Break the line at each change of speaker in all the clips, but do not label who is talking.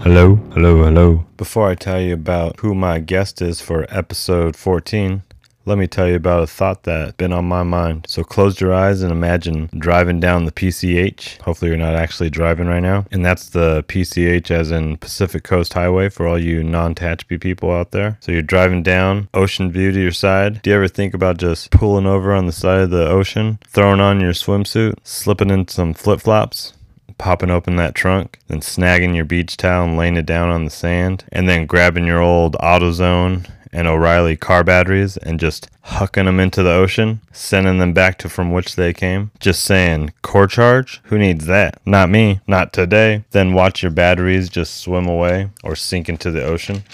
Hello, hello, hello.
Before I tell you about who my guest is for episode 14, let me tell you about a thought that's been on my mind. So close your eyes and imagine driving down the PCH. Hopefully, you're not actually driving right now. And that's the PCH, as in Pacific Coast Highway, for all you non Tatchby people out there. So you're driving down, ocean view to your side. Do you ever think about just pulling over on the side of the ocean, throwing on your swimsuit, slipping in some flip flops? popping open that trunk, then snagging your beach towel and laying it down on the sand, and then grabbing your old AutoZone and O'Reilly car batteries and just hucking them into the ocean, sending them back to from which they came. Just saying, core charge? Who needs that? Not me, not today. Then watch your batteries just swim away or sink into the ocean.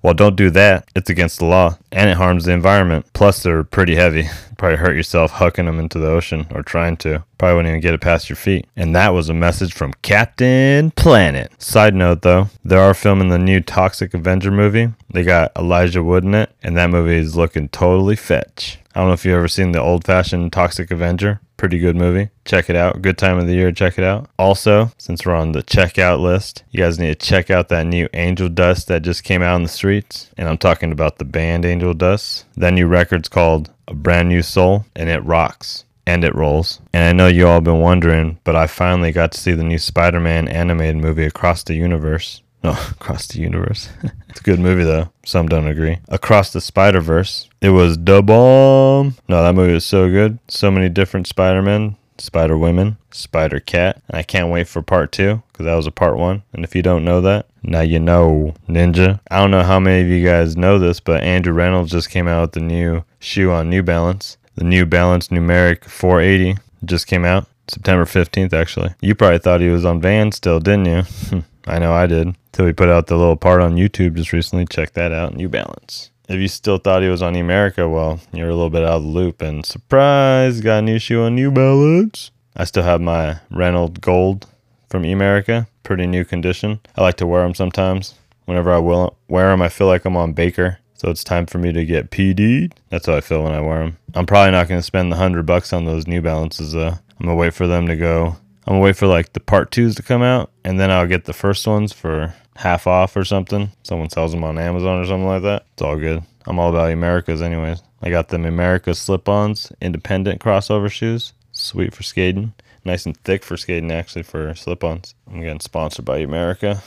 Well, don't do that. It's against the law and it harms the environment. Plus, they're pretty heavy. Probably hurt yourself hucking them into the ocean or trying to. Probably wouldn't even get it past your feet. And that was a message from Captain Planet. Side note though, they are filming the new Toxic Avenger movie. They got Elijah Wood in it, and that movie is looking totally fetch. I don't know if you've ever seen the old fashioned Toxic Avenger. Pretty good movie. Check it out. Good time of the year. Check it out. Also, since we're on the checkout list, you guys need to check out that new Angel Dust that just came out on the streets. And I'm talking about the band Angel Dust. That new record's called A Brand New Soul, and it rocks and it rolls. And I know you all been wondering, but I finally got to see the new Spider Man animated movie Across the Universe. No, Oh, Across the Universe. it's a good movie though. Some don't agree. Across the Spider Verse. It was the bomb. No, that movie was so good. So many different Spider Men, Spider Women, Spider Cat. And I can't wait for part two because that was a part one. And if you don't know that, now you know, Ninja. I don't know how many of you guys know this, but Andrew Reynolds just came out with the new shoe on New Balance. The New Balance Numeric 480 just came out September 15th, actually. You probably thought he was on Van still, didn't you? Hmm, I know I did. Till we put out the little part on YouTube just recently. Check that out, New Balance. If you still thought he was on America, well, you're a little bit out of the loop. And surprise, got a new shoe on New Balance. I still have my Reynolds Gold from America. Pretty new condition. I like to wear them sometimes. Whenever I will wear them, I feel like I'm on Baker. So it's time for me to get PD'd. That's how I feel when I wear them. I'm probably not going to spend the hundred bucks on those New Balances though. I'm gonna wait for them to go. I'm gonna wait for like the part twos to come out, and then I'll get the first ones for half off or something. Someone sells them on Amazon or something like that. It's all good. I'm all about Americas anyways. I got them America slip-ons, independent crossover shoes. Sweet for skating. Nice and thick for skating actually for slip-ons. I'm getting sponsored by America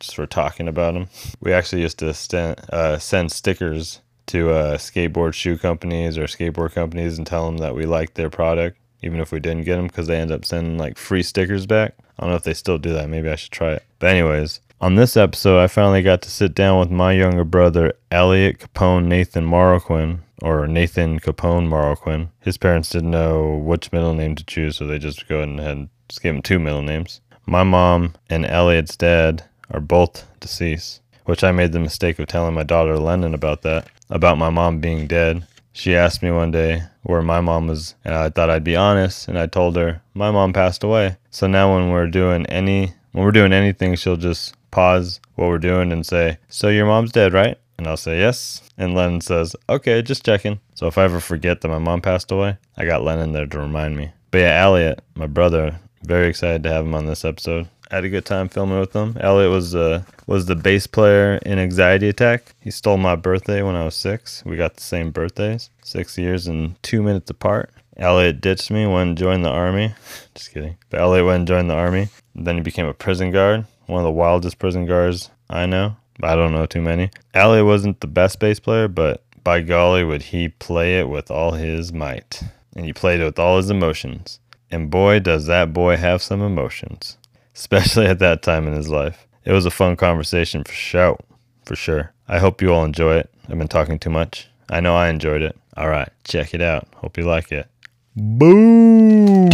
just for talking about them. We actually used to st- uh, send stickers to uh, skateboard shoe companies or skateboard companies and tell them that we liked their product, even if we didn't get them, because they end up sending like free stickers back. I don't know if they still do that. Maybe I should try it. But, anyways, on this episode, I finally got to sit down with my younger brother, Elliot Capone Nathan Marroquin, or Nathan Capone Marroquin. His parents didn't know which middle name to choose, so they just go ahead and just gave him two middle names. My mom and Elliot's dad are both deceased, which I made the mistake of telling my daughter Lennon about that, about my mom being dead. She asked me one day where my mom was, and I thought I'd be honest, and I told her my mom passed away. So now when we're doing any when we're doing anything, she'll just pause what we're doing and say, "So your mom's dead, right?" And I'll say, "Yes." And Lennon says, "Okay, just checking." So if I ever forget that my mom passed away, I got Lennon there to remind me. But yeah, Elliot, my brother, very excited to have him on this episode. I had a good time filming with him. Elliot was uh, was the bass player in Anxiety Attack. He stole my birthday when I was six. We got the same birthdays, six years and two minutes apart. Elliot ditched me, went and joined the army. Just kidding. But Elliot went and joined the army. Then he became a prison guard, one of the wildest prison guards I know. But I don't know too many. Elliot wasn't the best bass player, but by golly, would he play it with all his might. And he played it with all his emotions. And boy, does that boy have some emotions especially at that time in his life. It was a fun conversation for sure, for sure. I hope you all enjoy it. I've been talking too much. I know I enjoyed it. All right, check it out. Hope you like it. Boom!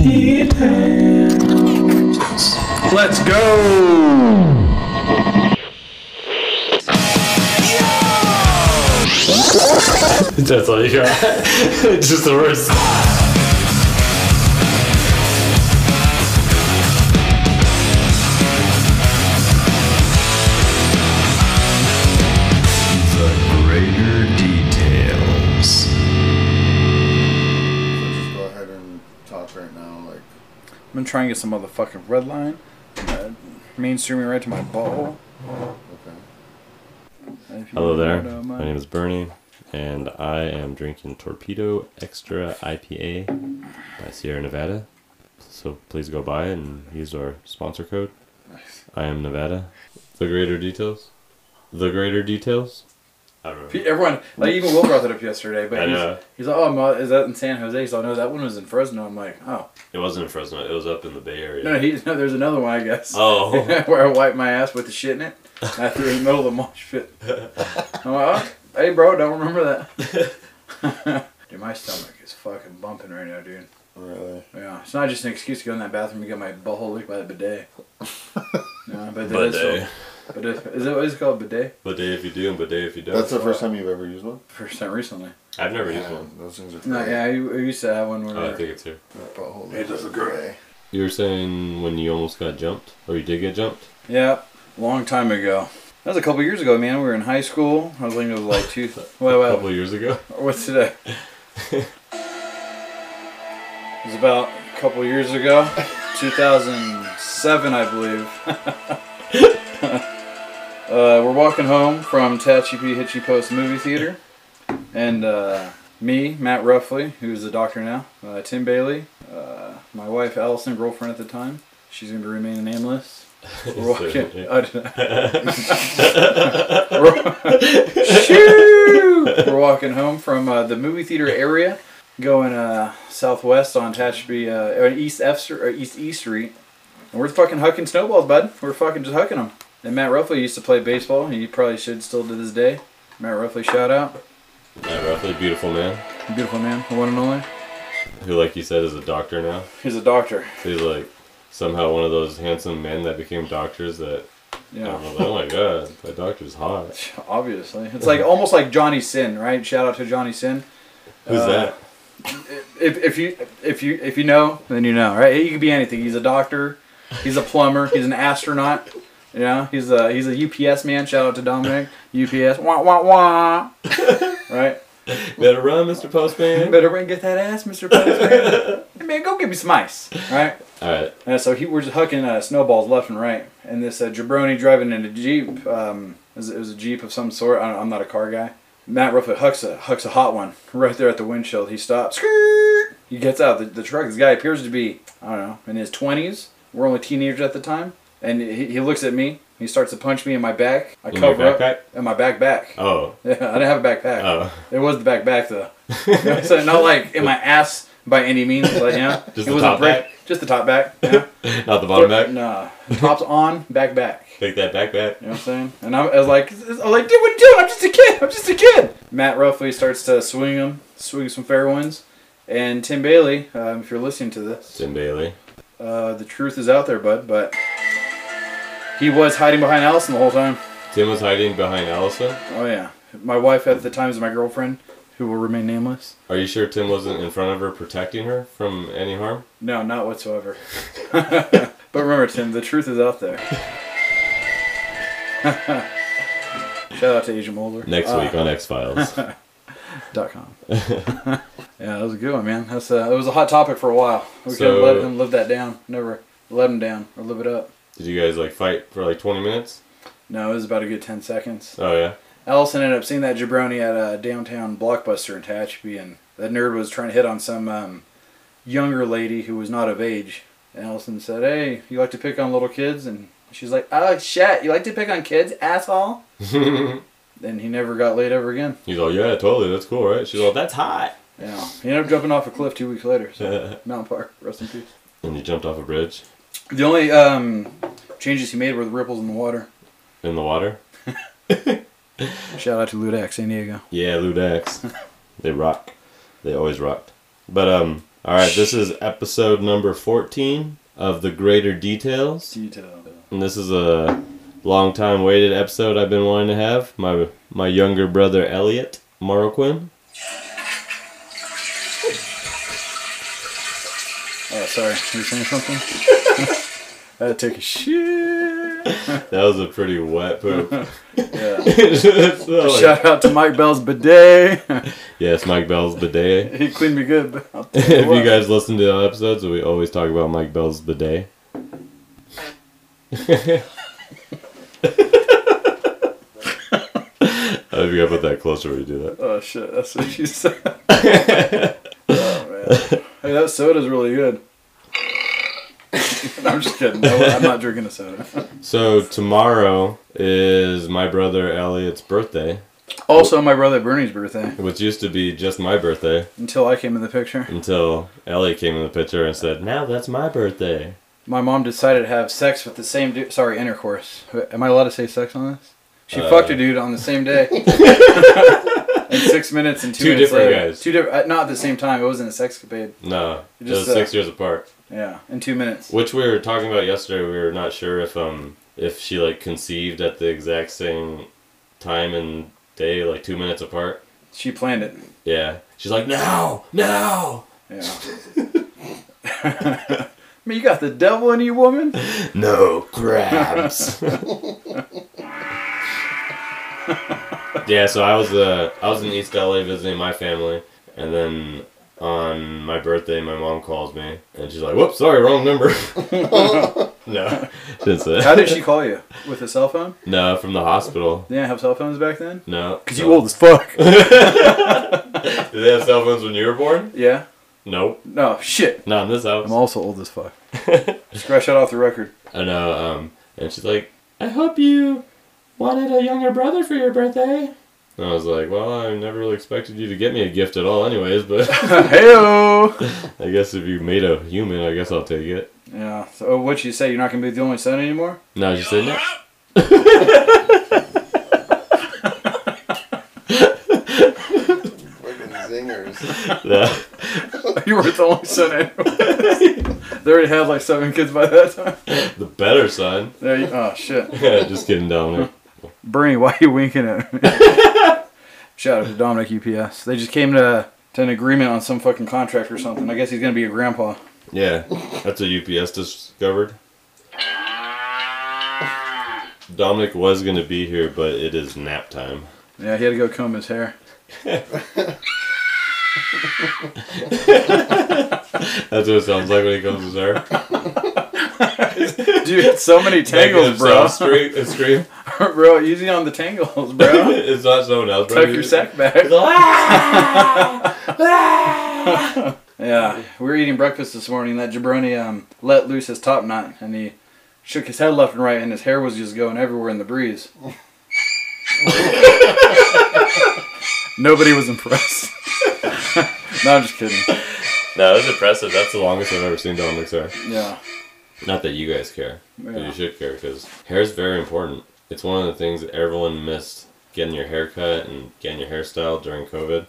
Let's go!
That's all you got. Just the worst.
The greater details.
So just go ahead and talk right now. Like,
I'm gonna try and get some motherfucking red line. Uh, mainstreaming right to my butthole.
Okay.
Hello there. My name is Bernie, and I am drinking Torpedo Extra IPA by Sierra Nevada. So please go by and use our sponsor code.
Nice.
I am Nevada. The greater details. The greater details. I don't know.
P- Everyone, like even Will brought that up yesterday, but
I
he's,
know.
he's like, "Oh, Ma- is that in San Jose?" So no, that one was in Fresno. I'm like, "Oh,
It wasn't in Fresno. It was up in the Bay Area.
no, he, no there's another one, I guess."
Oh,
where I wiped my ass with the shit in it. I threw it in the middle of the mosh pit. I'm like, oh, hey, bro, don't remember that. dude, my stomach is fucking bumping right now, dude.
Really?
Yeah, it's not just an excuse to go in that bathroom and get my butthole licked by the bidet. no, but that is
bidet.
so- But it- is that what it's called, bidet?
Bidet if you do and bidet if you don't.
That's the first time you've ever used one?
First time recently.
I've never used
Yeah,
one.
Those things are Oh,
No,
great.
yeah, I, I used to have one where.
Oh, I think it's here.
That butthole
It doesn't
is
grow.
gray.
You were saying when you almost got jumped, or you did get jumped.
Yeah, long time ago. That was a couple years ago, man. We were in high school. I was thinking it was like two. Wait,
A
wait.
couple years ago.
What's today? it was about a couple years ago, 2007, I believe. uh, we're walking home from Tachipi Hitchy Post movie theater, and uh, me, Matt Ruffley, who's a doctor now, uh, Tim Bailey, uh, my wife Allison, girlfriend at the time, she's going to remain nameless. We're walking. I don't know. We're- Shoo! We're walking home from uh, the movie theater area, going uh, southwest on Tatchby, uh, or East F Street, or East E Street, and we're fucking hucking snowballs, bud. We're fucking just hucking them. And Matt Ruffley used to play baseball. He probably should still to this day. Matt Ruffley, shout out,
Matt Ruffley, beautiful man,
beautiful man, the one and only.
who, like you said, is a doctor now.
He's a doctor.
He's like somehow one of those handsome men that became doctors. That I
Yeah.
don't know, oh my god, that doctor's hot.
Obviously, it's like almost like Johnny Sin, right? Shout out to Johnny Sin.
Who's that?
if, if you if you if you know, then you know, right? He could be anything. He's a doctor, he's a plumber, he's an astronaut. You know, he's a he's a UPS man. Shout out to Dominic, UPS. Wah wah wah. right?
Better run, Mr. Postman.
Better ring get that ass, Mister Postman. hey man, go give me some ice. Right?
All right,
And so he we're just hucking uh, snowballs left and right, and this uh, jabroni driving in a jeep. Um, it was, it was a jeep of some sort. I don't, I'm not a car guy. Matt Ruffett hucks a hucks a hot one right there at the windshield. He stops. Skirt! He gets out the, the truck. This guy appears to be I don't know in his 20s. We're only teenagers at the time, and he, he looks at me. He starts to punch me in my back. I
In your
cover up
backpack?
in my back back.
Oh,
Yeah, I didn't have a backpack.
oh,
It was the back back though. so not like in my ass by any means, but you know,
Just
it
the
was
top
a brick,
back?
just the top back. Yeah.
not the bottom back.
Nah, tops on, back back.
Take that back back.
You know what I'm saying? And I'm, I was like, I was like, dude, what are you doing? I'm just a kid. I'm just a kid. Matt Ruffley starts to swing him, swing some fair ones, and Tim Bailey, um, if you're listening to this,
Tim Bailey.
uh, the truth is out there, bud. But he was hiding behind Allison the whole time.
Tim was hiding behind Allison.
Oh yeah, my wife at the time is my girlfriend, who will remain nameless.
Are you sure Tim wasn't in front of her protecting her from any harm?
No, not whatsoever. but remember, Tim, the truth is out there. Shout out to Agent Mulder. Uh,
Next week on X Files.
Dot com. yeah, that was a good one, man. That's uh, it was a hot topic for a while. We
So-
couldn't let him live that down. Never let him down or live it up.
Did you guys like fight for like 20 minutes?
No, it was about a good ten seconds.
Oh yeah.
Allison ended up seeing that jabroni at a downtown blockbuster in Tehachapi, and that nerd was trying to hit on some um, younger lady who was not of age. And Allison said, "Hey, you like to pick on little kids?" And she's like, "Oh shit, you like to pick on kids, asshole." Then he never got laid ever again.
He's all, yeah, totally. That's cool, right? She's all, that's hot.
Yeah, he ended up jumping off a cliff two weeks later. So Mountain Park, rest in peace.
And you jumped off a bridge
The only um, changes he made were the ripples in the water.
in the water.
Shout out to Ludac, San Diego.
Yeah, Ludax. they rock. They always rocked. But um, all right. This is episode number 14 of the Greater Details,
Detail.
and this is a long time waited episode I've been wanting to have. My my younger brother Elliot Marroquin.
Oh, sorry. You saying something? I had to take a shit.
That was a pretty wet poop.
Yeah.
So, like-
Shout out to Mike Bell's bidet.
yes, Mike Bell's bidet.
he cleaned me good. But I'll tell
if you
what.
guys listen to the episodes, we always talk about Mike Bell's bidet. if you gotta put that closer where you do that.
Oh shit, that's what you said. oh man. Hey, that soda's really good. I'm just kidding. No, I'm not drinking a soda.
So tomorrow is my brother Elliot's birthday,
Also, my brother Bernie's birthday.
which used to be just my birthday
Until I came in the picture,
until Elliot came in the picture and said, "Now that's my birthday."
my mom decided to have sex with the same dude. Sorry, intercourse. Am I allowed to say sex on this? She
Uh,
fucked a dude on the same day. in six minutes and two,
Two
minutes
different
later.
guys.
Two different. Not at the same time. It wasn't a sexcapade.
No,
It
just
just,
six years apart.
Yeah, in two minutes.
Which we were talking about yesterday. We were not sure if um if she like conceived at the exact same time and day, like two minutes apart.
She planned it.
Yeah, she's like, "No, no,
Yeah. I mean, you got the devil in you, woman.
no crabs." yeah, so I was uh I was in East LA visiting my family, and then on my birthday, my mom calls me, and she's like, "Whoops, sorry, wrong number." no, she didn't say.
How did she call you? With a cell phone?
No, from the hospital.
They didn't have cell phones back then?
No.
Because you old as fuck.
Did they have cell phones when you were born?
yeah?
Nope.
No, shit.
Not in this
I'm
house.
also old as fuck. Scratch that off the record.
I know. Um, and she's like, I hope you wanted a younger brother for your birthday. And I was like, well, I never really expected you to get me a gift at all, anyways, but
Heyo!
I guess if you made a human, I guess I'll take it.
Yeah, so oh, what'd you say? You're not gonna be the only son anymore?
No, she said no.
Fucking zingers.
no.
you weren't the only son anymore. they already had like seven kids by that time.
The better son.
There you, oh, shit.
Just kidding, Dominic.
Bernie, why are you winking at me? Shout out to Dominic UPS. They just came to, to an agreement on some fucking contract or something. I guess he's gonna be a grandpa.
Yeah, that's what UPS discovered. Dominic was going to be here, but it is nap time.
Yeah, he had to go comb his hair.
That's what it sounds like when he comes to Zara.
Dude, so many tangles, bro.
Straight and scream.
bro, easy on the tangles, bro.
it's not someone else. bro.
Tuck your sack back. "Ah! yeah, we were eating breakfast this morning. That jabroni um, let loose his top knot, and he shook his head left and right, and his hair was just going everywhere in the breeze. Nobody was impressed. no, I'm just kidding.
No, that's impressive. That's the longest I've ever seen Dominic Sar.
Yeah,
Not that you guys care, but
Yeah.
you should care because hair is very important. It's one of the things that everyone missed getting your hair cut and getting your hairstyle during COVID.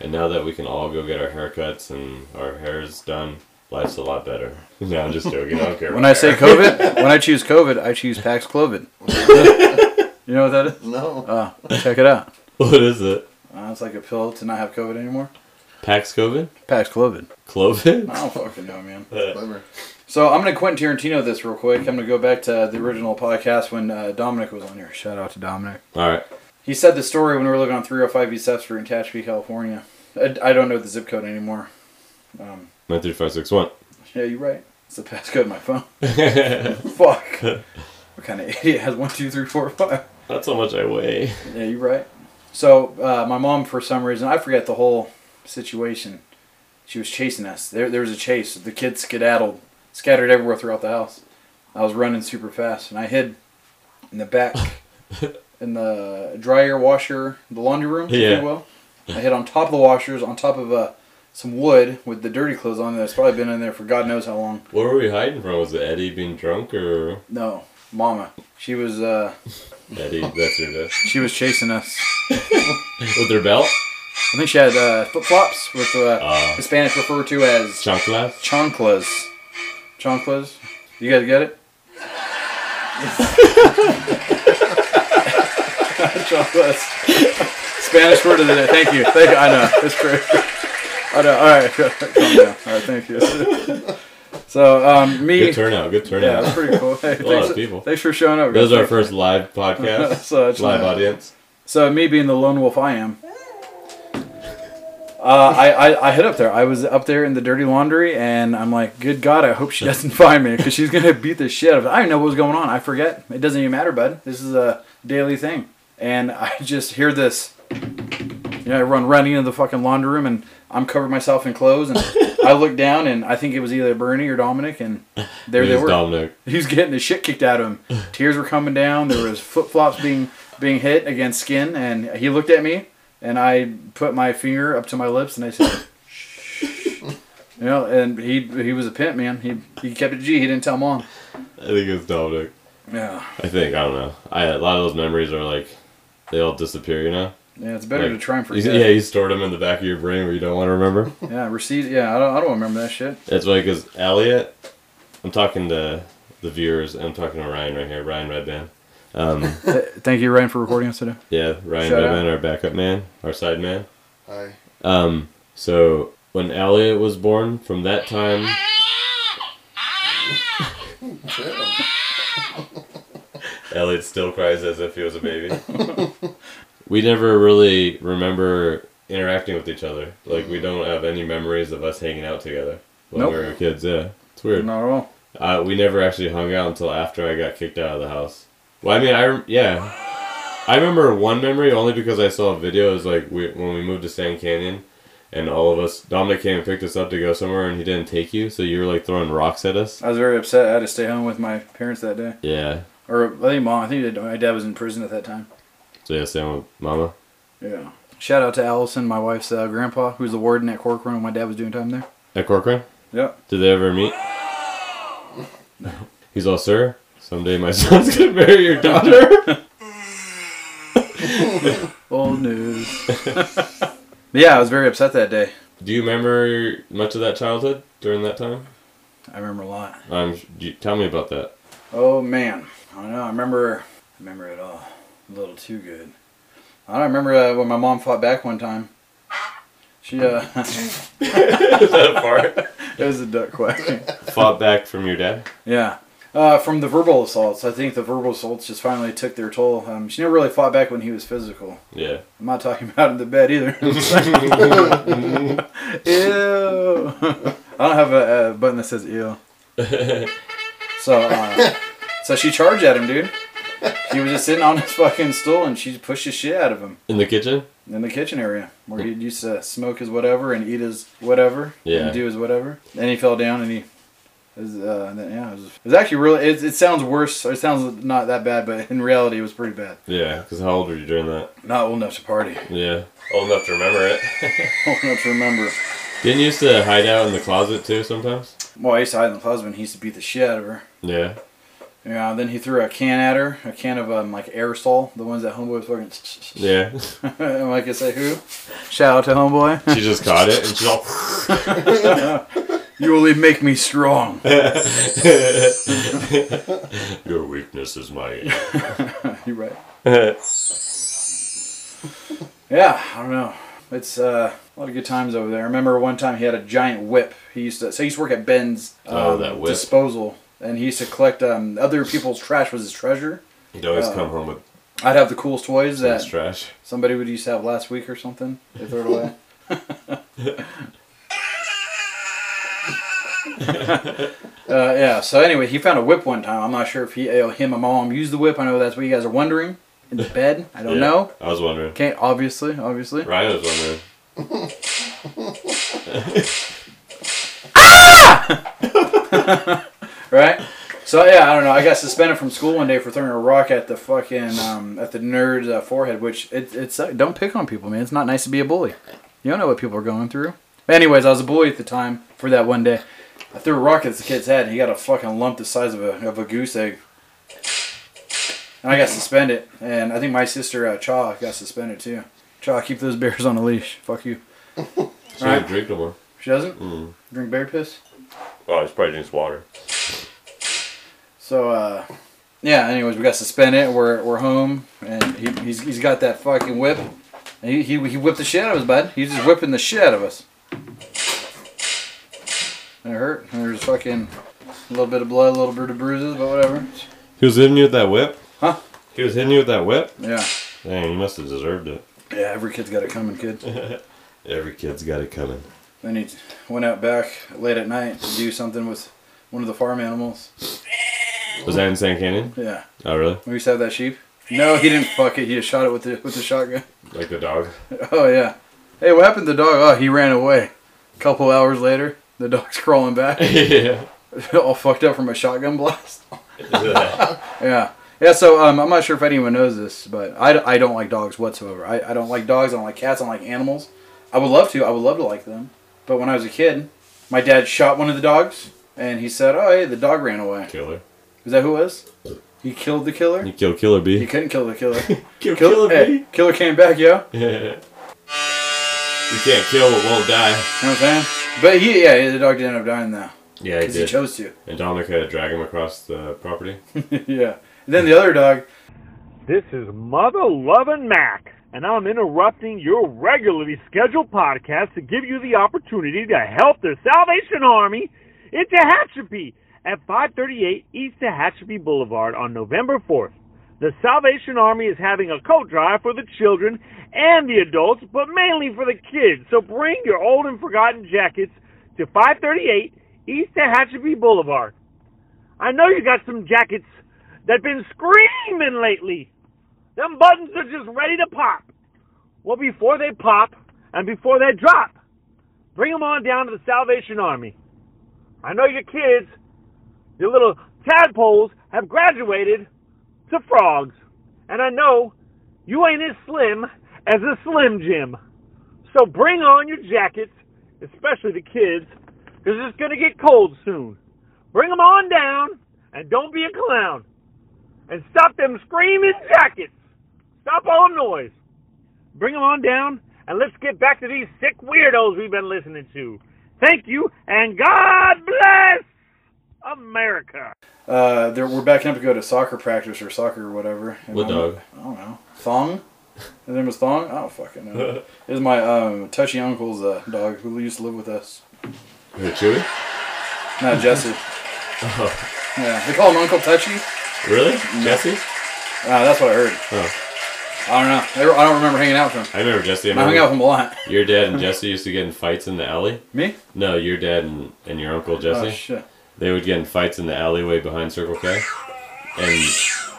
And now that we can all go get our haircuts and our hair's done, life's a lot better. No, I'm just joking. I don't care.
when
about
I say
hair.
COVID, when I choose COVID, I choose Pax Clovid. you know what that is?
No.
Oh, check it out.
what is it?
Uh, it's like a pill to not have COVID anymore.
Pax COVID?
Pax Clovid.
Clovid?
I don't fucking know, man.
Clever.
So I'm gonna Quentin Tarantino this real quick. I'm gonna go back to the original podcast when uh, Dominic was on here. Shout out to Dominic.
All right.
He said the story when we were living on 305 East F Street in Tehachapi, California. I, I don't know the zip code anymore. Um,
93561.
yeah, you're right. It's the passcode of my phone. Fuck. what kind of idiot has one, two, three, four, five?
That's how much I weigh.
Yeah, you're right. So uh, my mom, for some reason, I forget the whole situation. She was chasing us. There, there was a chase. The kids skedaddled, scattered everywhere throughout the house. I was running super fast, and I hid in the back, in the dryer, washer, the laundry room, if
Yeah.
you will. I hid on top of the washers, on top of uh, some wood with the dirty clothes on. That's probably been in there for God knows how long.
What were we hiding from? Was it Eddie being drunk or
No, Mama, she was uh,
Eddie? That's her name.
she was chasing us.
With her belt?
I think she had uh, flip flops with uh,
Uh.
Hispanics refer to as
Chanclas?
chanclas. Chanclas? You guys get it? chanclas. Spanish word of the day. Thank you. Thank you. I know. It's great. I know. All right. Calm down. All right. Thank you. So, um, me.
Good turnout. Good
Yeah,
turnout.
that's pretty cool.
lot
Hey, thanks,
of people.
thanks for showing up.
That was
guys.
our first live podcast.
So it's
live
not-
audience.
So me being the lone wolf I am. Uh, I, I, I hit up there. I was up there in the dirty laundry, and I'm like, good God, I hope she doesn't find me because she's gonna beat the shit out of it. I didn't know what was going on. I forget. It doesn't even matter, bud. This is a daily thing. and I just hear this. You know, I run running into the fucking laundry room, and I'm covered myself in clothes, and I look down, and I think it was either Bernie or Dominic, and there they
Here's
were.
Dominic.
He was getting the shit kicked out of him. Tears were coming down. There was flip flops being being hit against skin, and he looked at me, and I put my finger up to my lips, and I said, "Shh." "You know." And he he was a pimp, man. He he kept it G. He didn't tell mom.
I think it's Dominic.
Yeah,
I think I don't know. I a lot of those memories are like they all disappear. You know.
yeah. It's better
Like,
to try and
you-
forget.
Yeah, you stored them in the back of your brain where you don't want to remember.
Yeah, receipt. Yeah, I don't, I don't remember that shit.
That's why, because Elliot, I'm talking to the viewers. I'm talking to Ryan right here, Ryan Redband. Um,
Th- Thank you, Ryan, for recording us today.
yeah, Ryan
Shout out.
Redband, our backup man, our side man.
Hi.
Um, so when Elliot was born, from that time,
Damn.
Elliot still cries as if he was a baby. we never really remember interacting with each other. Like we don't have any memories of us hanging out together when
Nope.
we were kids. Yeah, it's weird.
Not at all.
Uh, we never actually hung out until after I got kicked out of the house. Well, I mean, I rem- yeah, I remember one memory only because I saw a video. It was like we, when we moved to Sand Canyon, and all of us Dominic came and picked us up to go somewhere, and he didn't take you, so you were like throwing rocks at us.
I was very upset. I had to stay home with my parents that day,
Yeah.
or I think mom. I think my dad was in prison at that time.
So yeah, same with Mama.
Yeah. Shout out to Allison, my wife's uh, grandpa, who's the warden at Corcoran when my dad was doing time there.
At Corcoran,
Yep.
did they ever meet? He's all, sir. Someday my son's gonna marry your daughter.
Old news. yeah, I was very upset that day.
Do you remember much of that childhood during that time?
I remember a lot.
Um, you, tell me about that.
Oh man, I don't know. I remember, I remember it all a little too good. I don't remember uh, when my mom fought back one time. She uh,
that part.
it was a duck quack.
fought back from your dad.
Yeah. Uh, from the verbal assaults, I think the verbal assaults just finally took their toll. Um, she never really fought back when he was physical.
Yeah.
I'm not talking about in the bed either. ew. I don't have a, a button that says ew. So, uh, so she charged at him, dude. He was just sitting on his fucking stool, and she pushed the shit out of him
In the kitchen.
in the kitchen area where he used to smoke his whatever and eat his whatever
Yeah.
and do his whatever. And he fell down and he. it Was, uh, and then, yeah, it was, it was actually really. It, it sounds worse. It sounds not that bad, but in reality, it was pretty bad.
Yeah. Because how old were you during that?
Not old enough to party.
Yeah. Old enough to remember it.
Old enough to remember.
Didn't you used to hide out in the closet too sometimes.
Well, I used to hide in the closet, and he used to beat the shit out of her.
Yeah.
Yeah, then he threw a can at her, a can of um, like aerosol, the ones that homeboy was
Yeah.
fucking. I'm like, I say who? Shout out to homeboy.
She just caught it and she's all.
you only make me strong.
Your weakness is my.
You're right.
yeah.
Yeah, I don't know. It's uh, a lot of good times over there. I remember one time he had a giant whip. He used to. So he used to work at Ben's um,
Oh, that whip.
disposal, and he used to collect um, other people's trash was his treasure.
He'd always come home with
I'd have the coolest toys that
his trash.
somebody would used to have last week or something. They throw it away. uh, yeah. So anyway, he found a whip one time. I'm not sure if he, uh, him, and my mom used the whip. I know that's what you guys are wondering. In the bed, I don't
Yeah.
know.
I was wondering.
Can't obviously, obviously.
Ryan was wondering.
right? So yeah, I don't know. I got suspended from school one day for throwing a rock at the fucking um, at the nerd's uh, forehead, which it, it's uh, don't pick on people, man. It's not nice to be a bully. You don't know what people are going through. But anyways, I was a bully at the time for that one day. I threw a rock at the kid's head, and he got a fucking lump the size of a of a goose egg. And I got suspended, and I think my sister uh, Cha got suspended too. Cha, keep those bears on a leash. Fuck you.
She
All right.
didn't drink no more.
She doesn't
Mm.
drink bear piss.
Oh, she probably drinks water.
So uh, yeah. Anyways, we got suspended. We're we're home, and he, he's he's got that fucking whip. And he, he he whipped the shit out of us, bud. He's just whipping the shit out of us. And it hurt. And there's fucking a little bit of blood, a little bit of bruises, but whatever.
He was hitting you with that whip.
Huh?
He was hitting you with that whip.
Yeah.
Dang, you must have deserved it.
Yeah. Every kid's got a coming kid.
Every kid's got it coming.
Then he went out back late at night to do something with one of the farm animals.
Was that in San Canyon?
Yeah.
Oh, really?
We used to have that sheep. No, he didn't fuck it. He just shot it with the with the shotgun.
Like the dog.
Oh yeah. Hey, what happened to the dog? Oh, he ran away. Couple hours later, the dog's crawling back,
yeah.
all fucked up from a shotgun blast. Yeah. Yeah, so um, I'm not sure if anyone knows this, but I, I don't like dogs whatsoever. I, I don't like dogs. I don't like cats. I don't like animals. I would love to. I would love to like them. But when I was a kid, my dad shot one of the dogs, and he said, oh, hey, the dog ran away.
killer.
Is that who it was? He killed the killer?
You kill Killer
He
Bee.
couldn't kill the killer.
Kill
Kill- hey, killer came back, yo.
Bee. Yeah. You can't kill what won't die.
You know what I'm saying? But he, yeah, the dog did end up dying, though.
Yeah, he
Because he
did.
chose to.
and Dominic had to drag him across the property.
yeah. And then the other dog,
This is Mother Lovin' Mac, and I'm interrupting your regularly scheduled podcast to give you the opportunity to help the Salvation Army into Hatshepsut at 538 East of Hatshepsut Boulevard on November 4th. The Salvation Army is having a coat drive for the children and the adults, but mainly for the kids. So bring your old and forgotten jackets to 538 East of Hatshepsut Boulevard. I know you got some jackets that been screaming lately. Them buttons are just ready to pop. Well, before they pop and before they drop, bring 'em on down to the Salvation Army. I know your kids, your little tadpoles, have graduated to frogs. And I know you ain't as slim as a Slim Jim. So bring on your jackets, especially the kids, 'cause it's going to get cold soon. Bring 'em on down and don't be a clown and stop them screaming jackets. Stop all noise. Bring 'em on down and let's get back to these sick weirdos we've been listening to. Thank you and God bless America.
uh, they're, we're backing up to go to soccer practice or soccer or whatever. And
What
I'm-
dog?
I don't know. Thong? His name was Thong? I don't fucking know. it was my um, touchy uncle's uh, dog who used to live with us.
Was it Chewy?
Not Jesse.
Oh.
Yeah, they call him Uncle Touchy.
Really? Jesse?
Ah, that's what I heard.
Oh.
I don't know. They were, I don't remember hanging out with him.
I remember Jesse. I
I hung
remember
out with him a lot.
Your dad and Jesse used to get in fights in the alley.
Me?
No, your dad and, and your uncle Jesse.
Oh shit.
they would get in fights in the alleyway behind Circle K, and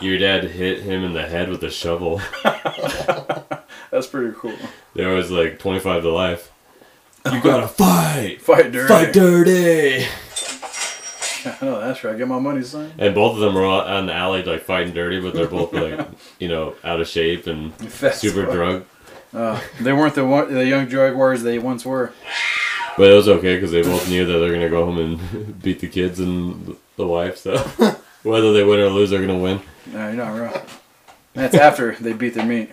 your dad hit him in the head with a shovel.
That's pretty cool.
There was like 25 to life. You gotta fight!
Fight dirty.
Fight dirty!
Oh, that's right. Get my money, son.
And both of them were out on the alley, like fighting dirty, but they're both like, you know, out of shape and
That's
super
right.
drunk.
They weren't the one, the young jaguars they once were.
But it was okay because they both knew that they're gonna go home and beat the kids and the wife. So whether they win or lose, they're gonna win.
No, you're not wrong. That's after they beat their meat.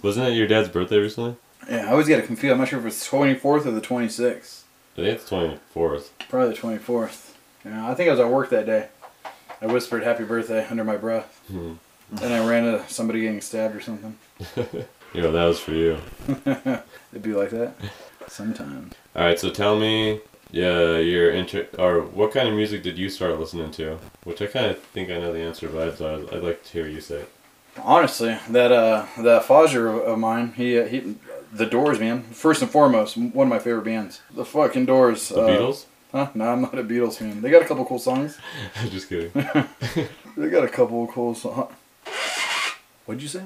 Wasn't it your dad's birthday recently?
Yeah, I always get it confused. I'm not sure if it's 24th or the 26th.
I think it's 24th.
Probably the 24th. Yeah, I think I was at work that day. I whispered "Happy Birthday" under my breath,
Hmm.
and I ran into somebody getting stabbed or something.
You know, that was for you.
It'd be like that sometimes.
All right, so tell me, yeah, your inter or what kind of music did you start listening to? Which I kind of think I know the answer, but I'd, I'd, I'd like to hear you say. it.
Honestly, that uh, that Fodger of- of mine, he uh, he, the Doors, man. First and foremost, one of my favorite bands, the fucking Doors.
The
uh,
Beatles?
Huh? No, I'm not a Beatles fan. They got a couple cool songs.
Just kidding.
They got a couple of cool songs. What'd you say?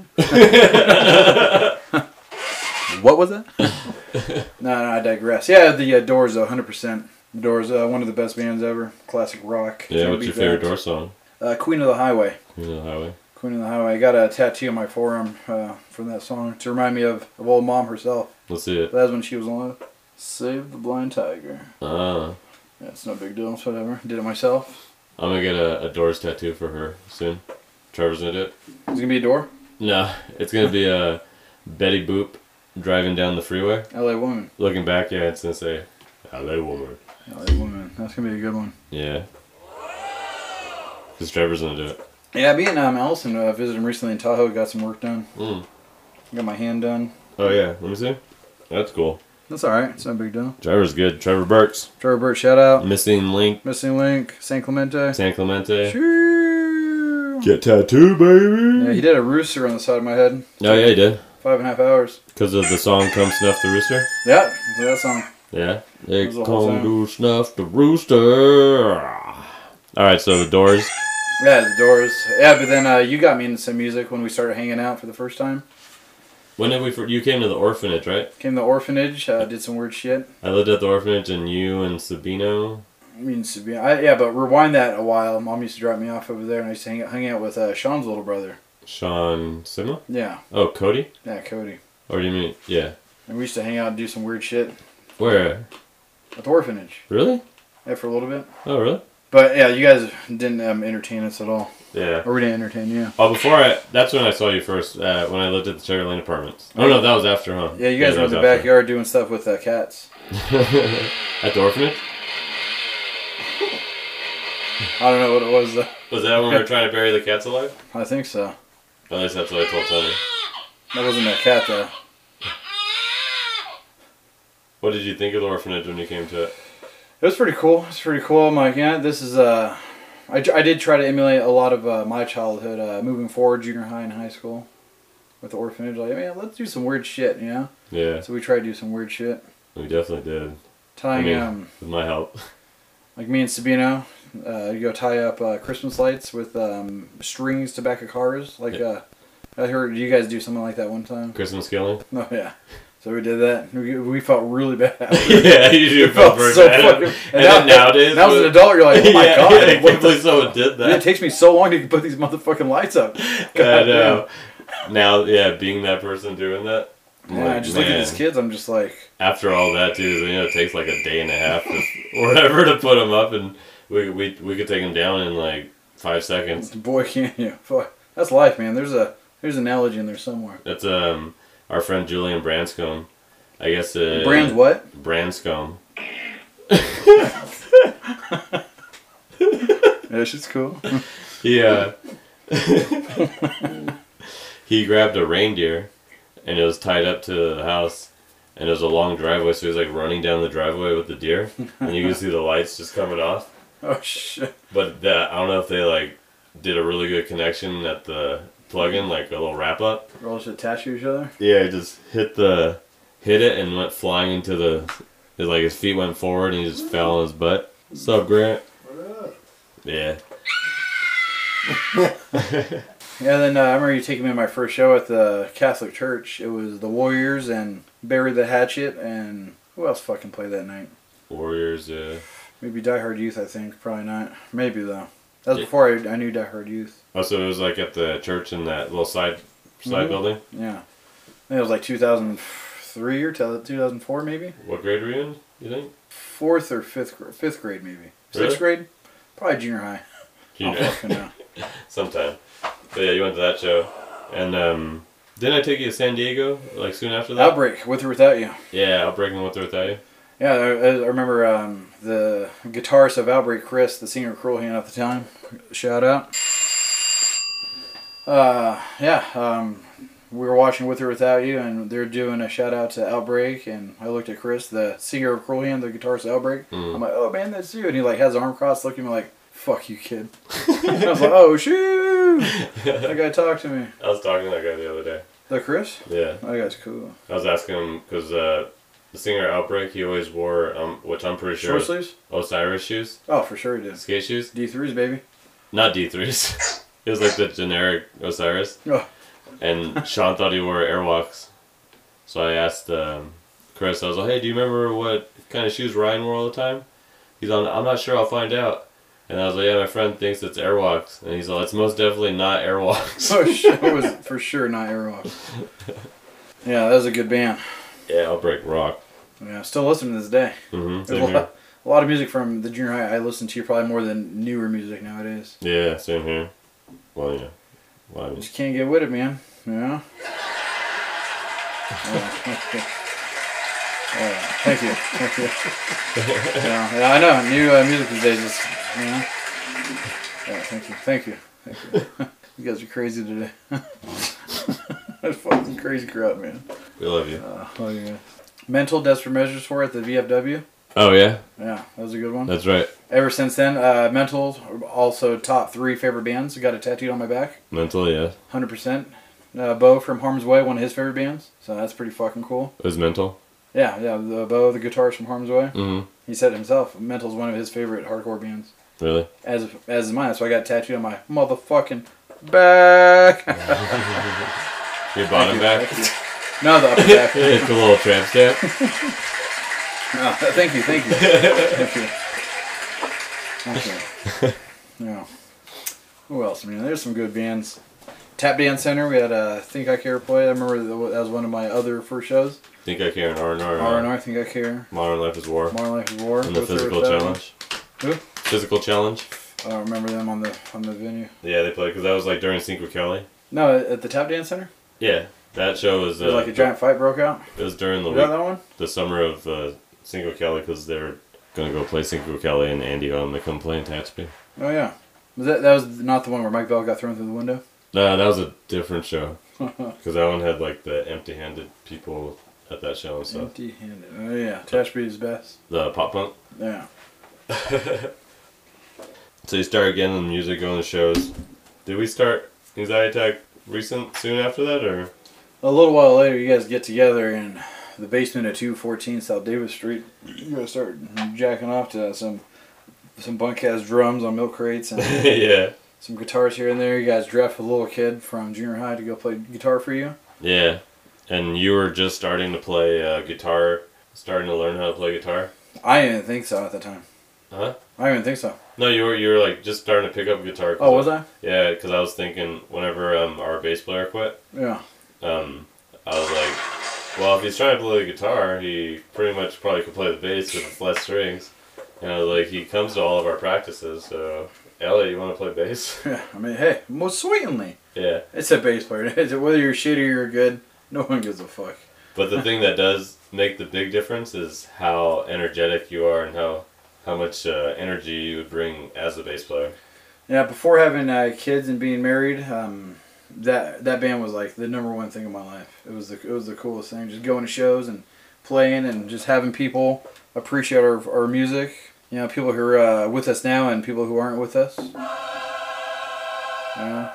what was that? no, no, I digress. Yeah, the uh, Doors, though, 100%. The Doors, uh, one of the best bands ever. Classic rock.
Yeah,
Can't
what's
beat
your favorite
that.
door song?
Uh, Queen of the Highway.
You know, Highway.
Queen of the Highway. I got a tattoo on my forearm uh, from that song to remind me of, of old mom herself.
Let's see it.
That was when she was alive. Save the Blind Tiger.
Ah,
Yeah, it's no big deal. It's whatever. Did it myself.
I'm gonna get a, a Doors tattoo for her soon. Trevor's gonna do it.
It's gonna be a door.
No, it's gonna be a Betty Boop driving down the freeway.
LA Woman.
Looking back, yeah, it's gonna say, "Hello, woman."
LA Woman. That's gonna be a good one.
Yeah. Cause Trevor's gonna do it.
Yeah, me and um, Allison uh, visited him recently in Tahoe. Got some work done.
Mm.
Got my hand done.
Oh yeah, let me see. That's cool.
That's all right. It's no big deal.
Trevor's good. Trevor Burks.
Trevor Burt, shout out.
Missing Link.
Missing Link, San Clemente.
Mm. San Clemente.
Shoo.
Get tattoo, baby.
Yeah, he did a rooster on the side of my head.
Oh yeah, he did.
Five and a half hours.
Because of the song "Come Snuff the Rooster."
Yeah, so that song.
Yeah. They
was the whole
come
song.
to snuff the rooster. All right, so the Doors.
Yeah, the Doors. Yeah, but then uh, you got me into some music when we started hanging out for the first time.
When did we? fir- You came to the orphanage, right?
Came to the orphanage, uh, did some weird shit.
I lived at the orphanage, and you and Sabino.
I mean, to be, I, yeah, but rewind that a while. Mom used to drop me off over there, and I used to hang, hang out with uh, Sean's little brother.
Sean Simmel?
Yeah,
Oh, Cody?
yeah, Cody.
Or do you mean, yeah.
And we used to hang out and do some weird shit
Where?
at the orphanage.
Really?
Yeah, for a little bit.
Oh, really?
But yeah, you guys didn't um, entertain us at all,
Yeah.
or we didn't entertain you.
Oh, before I, that's when I saw you first, uh, when I lived at the Cherry Lane Apartments. Oh, no, that was after, huh?
Yeah, you guys were in
that
the
was after.
backyard doing stuff with uh, cats.
at the orphanage?
I don't know what it was. Though.
Was that when we were trying to bury the cats alive?
I think so.
At least that's what I told Tony.
That wasn't a cat though.
What did you think of the orphanage when you came to it?
It was pretty cool. It's pretty cool. I'm like, yeah, this is. Uh, I, tr- I did try to emulate a lot of uh, my childhood, uh, moving forward, junior high and high school, with the orphanage. Like, man, let's do some weird shit, you know.
Yeah,
So we tried to do some weird shit,
we definitely did.
tying
I mean-
um,
With my help.
like me and Sabino, uh, you go tie up uh, Christmas lights with um, strings to back of cars. Like,
Yeah.
uh, I heard you guys do something like that one time.
Christmas killing?
No, yeah. So we did that. We, we felt really bad.
yeah, you do feel very
so
bad.
fucking-
And,
and
then
now-
nowadays.
now as an
with-
adult, you're like, oh my
yeah,
god,
yeah, I
what
can't
the
believe someone did that.
Dude, it takes me so long to put these motherfucking lights up.
I
God
know. uh, Now, yeah, being that person doing that. I'm
Yeah, I
like,
just look at these
man,
kids. I'm just like,
After all that, too, you know, it takes like a day and a half to, or whatever to put them up, and we, we we could take them down in like five seconds.
boy, can't you? Fuck, that's life, man. There's a there's an analogy in there somewhere.
That's um our friend Julian Branscombe. I guess uh,
Brands what?
Branscombe.
Yeah, shit's cool.
Yeah. uh, he grabbed a reindeer and it was tied up to the house and it was a long driveway so he was like running down the driveway with the deer and you could see the lights just coming off
oh shit.
but that i don't know if they like did a really good connection at the plug-in like a little wrap up
We're all just attached to each other.
yeah it just hit the hit it and went flying into the it, like his feet went forward and he just fell on his butt what's up grant yeah
Yeah, then uh, I remember you taking me to my first show at the Catholic Church. It was the Warriors and Bury the Hatchet and who else fucking played that night?
warriors uh
Maybe Die Hard Youth, I think. Probably not. Maybe though. That was
Yeah.
before I, I knew Die Hard Youth.
Oh, so it was like at the church in that little side side
Mhm.
building.
Yeah. I think it was like 2003 or 2004 maybe.
What grade were you in? You think?
Fourth or fifth gr- fifth grade maybe. Sixth grade? Probably junior high. I don't
Junior.
fucking know.
Sometime. But yeah, you went to that show, and um, didn't I take you to San Diego like soon after that?
Outbreak with or without you.
Yeah, Outbreak and With or Without You.
Yeah, I, I remember um, the guitarist of Outbreak, Chris, the singer of Cruel Hand at the time. Shout out. Uh, yeah, um, we were watching With or Without You, and they're doing a shout out to Outbreak. And I looked at Chris, the singer of Cruel Hand, the guitarist of Outbreak.
Mm.
I'm like, oh man, that's you. And he like has his arm crossed, looking at me like, fuck you, kid. and I was like, oh shoot, that guy talked to me.
I was talking to that guy the other day.
The Chris,
Yeah,
that guy's cool.
I was asking him because uh, the singer Outbreak, he always wore um, which I'm pretty sure
Short
is
sleeves?
Osiris shoes,
Oh, for sure he did.
skate shoes.
D3s, baby.
Not D3s. it was like the generic Osiris.
Oh.
And Sean thought he wore Airwalks. So I asked um, Chris, I was like, hey, do you remember what kind of shoes Ryan wore all the time? He's on, I'm not sure, I'll find out. And I was like, yeah, my friend thinks it's Airwalks. And he's like, it's most definitely not Airwalks.
Oh, shit, it was for sure not Airwalk. Yeah, that was a good band.
yeah, Outbreak Rock.
Yeah, I still listen to this day.
Mm-hmm.
There's
Same
a
here.
lot, a lot of music from the junior high I listen to probably more than newer music nowadays.
Yeah, same here. Well, yeah. Well, I mean,
Just can't get with it, man. Yeah. Yeah. Yeah, Thank you. Thank you. Yeah, yeah I know. New uh, music these days is, you know. Yeah, thank you. Thank you. Thank you. you guys are crazy today. That's fucking crazy crowd, man.
we love you.
Oh, yeah. Mental Desperate Measures for at the VFW.
Oh, yeah?
Yeah, that was a good one.
That's right.
Ever since then, uh, Mental also top three favorite bands. Got it tattooed on my back,
Mental, yeah.
hundred percent. Uh, Bo from Harm's Way, one of his favorite bands, so that's pretty fucking cool.
It was mental.
Yeah, yeah. The Bo, the guitarist from Harm's Way,
Mm-hmm.
he said himself, Mental's one of his favorite hardcore bands.
Really?
as as is mine. That's why I got tattooed on my motherfucking back.
Your bottom back?
no, the upper back.
it's a little tramp stamp.
No, thank you, thank you, thank you. Okay. Yeah. Who else? I mean, there's some good bands. Tap Dance Center. We had uh, Think I Care play. I remember that wa- that was one of my other first shows.
Think I care and R&R.
R and R. Think I Care.
Modern Life is War.
Modern Life is War.
And the
Go through
Physical
with that
Challenge.
one. Who?
Physical Challenge.
I don't remember them on the on the venue.
Yeah, they played because that was like during Cinco Kelly.
No, at the Tap Dance Center.
Yeah, that show was
There was
uh,
like a giant fight broke out.
It was during the
You
week,
got that one?
the summer of uh, Cinco Kelly because they were gonna go play Cinco Kelly and Andy got them to come play in Tatchby.
Oh yeah. Was that that was not the one where Mike Bell got thrown through the window?
No, that was a different show because that one had like the empty-handed people at that show and stuff.
Empty handed. Oh yeah. Tashby is best.
The pop punk.
Yeah.
So you started getting the music, going to shows. Did we start Anxiety Attack recent soon after that or?
A little while later, you guys get together in the basement of 214 South Davis Street. You guys start jacking off to some some bunk ass drums on milk crates and
yeah,
some guitars here and there. You guys draft a little kid from junior high to go play guitar for you.
yeah. And you were just starting to play uh, guitar, starting to learn how to play guitar,
I didn't think so at the time.
huh?
I didn't think so.
No, you were you were like just starting to pick up guitar. 'cause
Oh, was I?
Yeah, because I was thinking whenever um, our bass player quit,
Yeah.
um, I was like, well, if he's trying to play the guitar, he pretty much probably could play the bass with less strings. And I was like, he comes to all of our practices, so Elliot, you want to play bass?
Yeah. I mean, hey, most certainly.
yeah.
It's a bass player. Whether you're shitty or you're good, no one gives a fuck.
But the thing that does make the big difference is how energetic you are and how how much uh, energy you would bring as a bass player.
Yeah, before having uh, kids and being married, um, that that band was like the number one thing in my life. It was the it was the coolest thing. Just going to shows and playing and just having people appreciate our, our music. You know, people who are uh, with us now and people who aren't with us. Yeah.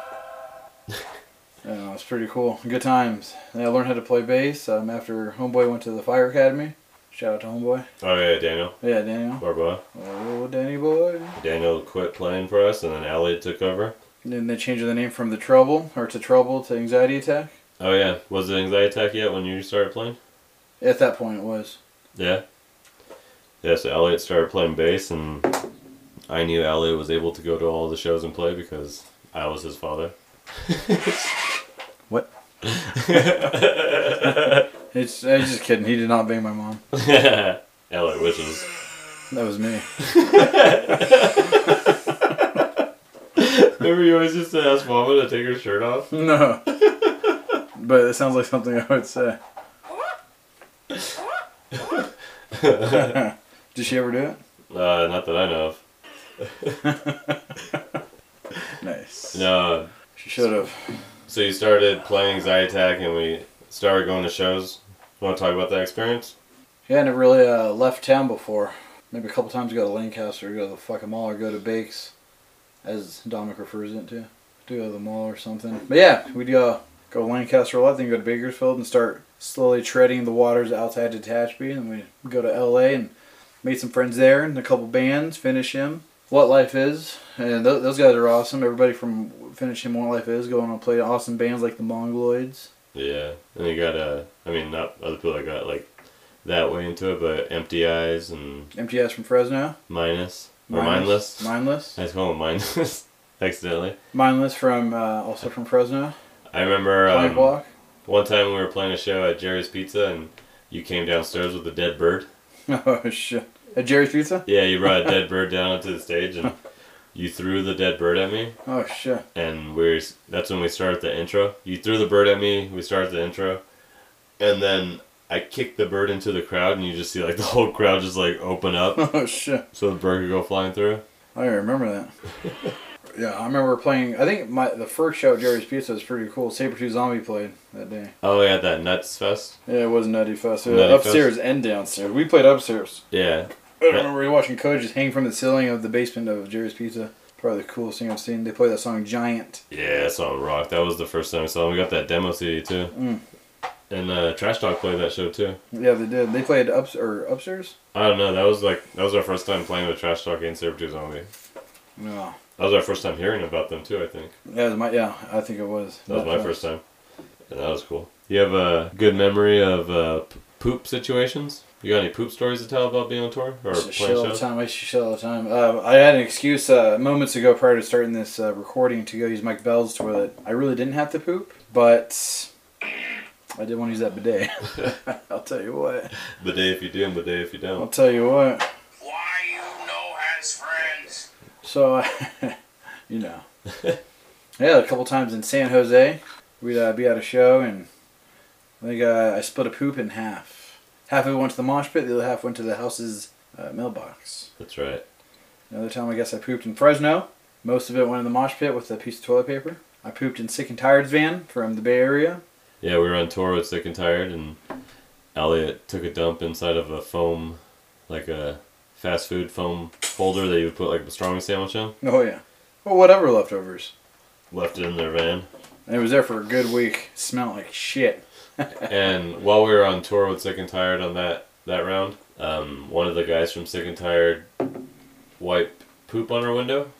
Yeah, it's pretty cool. Good times. And I learned how to play bass um, after Homeboy went to the Fire Academy. Shout out to Homeboy.
Oh yeah, Daniel
Yeah, Daniel.
Barboa.
Oh, Danny boy.
Daniel quit playing for us, and then Elliot took over.
Then they changed the name from the trouble or to trouble to anxiety attack.
Oh yeah, was it Anxiety Attack yet when you started playing?
At that point, it was.
Yeah. Yeah, so Elliot started playing bass, and I knew Elliot was able to go to all the shows and play because I was his father.
What? It's. I was just kidding. He did not bang my mom.
Elliot wishes.
That was me.
Remember, you always used to ask Mama to take her shirt off?
No. but it sounds like something I would say. did she ever do it?
Uh, not that I know of.
Nice.
No.
She should have.
So you started playing Anxiety Attack, and we started going to shows. Want to talk about that experience?
Yeah, I never really uh, left town before. Maybe a couple times go to Lancaster, go to the fucking mall, or go to Bakes, as Dominic refers it to. Do go to the mall or something. But yeah, we'd go, go to Lancaster a lot, then go to Bakersfield and start slowly treading the waters outside Detachby. And we'd go to LA and made some friends there and a couple bands, Finish Him, What Life Is. And th- those guys are awesome. Everybody from Finish Him, What Life Is, going to play awesome bands like the Mongoloids.
Yeah, and you got uh, I mean, not other people that got like that way into it, but Empty Eyes and
MTS from Fresno.
Minus or Mindless.
Mindless.
I just call him Mindless accidentally.
Mindless from uh, also from Fresno.
I remember
Plank
um,
Walk.
one time we were playing a show at Jerry's Pizza and you came downstairs with a dead bird.
Oh shit. At Jerry's Pizza?
Yeah, you brought a dead bird down onto the stage and you threw the dead bird at me.
Oh shit.
And we are that's when we started the intro. You threw the bird at me. We started the intro, and then I kicked the bird into the crowd, and you just see like the whole crowd just like open up,
Oh shit.
so the bird could go flying through.
I remember that. yeah, I remember playing I think my the first show at Jerry's Pizza was pretty cool. Sabertooth Zombie played that day.
Oh yeah, that nuts fest.
Yeah, it was Nutty Fest. It was
Nutty Fest.
upstairs and downstairs. We played upstairs.
Yeah,
I remember we were watching Code just hang from the ceiling of the basement of Jerry's Pizza. Probably the coolest thing I've seen. They play that song Giant.
yeah, I saw rock. That was the first time I saw him. We got that demo CD too,
Mm.
and uh, Trash Talk played that show too.
Yeah, they did. They played up or upstairs?
I don't know. That was like that was our first time playing with Trash Talk and Sabertooth Zombie.
Yeah.
That was our first time hearing about them too. I think
Yeah, it was my, yeah, I think it was.
that was
But,
my
uh,
first time, and that was cool. You have a good memory of uh, p- poop situations. You got any poop stories to tell about being on tour or
Just
playing
shit all the
shows?
time. I used to shit all the time. Uh, I had an excuse uh, moments ago prior to starting this uh, recording to go use Mike Bell's toilet. I really didn't have to poop, but I did want to use that bidet. I'll tell you what.
The day if you do, and the day if you
I'll
don't.
tell you what.
Why you know has friends?
So, I, you know, yeah, a couple times in San Jose, we'd uh, be at a show and I think uh, I split a poop in half. Half of it went to the mosh pit, the other half went to the house's uh, mailbox.
That's right.
Another time, I guess I pooped in Fresno. Most of it went in the mosh pit with a piece of toilet paper. I pooped in Sick and Tired's van from the Bay Area.
Yeah, we were on tour with Sick and Tired, and Elliot took a dump inside of a foam, like a fast food foam holder that you would put like a pastrami sandwich in.
Oh yeah, well whatever leftovers.
Left it in their van.
And it was there for a good week. Smelled like shit.
And while we were on tour with Sick and Tired on that that round, um, one of the guys from Sick and Tired wiped poop on our window,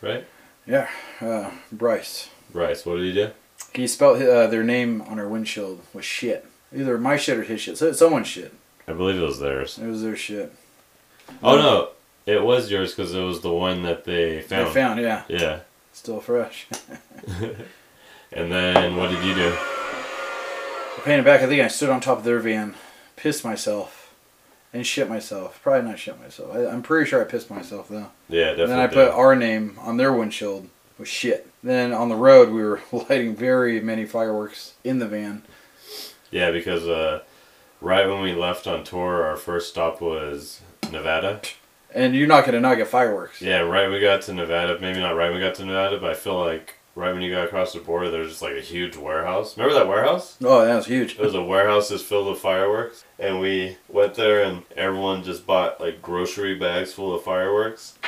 right?
Yeah, uh, Bryce.
Bryce, what did he do?
He spelled uh, their name on her windshield with shit. Either my shit or his shit. So someone's shit.
I believe it was theirs.
It was their shit.
Oh no, it was yours because it was the one that they found.
I found. Yeah,
Yeah.
still fresh.
And then what did you do?
I painted back. I think I stood on top of their van, pissed myself, and shit myself. Probably not shit myself. I, I'm pretty sure I pissed myself though.
Yeah, definitely.
then I
did.
put our name on their windshield with shit. Then on the road, we were lighting very many fireworks in the van.
Yeah, because uh, right when we left on tour, our first stop was Nevada.
And you're not going to not get fireworks.
Yeah, right when we got to Nevada, maybe not right when we got to Nevada, but I feel like right when you got across the border, there was just like a huge warehouse. Remember that warehouse?
Oh, that was huge.
It was a warehouse just filled with fireworks. And we went there and everyone just bought like grocery bags full of fireworks.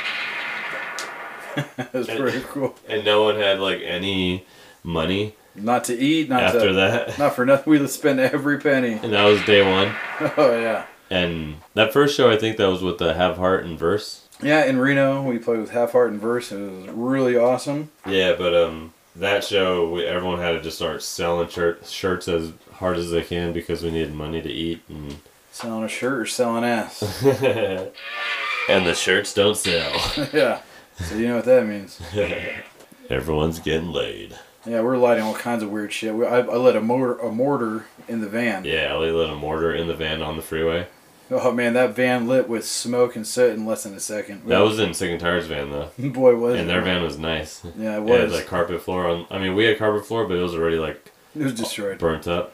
It was pretty cool.
And no one had like any money
Not to eat, not
after
to,
that.
Not for nothing. We spend every penny.
And that was day one.
Oh, yeah.
And that first show, I think that was with the Have Heart and Verse.
Yeah, in Reno, we played with Half Heart and Verse. It was really awesome.
Yeah, but um, that show we, everyone had to just start selling shirt, shirts as hard as they can because we needed money to eat, and
Selling a shirt or selling ass.
and the shirts don't sell.
yeah. So you know what that means.
Everyone's getting laid.
Yeah, we're lighting all kinds of weird shit. We, I, I lit a mortar, a mortar in the van.
Yeah, Ellie lit a mortar in the van on the freeway.
Oh man, that van lit with smoke and soot in less than a second.
That was in Sick and Tired's van though,
boy was
and
it.
their van was nice.
Yeah, it
It had
was.
like carpet floor on. I mean, we had carpet floor, but it was already like
it was destroyed.
burnt up.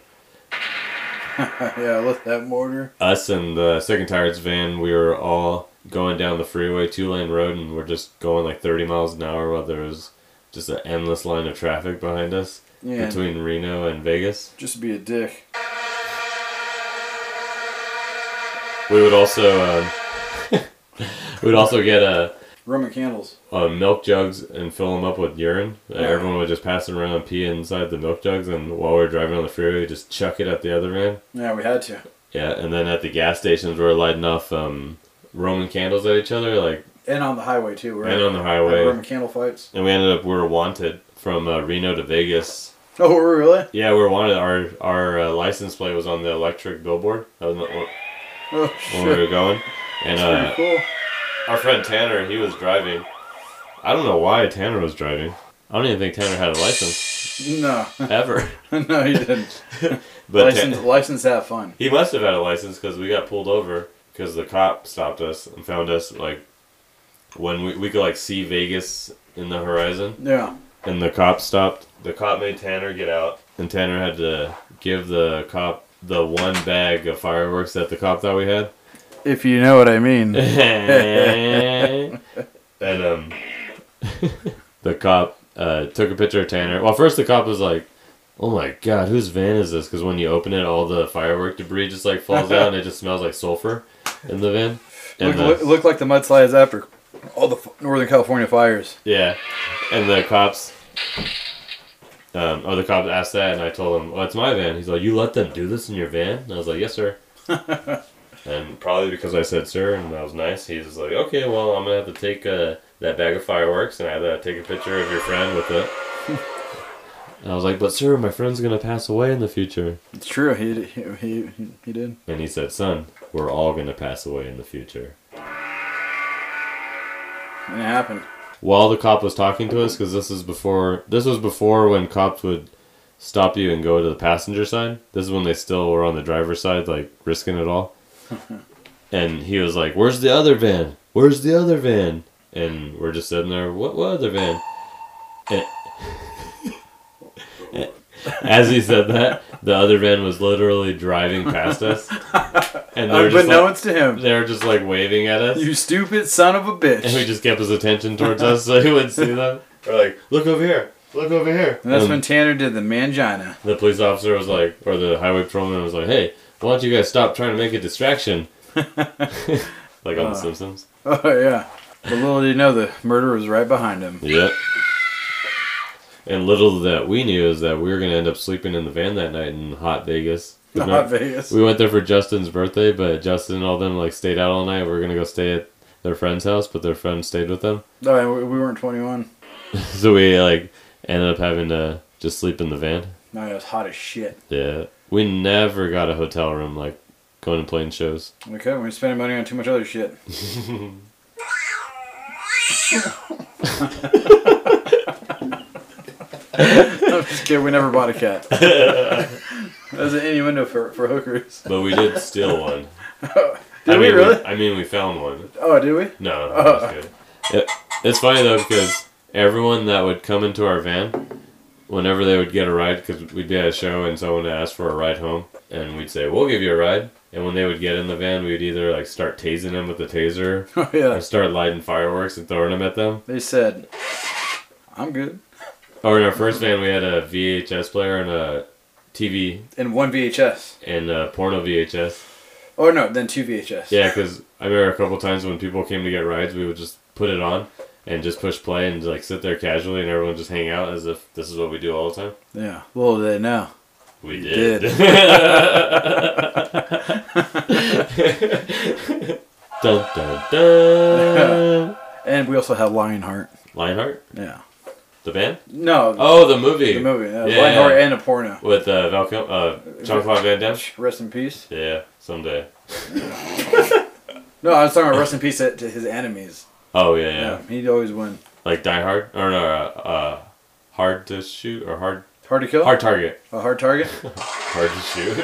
yeah, I left that mortar.
us and the second tired's van we were all going down the freeway two lane road and we're just going like 30 miles an hour while there was just an endless line of traffic behind us
Yeah.
between reno and vegas
Just to be a dick.
we would also um, we would also get a
Roman candles.
uh, milk jugs and fill them up with urine. Uh, Everyone would just pass it around and pee inside the milk jugs, and while we were driving on the freeway, we'd just chuck it at the other van.
Yeah, we had to.
Yeah, and then at the gas stations, we were lighting off um, Roman candles at each other, like
And on the highway too. Right?
And on the highway.
Roman candle fights.
And we ended up we were wanted from uh, Reno to Vegas.
Oh really?
Yeah, we were wanted. Our our uh, license plate was on the electric billboard. That was not
Oh
when we were
shit.
going. And
Pretty
uh,
cool.
our friend Tanner, he was driving. I don't know why Tanner was driving. I don't even think Tanner had a license
No,
ever.
no, you didn't.
But uh,
license,
Tan-
license, have fun.
he must have had a license because we got pulled over because the cop stopped us and found us like when we, we could like see Vegas in the horizon.
Yeah,
and the cop stopped. The cop made Tanner get out, and Tanner had to give the cop the one bag of fireworks that the cop thought we had.
if you know what I mean.
and um, the cop uh, took a picture of Tanner. Well, first the cop was like, "Oh my god, whose van is this?" Because when you open it, all the firework debris just like falls out, and it just smells like sulfur in the van. And
Look,
the-
look, look like the mudslides after all the f- Northern California fires.
Yeah, and the cops. Um, or the cops asked that, and I told him, "Well, it's my van." He's like, "You let them do this in your van?" And I was like, "Yes, sir." And probably because I said sir and that was nice, he's like, okay, well, I'm gonna have to take uh, that bag of fireworks and I have to take a picture of your friend with it. and I was like, but sir, my friend's gonna pass away in the future.
It's true. He he he, he did.
And he said, son, we're all gonna pass away in the future.
And it happened.
While the cop was talking to us, because this is before this was before when cops would stop you and go to the passenger side. This is when they still were on the driver's side, like risking it all. and he was like, "Where's the other van? Where's the other van?" And we're just sitting there, "What, what other van?" And as he said that, the other van was literally driving past us, and they were just like,
Unbeknownst to him,
they were just like waving at us.
you stupid son of a bitch.
And we just kept his attention towards us so he would see them. We're like, look over here, look over here.
And that's
And
when Tanner did the mangina.
the police officer was like, or the highway patrolman was like, hey, why don't you guys stop trying to make a distraction? like on The Simpsons.
Oh yeah. But little did you know, the murderer was right behind him.
Yep. And little that we knew is that we were going to end up sleeping in the van that night in hot Vegas.
Not Vegas.
We went there for Justin's birthday, but Justin and all them like stayed out all night. We were going to go stay at their friend's house, but their friend stayed with them.
No, Oh, and we- we weren't 21.
So we like ended up having to just sleep in the van.
No, it was hot as shit.
Yeah, we never got a hotel room like going and playing shows.
We could. We were spending money on too much other shit. I'm just kidding. We never bought a cat. that was an innuendo for, for hookers.
But we did steal one.
Did
I
we
mean,
really?
I mean, we found one.
Oh, did we?
No, that's good. It, it's funny though because everyone that would come into our van, whenever they would get a ride, because we'd be at a show and someone would ask for a ride home, and we'd say we'll give you a ride. And when they would get in the van, we'd either like start tasing them with the taser,
Oh,
or
yeah.
start lighting fireworks and throwing them at them.
They said, I'm good.
Or in our first van, we had a VHS player and a TV
And one VHS.
and a porno VHS.
Oh, no, then two VHS.
Yeah, because I remember a couple times when people came to get rides, we would just put it on and just push play and like sit there casually and everyone just hang out as if this is what we do all the time.
Yeah. Little did they know.
We
did.
did. dun, dun, dun.
And we also had Lionheart.
Lionheart,
Yeah.
the band.
No,
Oh, the movie.
the movie. Yeah,
Yeah.
Lionheart and a porno.
with uh, Val Kilmer, uh, John Claude Van Damme.
Rest in peace.
Yeah, someday.
No, I was talking about rest in peace to, to his enemies.
Oh yeah, yeah.
He'd always win.
Like Die Hard or no, uh, uh, hard to shoot or hard
Hard to kill?
hard target.
A hard target?
Hard to shoot.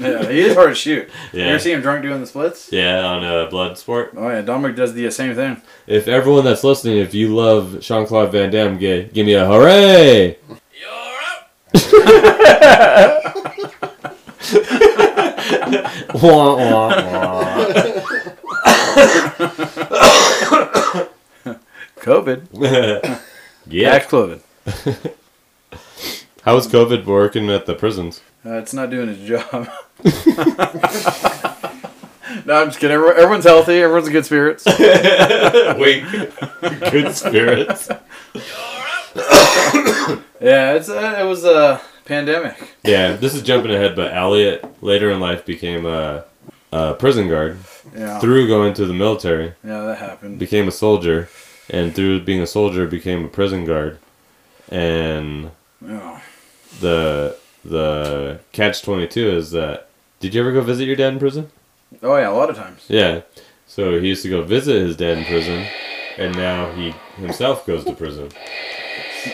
yeah, he is hard to shoot. You
yeah.
ever see him drunk doing the splits?
Yeah, on uh, Bloodsport.
Oh, yeah, Dominic does the same thing.
If everyone that's listening, if you love Sean Claude Van Damme, give, give me a hooray!
You're up.
Wah, wah,
COVID.
wah.
Back
yeah.
COVID.
How's COVID working at the prisons?
Uh, it's not doing its job. no, I'm just kidding. Everyone- Everyone's healthy. Everyone's in good spirits.
Wait, good spirits.
Yeah, it's uh, it was a pandemic.
Yeah, this is jumping ahead, but Elliot later in life became a, a prison guard
Yeah,
through going to the military.
yeah, that happened.
became a soldier, and through being a soldier became a prison guard, and
Yeah.
the the catch twenty two is that did you ever go visit your dad in prison?
Oh yeah, a lot of times.
Yeah, so he used to go visit his dad in prison, and now he himself goes to prison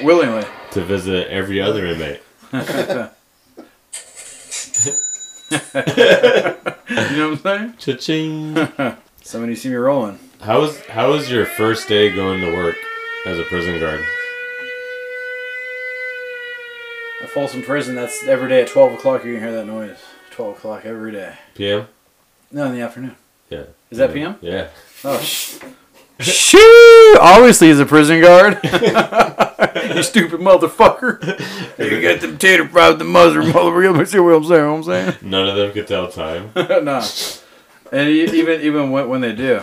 Willingly.
to visit every other inmate.
You know what I'm saying?
Cha-ching.
So when you see me rolling,
how was how was your first day going to work as a prison guard?
a Folsom prison. That's every day at 12 o'clock. You can hear that noise. 12 o'clock every day.
PM.
No, in the afternoon.
Yeah.
Is that PM?
Yeah.
Oh, sh- shoo! Obviously, he's a prison guard. you stupid motherfucker. you got them tater fries, with the mushroom, motherfucker. You see what I'm saying? What I'm saying?
None of them could tell time.
no. And e- even even when, when they do,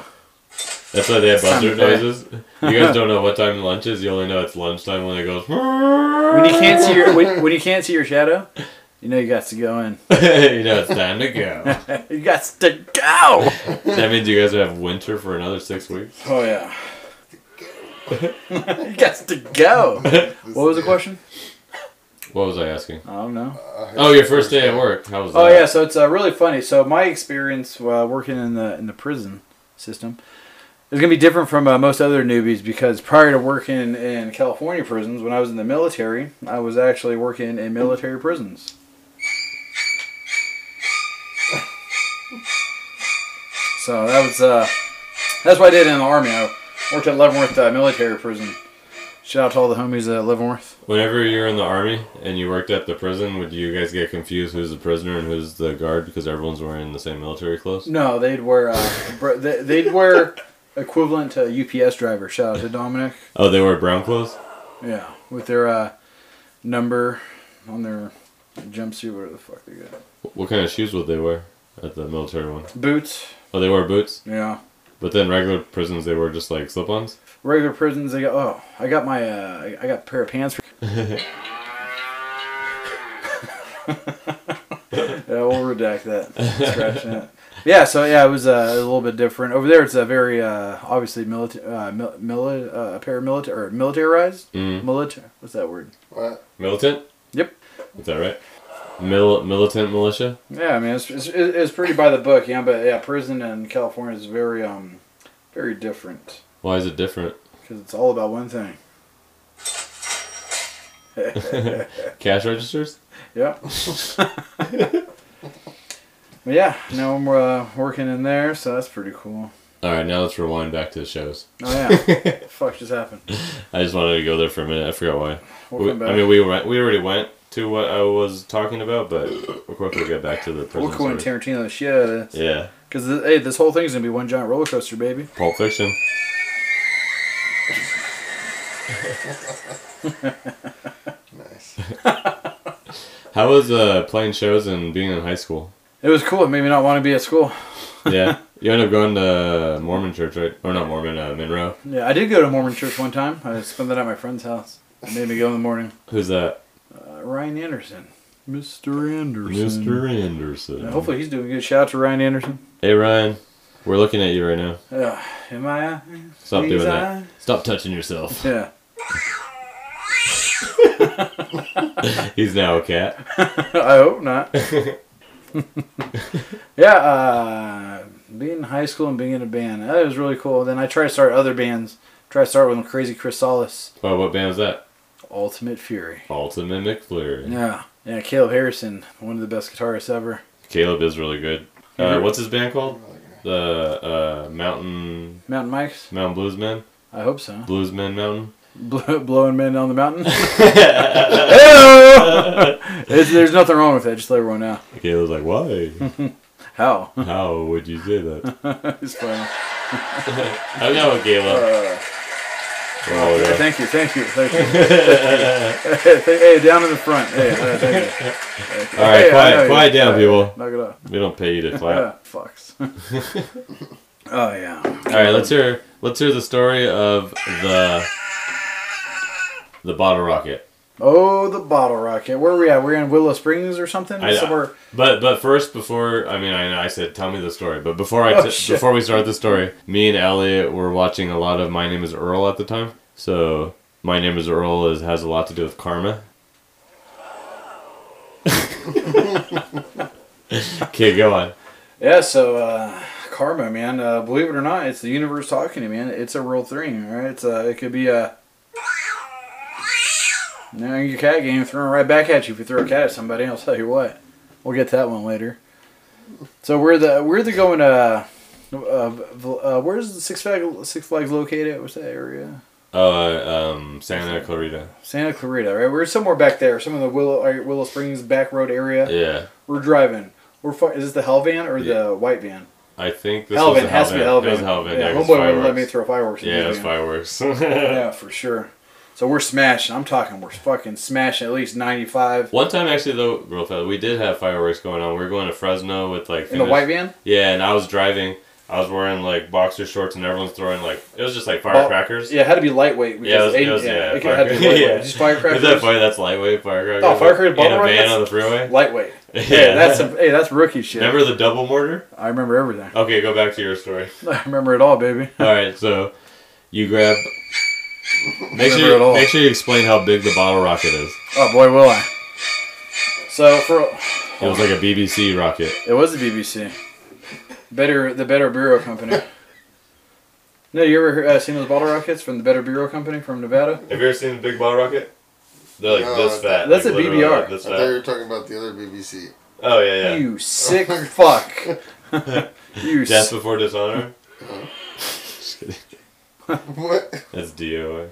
That's why they have
time
buzzer
to pay.
noises. You guys don't know what time lunch is. You only know it's lunchtime when it goes.
when you can't see your when, when you can't see your shadow, You know you got to go in.
you know it's time to go.
you got to go.
that means you guys would have winter for another six weeks.
Oh yeah. you got to go. What was the question?
What was I asking?
I don't know.
Uh,
Oh, your first day at work. How was that?
Oh yeah, so it's uh, really funny. So my experience uh, working in the in the prison system is gonna be different from uh, most other newbies because prior to working in California prisons, when I was in the military, I was actually working in military prisons. So that was uh, that's what I did in the army. I worked at Leavenworth uh, Military Prison. Shout out to all the homies at Leavenworth.
Whenever you were in the army and you worked at the prison, would you guys get confused who's the prisoner and who's the guard because everyone's wearing the same military clothes?
No, they'd wear uh, br- they- they'd wear equivalent to UPS driver. Shout out to Dominic.
Oh, they wear brown clothes.
Yeah, with their uh, number on their jumpsuit, whatever the fuck they got.
What kind of shoes would they wear at the military one?
Boots.
Oh, they wear boots.
Yeah.
But then regular prisons, they wear just like slip-ons.
Regular prisons. They got. Oh, I got my. Uh, I got a pair of pants. For- yeah, we'll redact that. Scratch that. Yeah, so yeah, it was uh, a little bit different over there. It's a very uh, obviously military, uh, mil- mili- uh, paramilitary or militarized.
Mm.
Military. What's that word?
What?
Militant.
Yep.
Is that right? Mil- militant militia.
Yeah, I mean, it's, it's, it's pretty by the book, yeah. But yeah, prison in California is very um, very different
Why is it different?
because it's all about one thing.
Cash registers.
Yeah. but yeah, now I'm uh, working in there, so that's pretty cool.
All right, now let's rewind back to the shows.
Oh yeah, fuck just happened.
I just wanted to go there for a minute. I forgot why.
We'll
We,
come back.
I mean, we went, we already went to what I was talking about, but we'll quickly get back to the prison.
We're going
story.
Tarantino the shit out of this
Yeah,
because hey, this whole thing's gonna be one giant roller coaster, baby.
Pulp Fiction.
Nice.
How was uh, playing shows and being in high school?
It was cool. It made me not want to be at school.
Yeah, you ended up going to Mormon church, right? Or not Mormon, uh, Monroe.
Yeah, I did go to Mormon church one time. I spent the night at my friend's house. It made me go in the morning.
Who's that?
Uh, Ryan Anderson. Mr. Anderson.
Mr. Anderson.
Yeah, hopefully he's doing good. Shout out to Ryan Anderson.
Hey Ryan, we're looking at you right now.
Yeah. Am I? uh,
Stop
he's,
doing
uh,
that. Stop touching yourself.
Yeah.
He's now a cat.
I hope not. yeah. Uh, being in high school and being in a band, that was really cool. Then I tried to start other bands. Try to start with Crazy Chrysalis,
Oh, what band was that?
Ultimate Fury.
Ultimate McFlurry.
Yeah. Yeah. Caleb Harrison, one of the best guitarists ever.
Caleb is really good. Uh, what's his band called? The uh, Mountain
Mountain Mike's.
Mountain Bluesmen.
I hope so.
Bluesmen Mountain.
Blow, blowing men down the mountain. Hey-oh! It's- there's nothing wrong with that. Just let everyone know.
Caleb's like, why?
How?
How would you say that?
it's funny.
I know Caleb.
Uh,
Oh,
Yeah,
yeah.
thank you, thank you, thank you. hey, hey, down in the front. Hey, hey, thank you.
All right,
Hey, I know
quiet,
you.
quiet down,
Uh,
people.
Knock it off.
We don't pay you to clap.
Uh, fucks. oh yeah.
All right, let's hear let's hear the story of the the bottle rocket.
Oh, the bottle rocket. Where are we at? We're in Willow Springs or something.
I-
Somewhere.
But but first, before I mean, I, I said tell me the story. But before I
Oh,
t-
shit.
before we start the story, me and Elliot were watching a lot of My Name Is Earl at the time. So My Name Is Earl is has a lot to do with karma. okay, go on.
Yeah. So uh, karma, man. Uh, believe it or not, it's the universe talking to you, man. It's a real thing. All right. It's uh, it could be a. Uh, Now your cat game thrown right back at you if you throw a cat at somebody. I'll tell you what. We'll get to that one later. So we're the we're the going to. Uh, v- uh, where's the Six Flags Six Flags located? What's that area?
Uh, um, Santa Clarita.
Santa Clarita, right? We're somewhere back there, some of the Willow uh, Willow Springs back road area.
Yeah,
We're driving. We're fu- is this the Hell van or the white van?
I think this
Hell
was
van
a
has to be Hell
It
van.
was a Hell van.
Yeah,
it was
homeboy wouldn't let
fireworks.
me throw fireworks. in
Yeah,
the
it was
van.
fireworks.
Yeah, for sure. So we're smashing. I'm talking. We're fucking smashing at least 95
One time, actually, though, real fast, we did have fireworks going on. We were going to Fresno with like
in the
Finnish-
white van.
Yeah, and I was driving, I was wearing like boxer shorts and everyone's throwing like it was just like firecrackers.
Yeah, it had to be lightweight.
Yeah, it was, it
Aiden-
was yeah,
it could have had to be
firecracker-
lightweight.
yeah.
Just
Is that
firecrackers.
funny? That's lightweight firecrackers.
Oh, firecracker
in a
bottle
van
rockets?
on the freeway.
Lightweight.
Yeah,
Hey, that's some, hey, that's rookie shit.
remember the double mortar.
I remember everything.
Okay, go back to your story.
I remember it all, baby.
All right, so you grab. Make
Remember
sure
it all.
you, make sure you explain how big the bottle rocket is.
Oh boy, will I. So for
It was like a BBC rocket.
it was the BBC, better the Better Bureau Company. No, you ever heard- uh, seen those bottle rockets from the Better Bureau Company from Nevada?
Have you ever seen the big bottle rocket? They're like
No,
this fat.
that's
like,
a
literally,
BBR.
like, this
I thought you
fat.
were talking about the other BBC.
Oh yeah, yeah.
You sick fuck. you
Death
s-
before dishonor. Just kidding.
What?
That's DOA.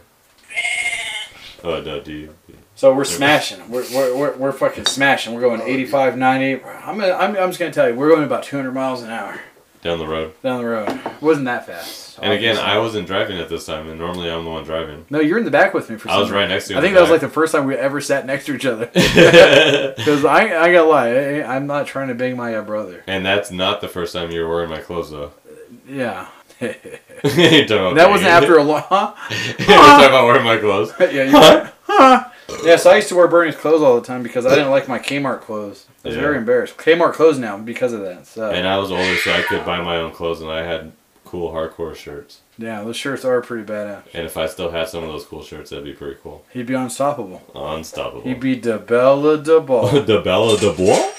Oh no, D.
so we're smashing. We're, we're, we're, we're fucking smashing. We're going 85, 90. I'm, gonna, I'm I'm just gonna tell you, we're going about 200 miles an hour
Down the road.
down the road. Wasn't that fast?
And again,
obviously.
I wasn't driving at this time, and normally I'm the one driving.
no, you're in the back with me for.
I was
some-
right next to you
I
in the
think that was
back.
like the first time we ever sat next to each other. Because I, I gotta lie, I, I'm not trying to bang my uh, brother.
and that's not the first time you were wearing my clothes, though.
Yeah.
that
That wasn't after a long. Huh?
We're talking about wearing my clothes.
yeah, you huh? Yeah, so I used to wear Bernie's clothes all the time because I didn't like my Kmart clothes. I was
Yeah.
very embarrassed. Kmart clothes now because of that. So
And I was older, so I could buy my own clothes, and I had cool hardcore shirts.
yeah, those shirts are pretty badass.
And if I still had some of those cool shirts, that'd be pretty cool.
He'd be unstoppable.
Unstoppable.
He'd be de Bella de Ball.
the Bella de Bois?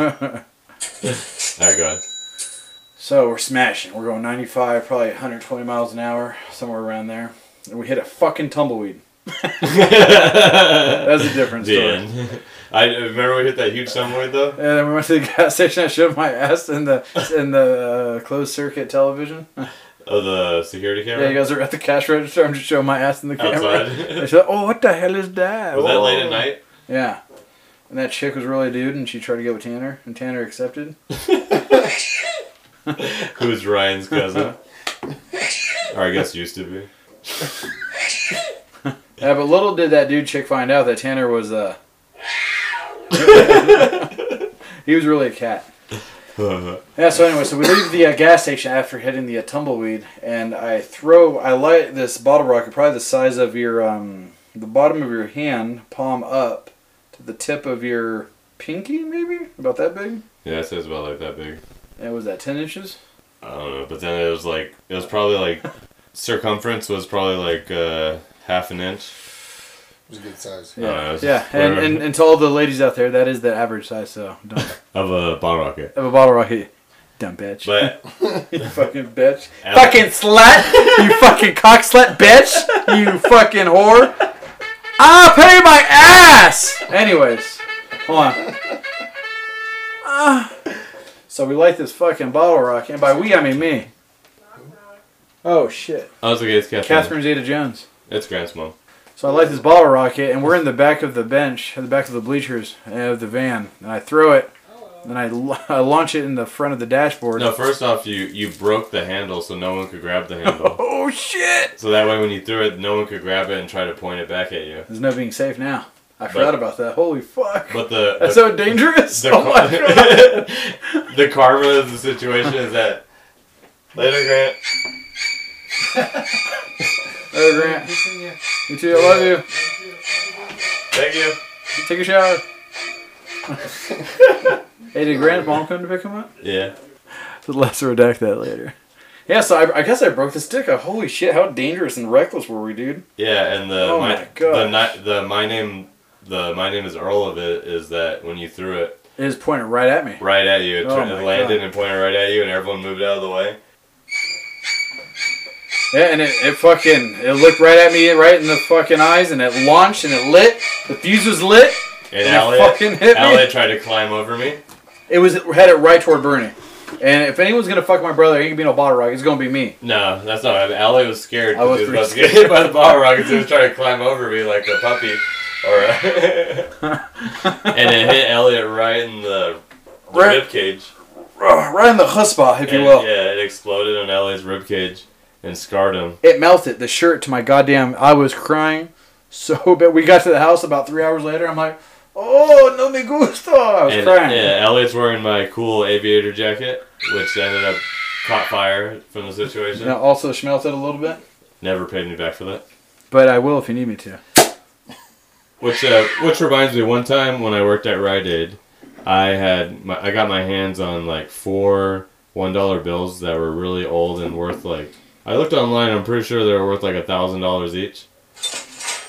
Alright, go ahead.
so we're smashing. We're going 95, probably 120 miles an hour, somewhere around there. And we hit a fucking tumbleweed. That's a different
The
story.
end. I remember we hit that huge sunway though.
And then we went to the gas station. I showed my ass in the in the uh, closed circuit television.
Oh, the security
Yeah,
camera.
you guys are at the cash register. I'm just showing my ass in the camera.
Outside.
They said, "Oh, what the hell is that?"
Was that
Whoa."
late at night?
Yeah. And that chick was really a dude, and she tried to get with Tanner, and Tanner accepted.
Who's Ryan's cousin? or I guess used to be.
Yeah, but little did that dude chick find out that Tanner was uh he was really a cat. Yeah, so anyway, so we leave the uh, gas station after hitting the uh, tumbleweed, and I throw, I light this bottle rocket, probably the size of your, um, the bottom of your hand, palm up, to the tip of your pinky, maybe? About that big?
yeah, it says about like that big.
And was that 10 inches?
I don't know, but then it was like it was probably like circumference was probably like uh, half an inch.
It was a good size.
I don't know, it was
Yeah, and, and, and to all the ladies out there, that is the average size, so don't have
of a bottle rocket.
a bottle rocket. Dumb bitch.
But
you fucking bitch.
Al-
Fucking slut. You fucking cock slut bitch. You fucking whore. I'll pay my ass. Anyways, hold on. Ah. so we light this fucking bottle rocket, and by we I mean me. Oh shit.
oh, it's okay. It's Catherine.
Catherine Zeta Jones.
It's Grant's mom.
So I light this bottle rocket, and we're in the back of the bench, at the back of the bleachers uh, of the van, and I throw it, and I, la- I launch it in the front of the dashboard.
No, first off, you you broke the handle so no one could grab the handle.
Oh shit!
so that way, when you threw it, no one could grab it and try to point it back at you.
There's no being safe now. I forgot about that. Holy fuck.
But the
That's
the,
so dangerous.
the,
oh my God.
car- the karma of the situation is that later, Grant.
Hey, Grant. You too. I love you.
Thank you.
Take a shower. hey, did Grant's mom come to pick him up?
Yeah.
Let's redact that later. Yeah, so I, I guess I broke the stick. Uh, Holy shit, how dangerous and reckless were we, dude?
Yeah, and the
Oh my
my, the
gosh.
ni- the my name the my name is Earl of it is that when you threw it
It was pointed right at me.
right at you, it,
Oh
turned,
my
it landed
God.
and pointed right at you, and everyone moved out of the way.
Yeah, and it, it fucking, it looked right at me, right in the fucking eyes, and it launched and it lit. The fuse was lit.
And
And it fucking
Elliot,
hit me.
Elliot tried to climb over me.
It was headed right toward Bernie. And if anyone's gonna fuck my brother, it ain't gonna be no bottle rocket. It's gonna be me.
No, that's not. I mean, Allie was scared.
I was
because he was about to
pretty
get hit by the bottle rocket. so He was trying to climb over me like a puppy, or a and it hit Elliot right in the, the
Right-
rib cage.
right in the chutzpah, if you
And-
will.
Yeah, it exploded on Elliot's rib cage and scarred him.
It melted the shirt to my goddamn. I was crying so bad. We got to the house about three hours later. I'm like, oh no me gusta. I was
And,
crying.
Yeah, Elliot's wearing my cool aviator jacket, which ended up caught fire from the situation.
Now also schmelted a little bit,
Never paid me back for that.
but I will if you need me to.
Which uh, which reminds me, one time when I worked at Rite Aid, I had my, I got my hands on like four one dollar bills that were really old and worth like I looked online. I'm pretty sure they were worth like a thousand dollars each,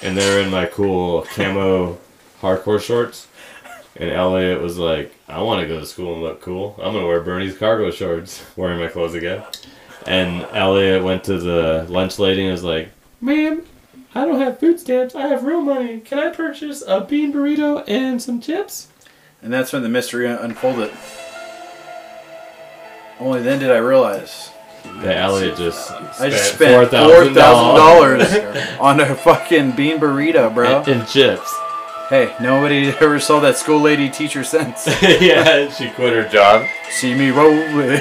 and they were in my cool camo hardcore shorts. And Elliot was like, "I want to go to school and look cool. I'm gonna wear Bernie's cargo shorts, wearing my clothes again." And Elliot went to the lunch lady and was like, "Ma'am, I don't have food stamps. I have real money. Can I purchase a bean burrito and some chips?
And that's when the mystery un- unfolded. Only then did I realize
The Elliot just spent,
I just spent four thousand dollars on a fucking bean burrito, bro.
in chips.
hey, nobody ever saw that school lady teacher since.
yeah, and she quit her job.
See me rolling.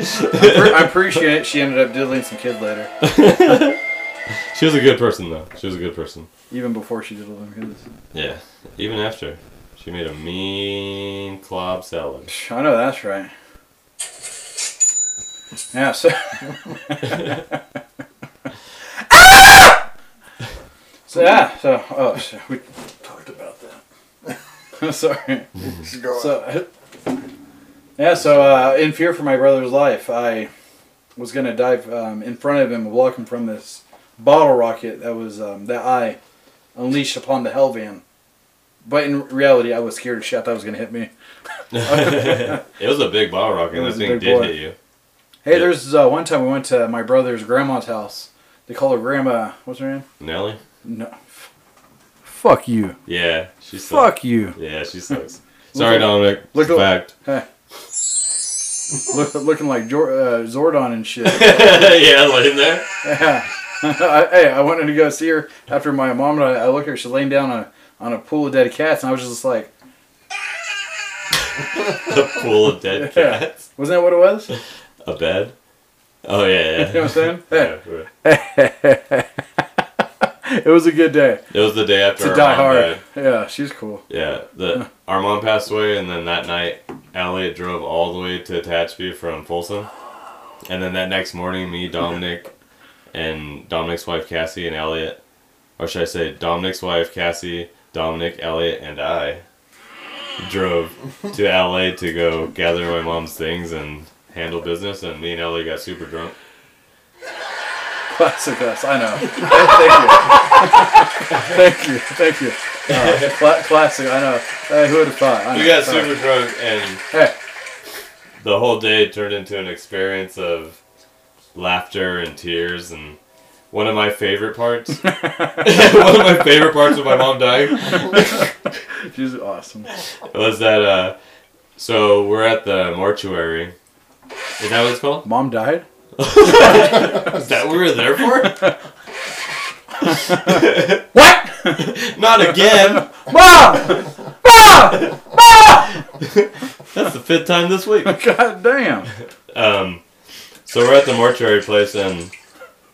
I'm, pre- I'm pretty sure she ended up diddling some kid later,
She was a good person though. She was a good person.
even before she diddled them kids.
Yeah, even after she made a mean club salad.
Psh, I know that's right. Yeah, so. so yeah, so oh, so we talked about that. Sorry.
Just go on.
So yeah, so uh, in fear for my brother's life, I was gonna dive um, in front of him and block him from this bottle rocket that was um, that I unleashed upon the hell van. But in reality, I was scared as shit. I thought it was gonna hit me.
It was a big bottle rocket.
It
and
was
That
a
thing
big
did
boy.
hit you.
Hey,
Yeah.
there's uh, one time we went to my brother's grandma's house. They call her grandma. What's her name?
Nelly.
No. Fuck you.
Yeah, she sucks.
Fuck you.
Yeah, she sucks. Sorry, Dominic.
look
It's a
up-
fact.
Hey. Look, looking like Jor- uh, Zordon and shit.
yeah, let him there.
I, hey, I wanted to go see her after my mom and I, I looked at her. She's laying down on a, on a pool of dead cats, and I was just like,
A pool of dead
Yeah.
cats.
wasn't that what it was? You
A bed? Oh yeah.
know what I'm
yeah.
saying?
yeah.
Hey, it was a good day
It was the day after
to
our mom
die hard.
died.
Yeah, she's cool.
Yeah, the our mom passed away, and then that night, Elliot drove all the way to Tatchby from Folsom, and then that next morning, me, Dominic, and Dominic's wife Cassie and Elliot, or should I say Dominic's wife Cassie, Dominic, Elliot, and I, drove to LA to go gather my mom's things and handle business, and me and Elliot got super drunk.
Classic us. I know. Thank you. Thank you. Thank you. Uh, cla- classic. I know. Hey, who would have thought? I
We
know.
got
Sorry.
super drunk and.
Hey,
the whole day turned into an experience of laughter and tears and one of my favorite parts one of my favorite parts of my mom dying
she's awesome.
was that uh so we're at the mortuary is that what it's called
Mom died.
is that what we were there for
What?
not again
Mom!
that's the fifth time this week
God damn.
um, so we're at the mortuary place, and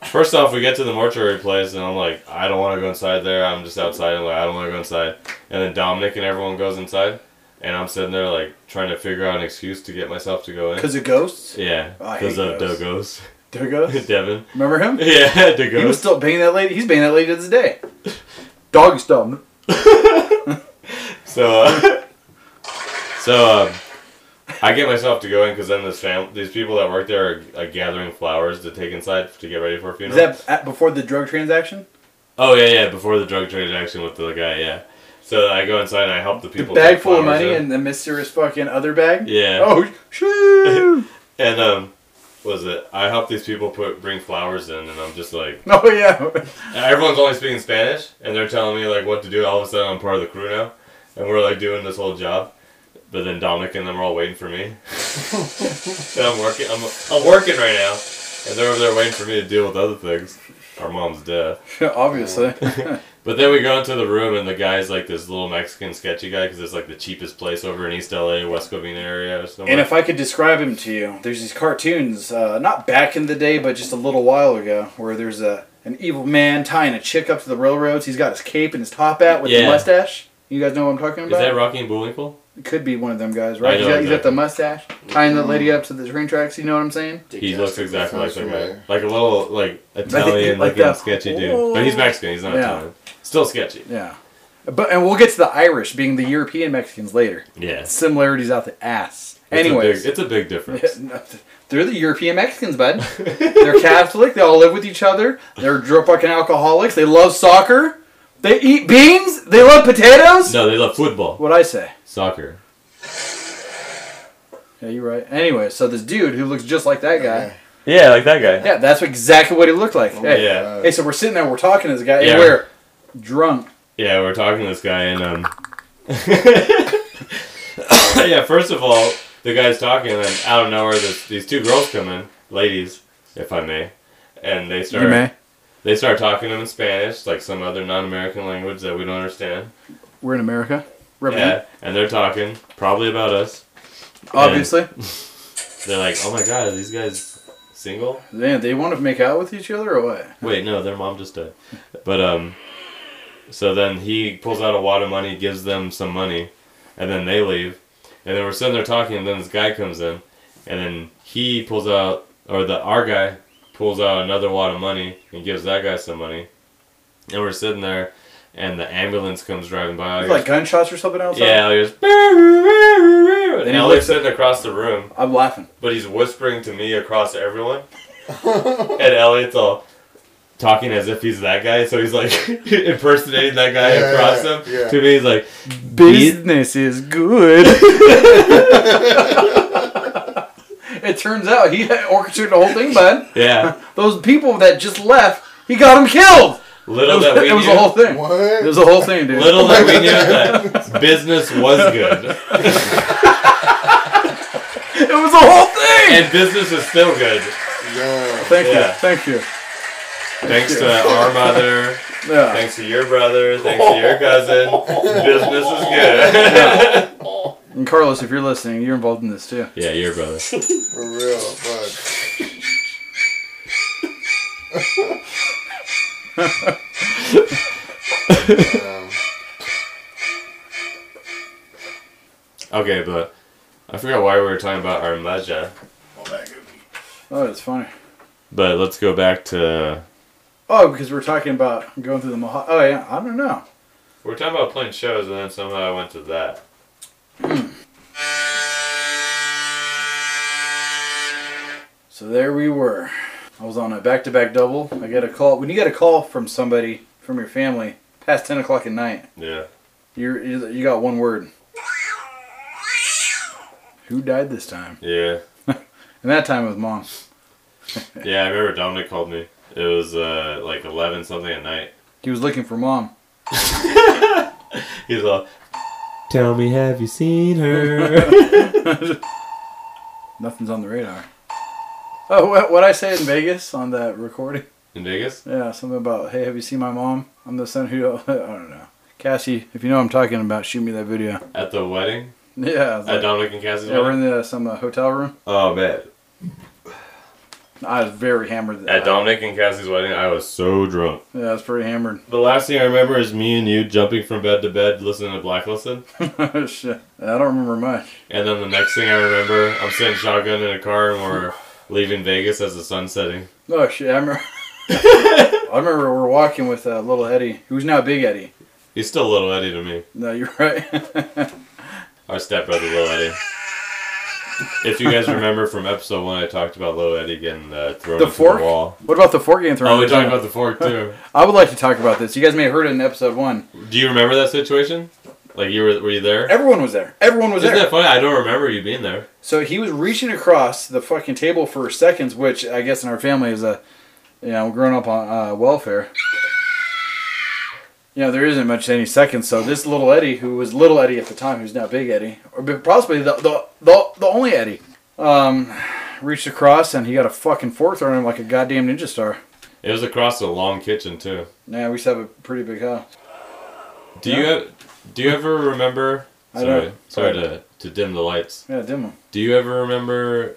first off, we get to the mortuary place, and I'm like, I don't want to go inside there. I'm just outside. I'm like, I don't want to go inside. And then Dominic and everyone goes inside, and I'm sitting there like trying to figure out an excuse to get myself to go in.
Because of ghosts.
Yeah,
Oh, I
because
hate
of
those.
the ghost,
There goes.
Devin.
Remember him?
Yeah, the
He was
ghost.
still banging that lady. He's banging that lady to this day. Doggy style.
So, uh, so um, I get myself to go in because then this fam- these people that work there are, are gathering flowers to take inside to get ready for a
Is
funeral.
that at, before the drug transaction?
Oh yeah, yeah. Before the drug transaction with the guy, yeah. So I go inside and I help the
The
people.
bag
take
full of
flowers
money
in.
and the mysterious fucking other bag?
yeah.
Oh, shoo!
And um, what was it? I help these people put bring flowers in, and I'm just like,
Oh, yeah.
everyone's only speaking Spanish, and they're telling me like what to do. All of a sudden, I'm part of the crew now, and we're like doing this whole job. But then Dominic and them are all waiting for me. and I'm working. I'm, I'm working right now, and they're over there waiting for me to deal with other things. Our mom's death. Oh,
Obviously.
But then we go into the room, and the guy's like this little Mexican sketchy guy because it's like the cheapest place over in East LA, West Covina area or somewhere.
And if I could describe him to you, there's these cartoons, uh, not back in the day, but just a little while ago, where there's a an evil man tying a chick up to the railroads. He's got his cape and his top hat with the
Yeah.
mustache. You guys know what I'm talking
Is
about?
that Rocky and Bullwinkle?
Could be one of them guys, right?
I
He's
know
got, he's got the
exactly.
mustache, tying the lady up to the train tracks. You know what I'm saying?
He looks exactly like
Sounds
that guy.
familiar.
Like a little, like, Italian
like
looking
that.
sketchy dude. But he's Mexican, he's not
Yeah.
Italian. Still sketchy.
Yeah. But and we'll get to the Irish being the European Mexicans later.
Yeah. It's
Similarities out the ass.
a big-
Anyways,
it's a big difference.
they're the European Mexicans, bud. they're Catholic. They all live with each other. They're dr- fucking alcoholics. They love soccer. They eat beans. They love potatoes.
No, they love football.
What I say?
Soccer.
Yeah, you're right. Anyway, so this dude who looks just like that guy.
Yeah, like that guy.
Yeah, that's exactly what he looked like. Hey,
Oh, Yeah.
hey, so we're sitting there, we're talking to this guy,
Yeah.
and we're drunk.
Yeah, we're talking to this guy, and um, yeah. First of all, the guy's talking, and then out of nowhere, this, these two girls come in, ladies, if I may, and they start
You may.
they start talking to him in Spanish, like some other non-American language that we don't understand.
We're in America.
Yeah,
Represent,
and they're talking probably about us.
Obviously.
They're like, "Oh my god, are these guys single?"
Yeah, they want to make out with each other or what?
Wait, no, their mom just died. But um, so then he pulls out a wad of money, gives them some money, and then they leave. And then we're sitting there talking, and then this guy comes in, and then he pulls out, or the our guy pulls out another wad of money and gives that guy some money. And we're sitting there, and the ambulance comes driving by.
Like gunshots or something outside?
yeah, he goes. And
he
Ellie's
looks at-
sitting across the room,
I'm laughing.
but he's whispering to me across everyone. and Elliot's all talking as if he's that guy, so he's like impersonating that guy
Yeah,
across
yeah,
him.
yeah.
To me, he's like,
Business is good. it turns out he had orchestrated the whole thing, bud.
yeah,
Those people that just left, he got them killed. It
little
was,
that we
it was
knew,
the whole thing. It
What?
was the whole thing, dude.
little that we knew that business was good,
It was the whole thing.
and business is still good,
Yeah.
thank
yeah.
you. Thank you.
thanks to our mother,
Yeah.
thanks to your brother, thanks to your cousin. Business is good.
And Carlos, if you're listening, you're involved in this too.
yeah, your brother.
For real. Fuck.
Okay, but I forgot why we were talking about our maja.
Oh, it's funny.
But let's go back to
Oh, because we're talking about going through the Mohawk. Oh, yeah. I don't know.
We're talking about playing shows, and then somehow I went to that.
So there we were. I was on a back-to-back double. I get a call. When you get a call from somebody from your family past 10 o'clock at night,
Yeah.
you're, you you got one word. Who died this time?
Yeah.
And that time it was mom.
Yeah, I remember Dominic called me. It was uh, like 11 something at night.
He was looking for mom.
He's all, Tell me, have you seen her?
Nothing's on the radar. Oh, what what I say in Vegas on that recording?
In Vegas?
Yeah, something about, hey, have you seen my mom? I'm the son who, I don't know. Cassie, if you know what I'm talking about, shoot me that video.
At the wedding?
Yeah, it's
At
like,
Dominic and Cassie's
yeah we're
wedding?
in the, some uh, hotel room.
Oh, man.
I was very hammered.
At Dominic and Cassie's wedding, I was so drunk.
Yeah, I was pretty hammered.
The last thing I remember is me and you jumping from bed to bed listening to Blacklisted.
Oh, Shit. I don't remember much.
And then the next thing I remember, I'm sitting shotgun in a car and we're leaving Vegas as the sun's setting.
Oh, shit. I remember, I remember we're walking with uh, little Eddie, who's now Big Eddie.
He's still a little Eddie to me.
No, you're right.
Our stepbrother, Low Eddie. If you guys remember from episode one, I talked about Low Eddie getting uh, thrown
The
into
fork?
the wall.
what about the fork getting thrown?
Oh, we talked about the fork too.
I would like to talk about this. You guys may have heard it in episode one.
Do you remember that situation? Like you were, were you there?
Everyone was there. Everyone was
Isn't
there.
that funny? I don't remember you being there.
So he was reaching across the fucking table for seconds, which I guess in our family is a, you know, growing up on uh, welfare. You know, there isn't much any seconds. So this little Eddie, who was little Eddie at the time, who's now big Eddie, or b- possibly the the, the, the only Eddie, um, reached across and he got a fucking fork thrown at him like a goddamn ninja star.
It was across a long kitchen too.
Yeah, we used to have a pretty big house.
Do you have, do you ever remember?
I
Sorry,
don't.
sorry to to dim the lights.
Yeah, dim one.
Do you ever remember?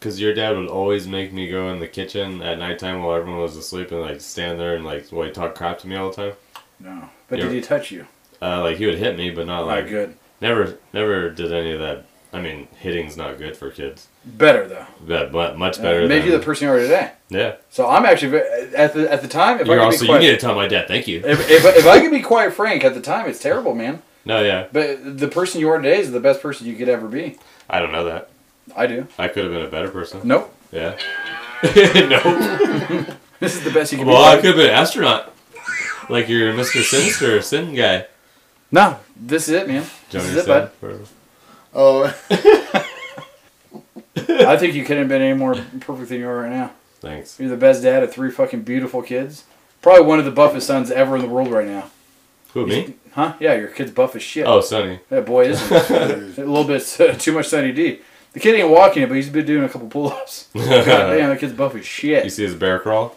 Because your dad would always make me go in the kitchen at nighttime while everyone was asleep and like stand there and like well, he talked crap to me all the time.
No, but
You're-
did he touch you?
Uh, like he would hit me, but not
Not
like
good.
Never, never did any of that. I mean, hitting's not good for kids.
Better though.
But mu- much
Uh,
better.
made you
than,
the person you are today.
yeah.
So I'm actually ve- at the at the time. If
You're
I could
also
be
you
quite,
need to tell my dad thank you.
if, if, if I can be quite frank, at the time it's terrible, man.
No, yeah,
But the person you are today is the best person you could ever be.
I don't know that.
I do.
I could have been a better person.
Nope.
Yeah. no.
This is the best you can
Well, I
be.
could have been an astronaut, like your Mr. Sinister, Sin guy.
No, this is it, man. This
Johnny
is it,
said.
bud.
for-
Oh,
I think you couldn't have been any more perfect than you are right now.
Thanks.
You're the best dad of three fucking beautiful kids. Probably one of the buffest sons ever in the world right now.
Who me?
Huh? Yeah, your kid's buff as shit.
Oh, Sonny.
That boy is a little bit uh, too much Sunny D. The kid ain't walking it, but he's been doing a couple pull-ups. God damn, that kid's buff as
You
shit.
see his bear crawl?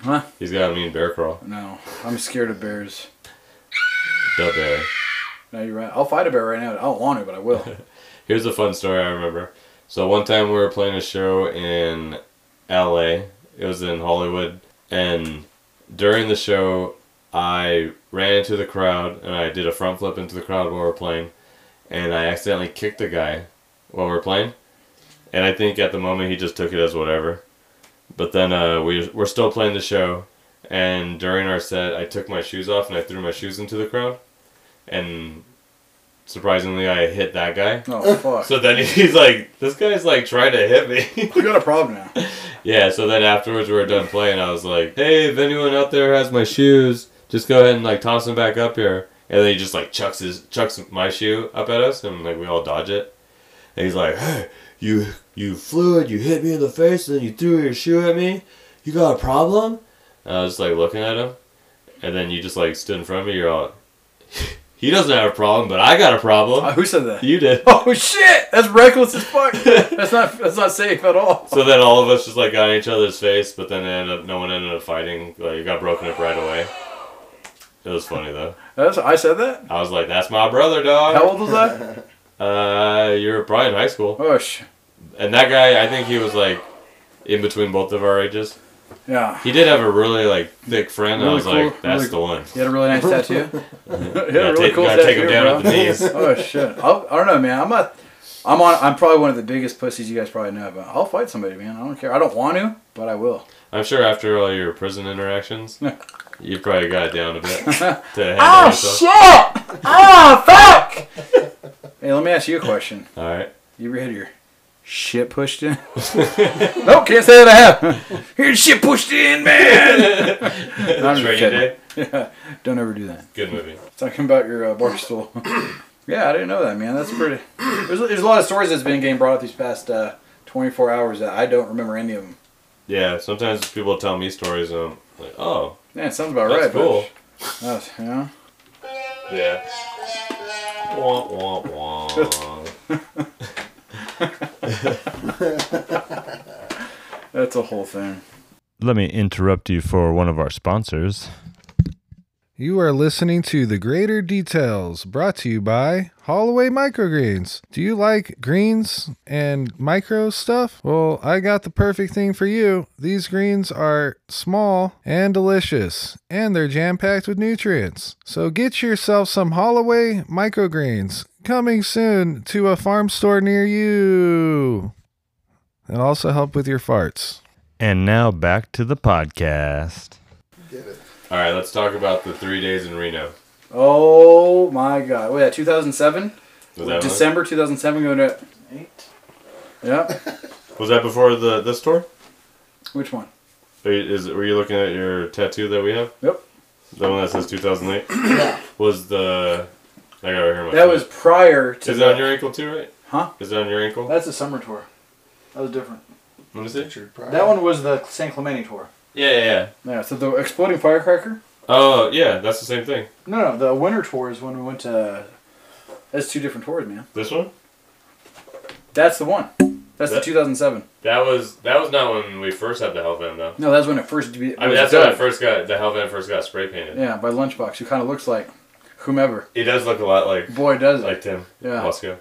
Huh?
He's got a mean bear crawl.
No, I'm scared of bears.
Dub bear.
No, you're right. I'll fight a bear right now. I don't want to, but I will.
Here's a fun story I remember. So one time we were playing a show in LA. It was in Hollywood and during the show I ran into the crowd and I did a front flip into the crowd while we were playing and I accidentally kicked the guy while we were playing. And I think at the moment he just took it as whatever. But then uh, we we're still playing the show and during our set I took my shoes off and I threw my shoes into the crowd and surprisingly I hit that guy.
Oh, fuck.
So then he's like, this guy's like trying to hit me.
we got a problem now.
yeah, so then afterwards we were done playing. I was like, hey, if anyone out there has my shoes, just go ahead and like toss them back up here. And then he just like chucks his chucks my shoe up at us and like we all dodge it. And he's like, hey, you you flew it, you hit me in the face, and then you threw your shoe at me. You got a problem? And I was just like looking at him. And then you just like stood in front of me, you're all he doesn't have a problem, but I got a
Uh,
problem.
who said that?
You did.
Oh, shit! That's reckless as fuck. That's not, that's not safe at all.
So then all of us just like got in each other's face, but then it ended up no one ended up fighting. Like it got broken up right away. It was funny though.
That's, I said that?
I was like, "That's my brother, dog."
How old was I?
Uh, you were probably in high school,
Oh, sh-
and that guy, I think he was like in between both of our ages.
Yeah.
He did have a really like thick friend. and I
Really
was
cool,
like, "That's
really-
the one."
You had a really nice tattoo. you had a
Gotta
really
take-
cool
gotta
tattoo,
take him down
bro.
at the knees.
oh shit! I'll, I don't know, man. I'm not. I'm on. I'm probably one of the biggest pussies you guys probably know about. I'll fight somebody, man. I don't care. I don't want to, but I will.
I'm sure after all your prison interactions,
Yeah.
you probably got down a bit. to handle yourself.
Oh, Ah, shit! Oh fuck! hey, let me ask you a question.
All right.
You ever had your shit pushed in? nope, can't say that I have. Here's shit pushed in, man. No, I'm just
Training
kidding.
Day.
Don't ever do that.
Good movie.
Talking about your uh, bar stool. yeah, I didn't know that, man. That's pretty. There's, there's a lot of stories that's been getting brought up these past uh, 24 hours that I don't remember any of them.
Yeah. Sometimes people tell me stories, and I'm like, "Oh,
Yeah, it sounds about
that's
right. but-
cool."
That's, you know?
Yeah. Wah, wah, wah.
that's a whole thing.
Let me interrupt you for one of our sponsors.
You are listening to The Greater Details, brought to you by Holloway Microgreens. Do you like greens and micro stuff? Well, I got the perfect thing for you. These greens are small and delicious, and they're jam packed with nutrients. So get yourself some Holloway Microgreens, coming soon to a farm store near you. And also help with your farts.
And now back to the podcast.
All right, let's talk about the three days in Reno.
Oh my god. Wait, that 2007?
Was that,
December 2007 going to. Eight? Yeah.
was that before the this tour?
Which one?
Are you- Is were you looking at your tattoo that we have?
Yep.
The one that says 2008. was the I got it right here. in my
That
phone.
was prior to.
Is it
the-
on your ankle too, right?
Huh?
Is it on your ankle?
That's a summer tour. That was different.
Let me see.
Richard Pryor.
That one was the San Clemente tour.
Yeah, yeah, yeah.
Yeah, so the exploding firecracker?
Oh, yeah. That's the same thing.
No, no, the winter tour is when we went to. That's two different tours, man.
This one.
That's the one. That's
That-
the 2007.
That was that was not when we first had the Hellvan though.
No, that's when it first. Be,
I mean,
was
that's when I
done.
first got the Hellvan first got spray painted.
Yeah, by Lunchbox, who kind of looks like whomever.
It does look a lot like
Boy, does it.
like Tim
Yeah.
Moscow.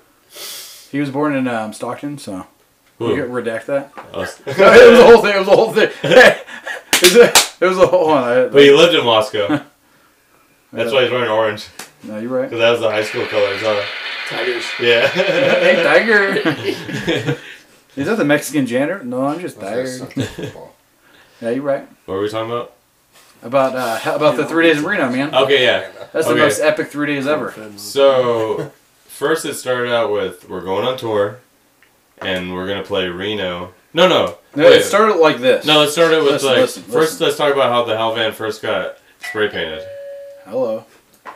he was born in um, Stockton, so we could
Ooh.
redact that.
Os-
No, it was a whole thing. It was a whole thing. Is it? It was a whole one. I,
But he lived in Moscow. That's why he's wearing orange.
no, you're right.
Because that was the high school colors, huh?
Tigers.
Yeah.
Hey, Tiger. Is that the Mexican janitor? No, I'm just
That's
Tiger.
something football.
Yeah, you're right.
what were we talking about?
About uh, how about the three days in Reno, man.
Okay, yeah.
That's
Oh, okay.
the most epic three days ever.
So, first it started out with we're going on tour, and we're gonna play Reno. No, no.
No,
wait.
it started like this.
No, let's start it with
Listen,
like
listen,
first.
listen.
Let's talk about how the Halvan first got spray painted.
Hello,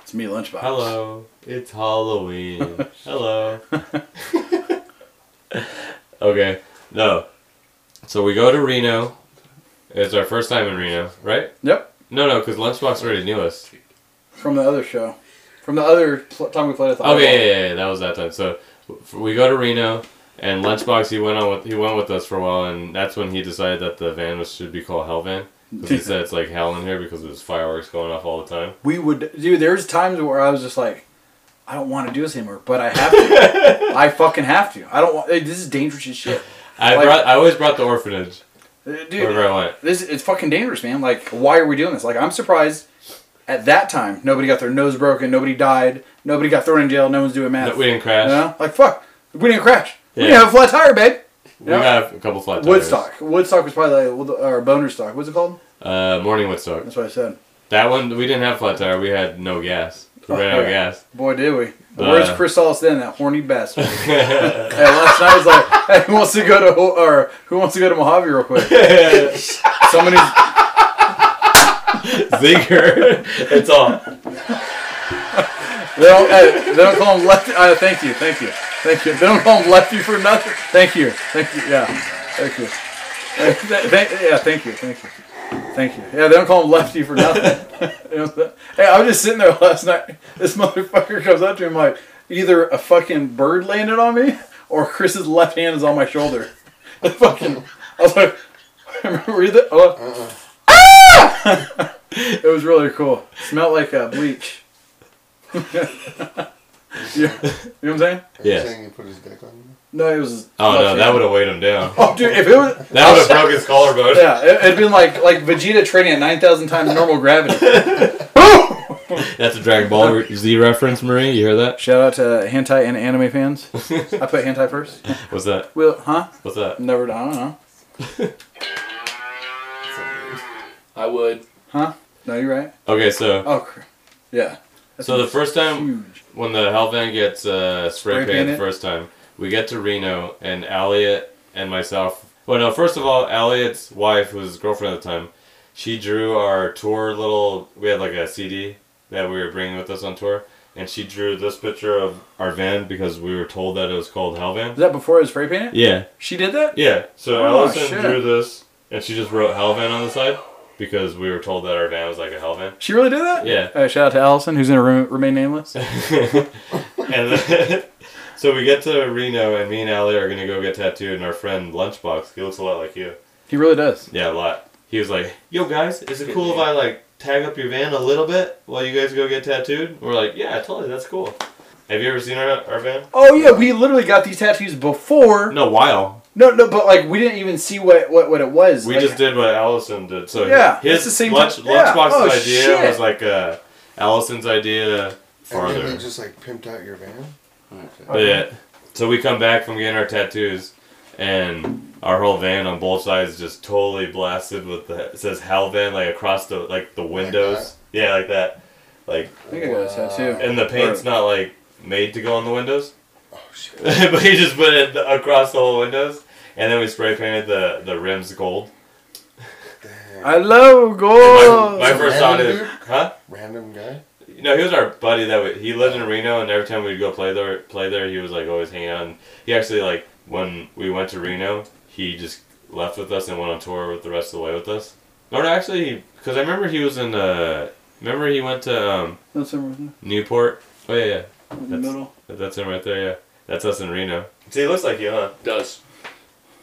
it's me, Lunchbox.
Hello, it's Halloween. Hello. okay, no. So we go to Reno. It's our first time in Reno, right?
Yep,
No, no, because Lunchbox already knew us.
from the other show, from the other pl- time we played at the.
Okay,
Highball.
yeah, yeah, yeah, that was that time. So f- we go to Reno, and Lunchbox he went on with he went with us for a while, and that's when he decided that the van was, should be called Hell Van because he said it's like hell in here because there's fireworks going off all the time.
We would, dude. There's times where I was just like, I don't want to do this anymore, but I have to. I fucking have to. I don't want. Like, this is dangerous as shit,
I
Like-
brought I always brought the orphanage
Uh, dude.
wherever I went.
This it's fucking dangerous, man. Like, why are we doing this? Like, I'm surprised. At that time, nobody got their nose broken, nobody died, nobody got thrown in jail, no one's doing math.
No, we didn't crash.
You know? Like, fuck, we didn't crash. We
Yeah.
didn't have a flat tire, babe.
We
Yeah.
got a couple flat tires.
Woodstock. Woodstock was probably like, or boner stock. What's it called?
Uh, morning Woodstock.
That's what I said.
That one we didn't have flat tire. We had no gas. We ran out of
yeah.
gas.
Boy, did we.
Uh.
Where's Chris Solis then, that horny bastard? hey, last night I was like, hey, who wants to go to, Ho- or who wants to go to Mojave real quick? Somebody's,
Zinger. it's all.
they don't, hey, they don't call him Lefty. Uh, thank you, thank you, thank you. They don't call him Lefty for nothing. Thank you, thank you, yeah, thank you. Th- th- th- yeah, thank you, thank you. Thank you. Yeah, they don't call him Lefty for nothing. You know what I'm saying? hey, I was just sitting there last night. This motherfucker comes up to him like, either a fucking bird landed on me, or Chris's left hand is on my shoulder. The fucking, I was like, were you there? Oh. Ah! it was really cool. Smelled like uh, bleach. yeah. You know what I'm saying?
Yes.
Saying he put his dick on
No, it was.
Oh no, that would have weighed him down.
Oh, dude, if it was.
That would have broke his collarbone.
Yeah, it, it'd been like like Vegeta training at nine thousand times normal gravity.
That's a Dragon Ball Z reference, Marie. You hear that?
Shout out to hentai and anime fans. I put hentai first.
What's that?
Will, huh?
What's that?
Never. I don't know.
I would.
No, you're right.
Okay, so
Oh, cr- yeah. That's
so the first time
huge.
when the Hellvan gets uh, spray,
Spray
painted
painted.
the first time, we get to Reno and Elliot and myself. Well, no, first of all, Elliot's wife, who was his girlfriend at the time, she drew our tour little. We had like a CD that we were bringing with us on tour, and she drew this picture of our van because we were told that it was called
Was
Hellvan.
that before it was spray painted?
Yeah,
She did that.
yeah. So
Oh,
Allison
shit.
drew this, and she just wrote Hellvan on the side because we were told that our van was like a Hellvan.
She really did that.
Yeah.
Uh, shout out to Allison, who's in a room, remain nameless.
and then, so we get to Reno, and me and Ali are gonna go get tattooed, and our friend Lunchbox, he looks a lot like you.
he really does.
Yeah, a lot. He was like, "Yo guys, is it cool if I like tag up your van a little bit while you guys go get tattooed?" And we're like, "Yeah, totally, that's cool." Have you ever seen our, our van?
Oh yeah, we literally got these tattoos before.
No, while
No, no, but like we didn't even see what what, what it was.
we
Like,
just did what Allison did. So
Yeah,
his
it's the same
lunch,
time- yeah.
Lunchbox's
Oh,
idea
shit.
was like uh, Allison's idea
you. And then
farther.
he just like pimped out your van.
But yeah. So we come back from getting our tattoos, and our whole van on both sides just totally blasted with the it says Hal van like across the like the windows. yeah, like that. Like
I think I got a tattoo.
and the paint's
Or-
not like made to go on the windows,
Oh shit.
but he just put it across the whole windows, and then we spray painted the the rims gold.
Hello,
My,
gold.
my first thought is,
Dude.
huh?
Random guy.
No, he was our buddy that we, he lived in Reno, and every time we'd go play there, play there, he was like always hanging out. And he actually like when we went to Reno, he just left with us and went on tour with the rest of the way with us. No, no, actually, because I remember he was in. Uh, remember he went to um,
That's in
Newport. Oh yeah, yeah,
the
That's-
middle.
that's him right there. Yeah, that's us in Reno. See, he looks like you, huh?
Does.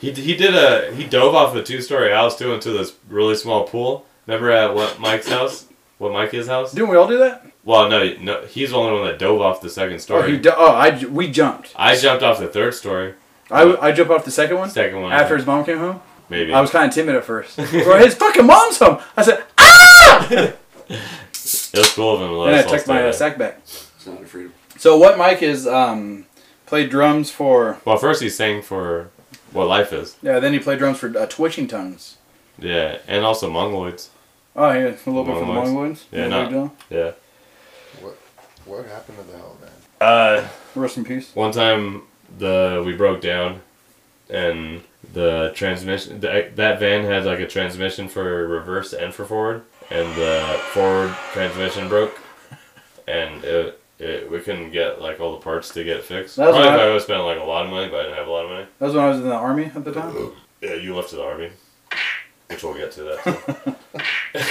He he did a he dove off a two story house too into this really small pool. Remember at what Mike's house? What Mike is house?
Didn't we all do that?
Well, no, no, he's the only one that dove off the second
Or
story.
he ju- oh, I ju- we jumped.
I jumped off the third story.
I, I jumped off the second one
Second one. I
after
think,
his mom came home.
maybe.
I was kind of timid at first. Or his fucking mom's home. I said, ah!
it was full of him.
and I tucked my uh, sack back.
It's not a freedom.
So what Mike is um, played drums for?
Well, first he sang for what life is.
Yeah, then he played drums for uh, Twitching Tongues.
Yeah, and also Mongoloids.
Oh yeah, a little bit for the
Mongoloids.
Mongoloids.
Yeah,
big
not-
deal.
Yeah.
What what happened to the hell man?
Uh,
Rest in peace.
one time the we broke down, and the transmission the, that van had like a transmission for reverse and for forward, and the forward transmission broke, and it. It, we couldn't get like all the parts to get it fixed.
That's
Probably
what
if
I-
I would have spent like a lot of money, but I didn't have a lot of money.
That was when I was in the army at the time.
Yeah, you left to the army, which we'll get to that. too.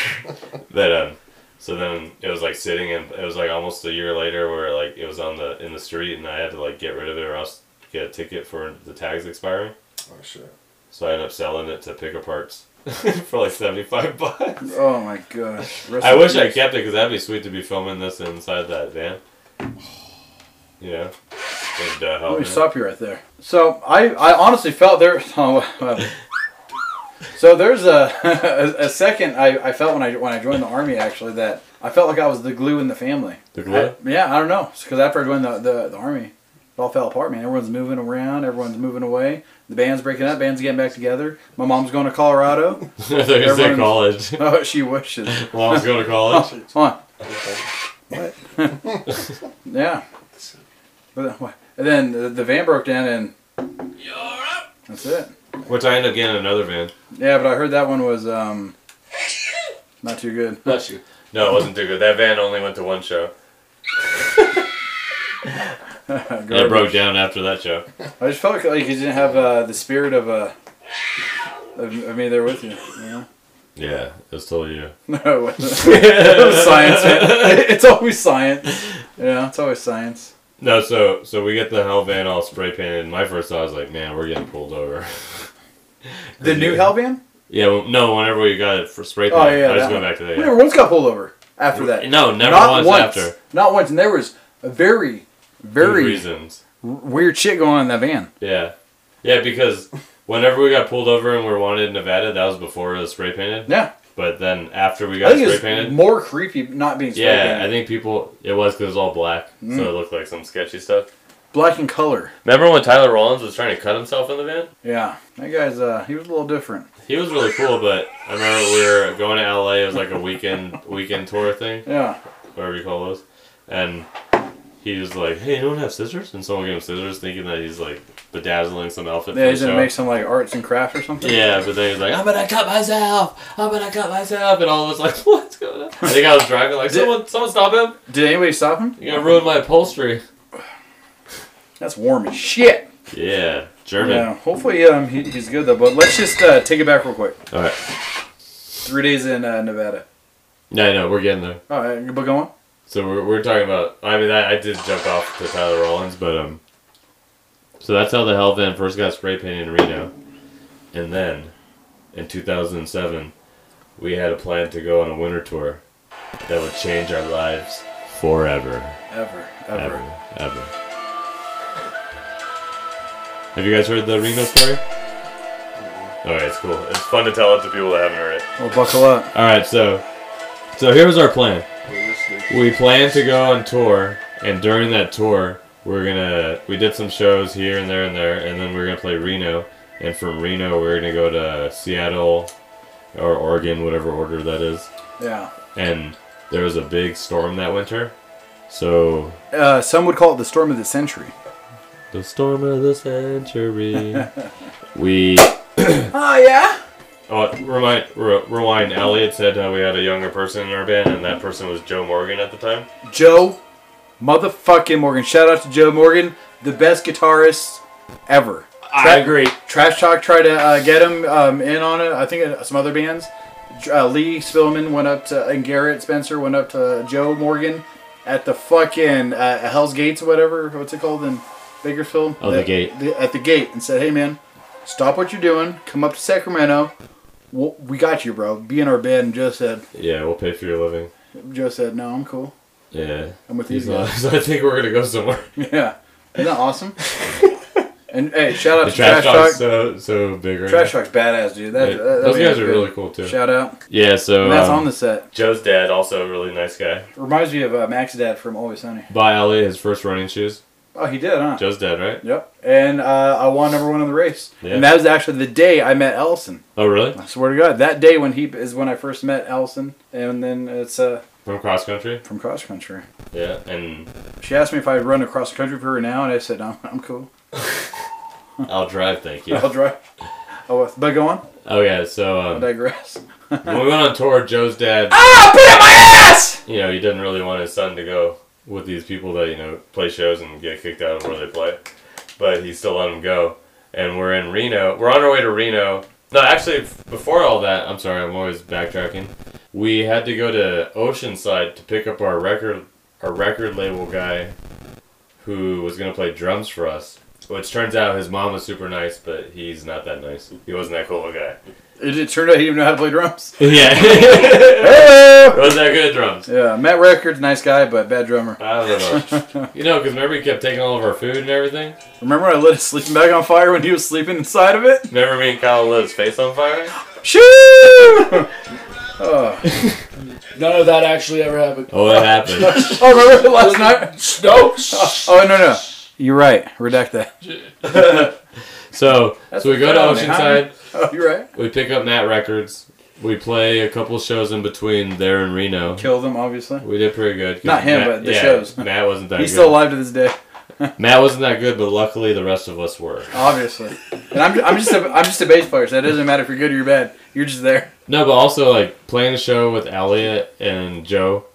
that um, so then it was like sitting, and it was like almost a year later where like it was on the in the street, and I had to like get rid of it or else get a ticket for the tags expiring.
Oh shit.
So I ended up selling it to Picker Parts for like seventy five bucks.
Oh my gosh. Rest
I
in
wish I
peace.
kept it because that'd be sweet to be filming this inside that van. You know, would uh, help.
Let
me.
me stop you right there. So I, I honestly felt there. Oh, well. so there's a, a a second I, I felt when I when I joined the army actually that I felt like I was the glue in the family.
The glue?
I- yeah, I don't know. Because after I joined the, the the army, it all fell apart. Man, everyone's moving around. Everyone's moving away. The band's breaking up. Band's getting back together. My mom's going to Colorado.
I thought you were
Everyone-
saying college.
oh, she wishes.
Mom's going to college.
Hold on. yeah. But then, and then the, the van broke down and. That's it.
Which I ended up getting another van.
Yeah, but I heard that one was um, not too good.
Bless you.
No, it wasn't too good. That van only went to one show. And it broke down after that show.
I just felt like you didn't have uh, the spirit of uh, of, of me there with you. you know?
Yeah, it was totally you.
No, it wasn't. It was science. Man. It's always science. Yeah, it's always science.
No, so so we get the hell van all spray painted. And my first thought was like, man, we're getting pulled over.
The new hell van?
yeah, well, no, whenever we got it for spray
Oh
painted,
yeah,
I just
that
went
one.
back to that.
We
yeah.
never once got pulled over after that.
No, never
not
once,
once.
after.
Not once. And there was a very,
Good
very
reasons.
weird shit going on in that van.
Yeah, yeah, because whenever we got pulled over and we were wanted in Nevada, that was before it was spray painted.
Yeah.
But then after we
I
got
think
spray
it's
painted,
more creepy not being spray
yeah, I
painted.
think people it was because it was all black, so it looked like some sketchy stuff.
Black in color.
Remember when Tyler Rollins was trying to cut himself in the van?
Yeah. That guy's, uh, he was a little different.
He was really cool, but I remember we were going to LA. It was like a weekend weekend tour thing,
Yeah.
whatever you call those. And he was like, "Hey, you don't have scissors?" And someone gave him scissors, thinking that he's like bedazzling some outfit
Yeah,
for
he's
the
gonna
show.
make some, like, arts and crafts or something.
yeah, but then he's like, "I'm gonna cut myself. I'm gonna cut myself," and all of us like, "What's going on?" I think I was driving like, "Someone, someone stop him!
Did anybody stop him?
You're gonna ruin my upholstery."
That's warm as shit.
Yeah, German.
Yeah. Hopefully, um, he, he's good, though. But let's just, uh, take it back real quick.
All right.
Three days in, uh, Nevada. Oh, uh,
No, no, we're getting there.
All right, but go on.
So we're, we're talking about. I mean, I, I did jump off to Tyler Rollins, but um. So that's how the Hell Van first got spray painted in Reno, and then, in 2007, we had a plan to go on a winter tour that would change our lives forever,
Ever. Ever.
ever, ever. Have you guys heard the Reno story? All right, it's cool. It's fun to tell it to people that haven't heard it.
Well, buckle up.
All right, so, so here's our plan.
We're listening.
We plan to go on tour, and during that tour, we're gonna we did some shows here and there and there, and then we're gonna play Reno, and from Reno we're gonna go to Seattle or Oregon, whatever order that is.
Yeah.
And there was a big storm that winter, so
Uh, some would call it the storm of the century.
the storm of the century. we
Oh, yeah?
oh remind re- rewind. Elliot said uh, we had a younger person in our band, and that person was Joe Morgan at the time.
Joe motherfucking Morgan. Shout out to Joe Morgan, the best guitarist ever.
I agree.
Trash Talk tried to uh, get him um, in on it. I think uh, some other bands. Uh, Lee Spillman went up to, and Garrett Spencer went up to Joe Morgan at the fucking uh, Hell's Gates or whatever. What's it called in Bakersfield?
Oh, the gate.
at the gate and said, hey, man, stop what you're doing. Come up to Sacramento. We'll, we got you, bro. Be in our bed. And Joe said,
Yeah, we'll pay for your living.
Joe said, no, I'm cool.
Yeah.
I'm with these
So,
guys.
so I think we're gonna go somewhere.
Yeah. Isn't that awesome? And hey, shout out
The
to Trash
trash,
Talk.
talk's so so big right
Trash
now.
Talk's badass, dude. That,
Yeah,
that- that
Those
video's
guys are
good.
really cool too.
Shout out.
Yeah, so
And that's
um,
on the set.
Joe's dad also a really nice guy.
Reminds me of uh, Max Dad from Always Sunny.
Buy LA his first running shoes.
Oh, he did, huh?
Joe's dad, right?
Yep. And uh, I won number one in the race.
Yeah.
And that was actually the day I met Ellison.
Oh really?
I swear to God, that day when he is when I first met Ellison, and then it's uh,
From cross country.
from cross country.
Yeah, and
She asked me if I'd run across the country for her now, and I said, "No, I'm cool.
I'll drive. Thank you.
I'll drive." Oh, but go on.
Oh yeah, so
I
um,
digress.
when we went on tour, Joe's dad.
Ah, put in my ass!
you know, he didn't really want his son to go with these people that, you know, play shows and get kicked out of where they play. But he still let him go. And we're in Reno. We're on our way to Reno. No, actually, f- before all that, I'm sorry, I'm always backtracking. We had to go to Oceanside to pick up our record, our record label guy, who was gonna play drums for us. Which turns out his mom was super nice, but he's not that nice. He wasn't that cool of a guy.
It, it turned out he didn't know how to play drums.
Yeah, it wasn't that good at drums.
Yeah, Matt Records, nice guy, but bad drummer.
I don't know. you know, because remember he kept taking all of our food and everything?
Remember when I lit his sleeping bag on fire when he was sleeping inside of it?
Remember me and Colin lit his face on fire?
Shoo! oh,
None of that actually ever happened.
Oh, that happened.
oh, remember last night?
No.
Oh, no, no. You're right. Redact that.
so, so we go to
That's a family,
Oceanside,
Oh, you're right.
we pick up Nat Records, we play a couple shows in between there and Reno.
Kill them, obviously.
We did pretty good. 'cause
Not him, but the shows.
Matt wasn't that
He's
good.
still alive to this day,
Matt wasn't that good, but luckily the rest of us were.
obviously. And I'm, I'm just a, I'm just a bass player, so it doesn't matter if you're good or you're bad. You're just there.
No, but also like playing a show with Elliot and Joe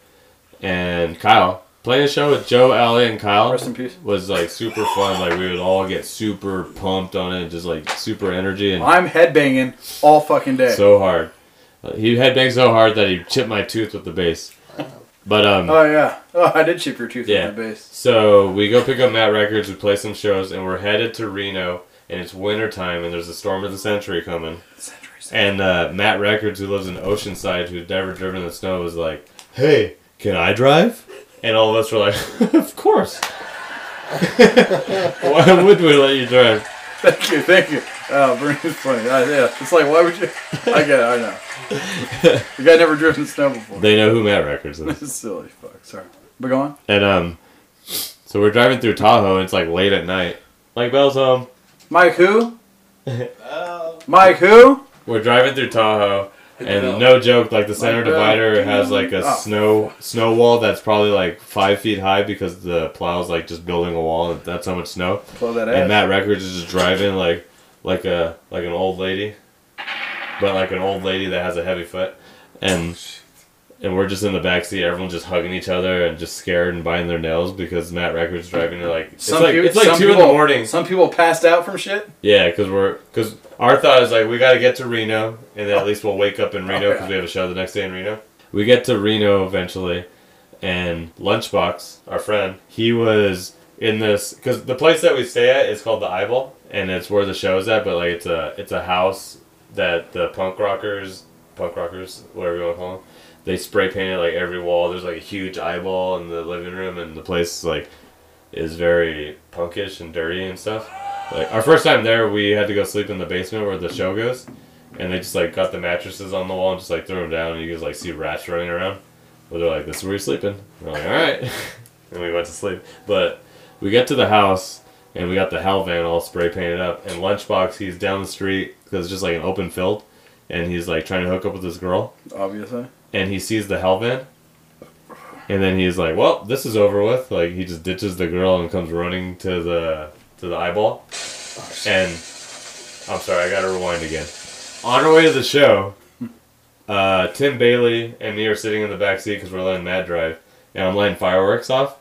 and Kyle. Playing a show with Joe, Elliot, and Kyle
Rest in peace.
was like super fun. Like we would all get super pumped on it, and just like super energy and
I'm headbanging all fucking day.
so hard. Uh, He headbanged so hard that he chipped my tooth with the bass. But um,
oh yeah. Oh, I did chip your tooth
Yeah.
with the bass.
so we go pick up Matt Records, we play some shows, and we're headed to Reno. And it's winter time, and there's a storm of the century coming. And uh, Matt Records, who lives in Oceanside, who'd never driven in the snow, was like, "Hey, can I drive?" And all of us were like, "Of course." Why would we let you drive?
Thank you, thank you. Oh, Bernie's funny. Uh, yeah, it's like why would you? I get it. I know. the guy never driven snow before.
They know who Matt Records is.
This is silly. Fuck. Sorry. But go on.
And um, so we're driving through Tahoe, and it's like late at night. Like Bell's home.
Mike who? Mike who?
We're driving through Tahoe, and
Bell.
no joke, like the center
Like, uh,
divider has like a
oh.
snow snow wall that's probably like five feet high because the plow's like just building a wall, and that's how much snow.
Blow that
And
ass.
Matt Records is just driving like like a like an old lady, but like an old lady that has a heavy foot, and. And we're just in the back seat, everyone just hugging each other and just scared and biting their nails because Matt Records driving. They're like, it's like,
peop-
it's like
some
two in the
people-
morning.
Some people passed out from shit.
Yeah, because we're because our thought is like we got to get to Reno, and then at least we'll wake up in Reno
yeah.
because we have a show the next day in Reno. We get to Reno eventually, and Lunchbox, our friend, he was in this because the place that we stay at is called the Eyeball, and it's where the show's at. But like it's a it's a house that the punk rockers, punk rockers, whatever you want to call them, they spray painted like every wall. There's like a huge eyeball in the living room, and the place like is very punkish and dirty and stuff. Like our first time there, we had to go sleep in the basement where the show goes, and they just like got the mattresses on the wall and just like threw them down, and you guys like see rats running around. But they're like, "This is where you're sleeping." We're like, "All right," and we went to sleep. But we get to the house and we got the hell van all spray painted up, and lunchbox he's down the street because it's just like an open field, and he's like trying to hook up with this girl,
Obviously.
and he sees the hell van. And then he's like, "Well, this is over with." Like he just ditches the girl and comes running to the to the eyeball. And I'm sorry, I gotta rewind again. On our way to the show, uh, Tim Bailey and me are sitting in the back seat because we're letting Matt drive, and I'm lighting fireworks off,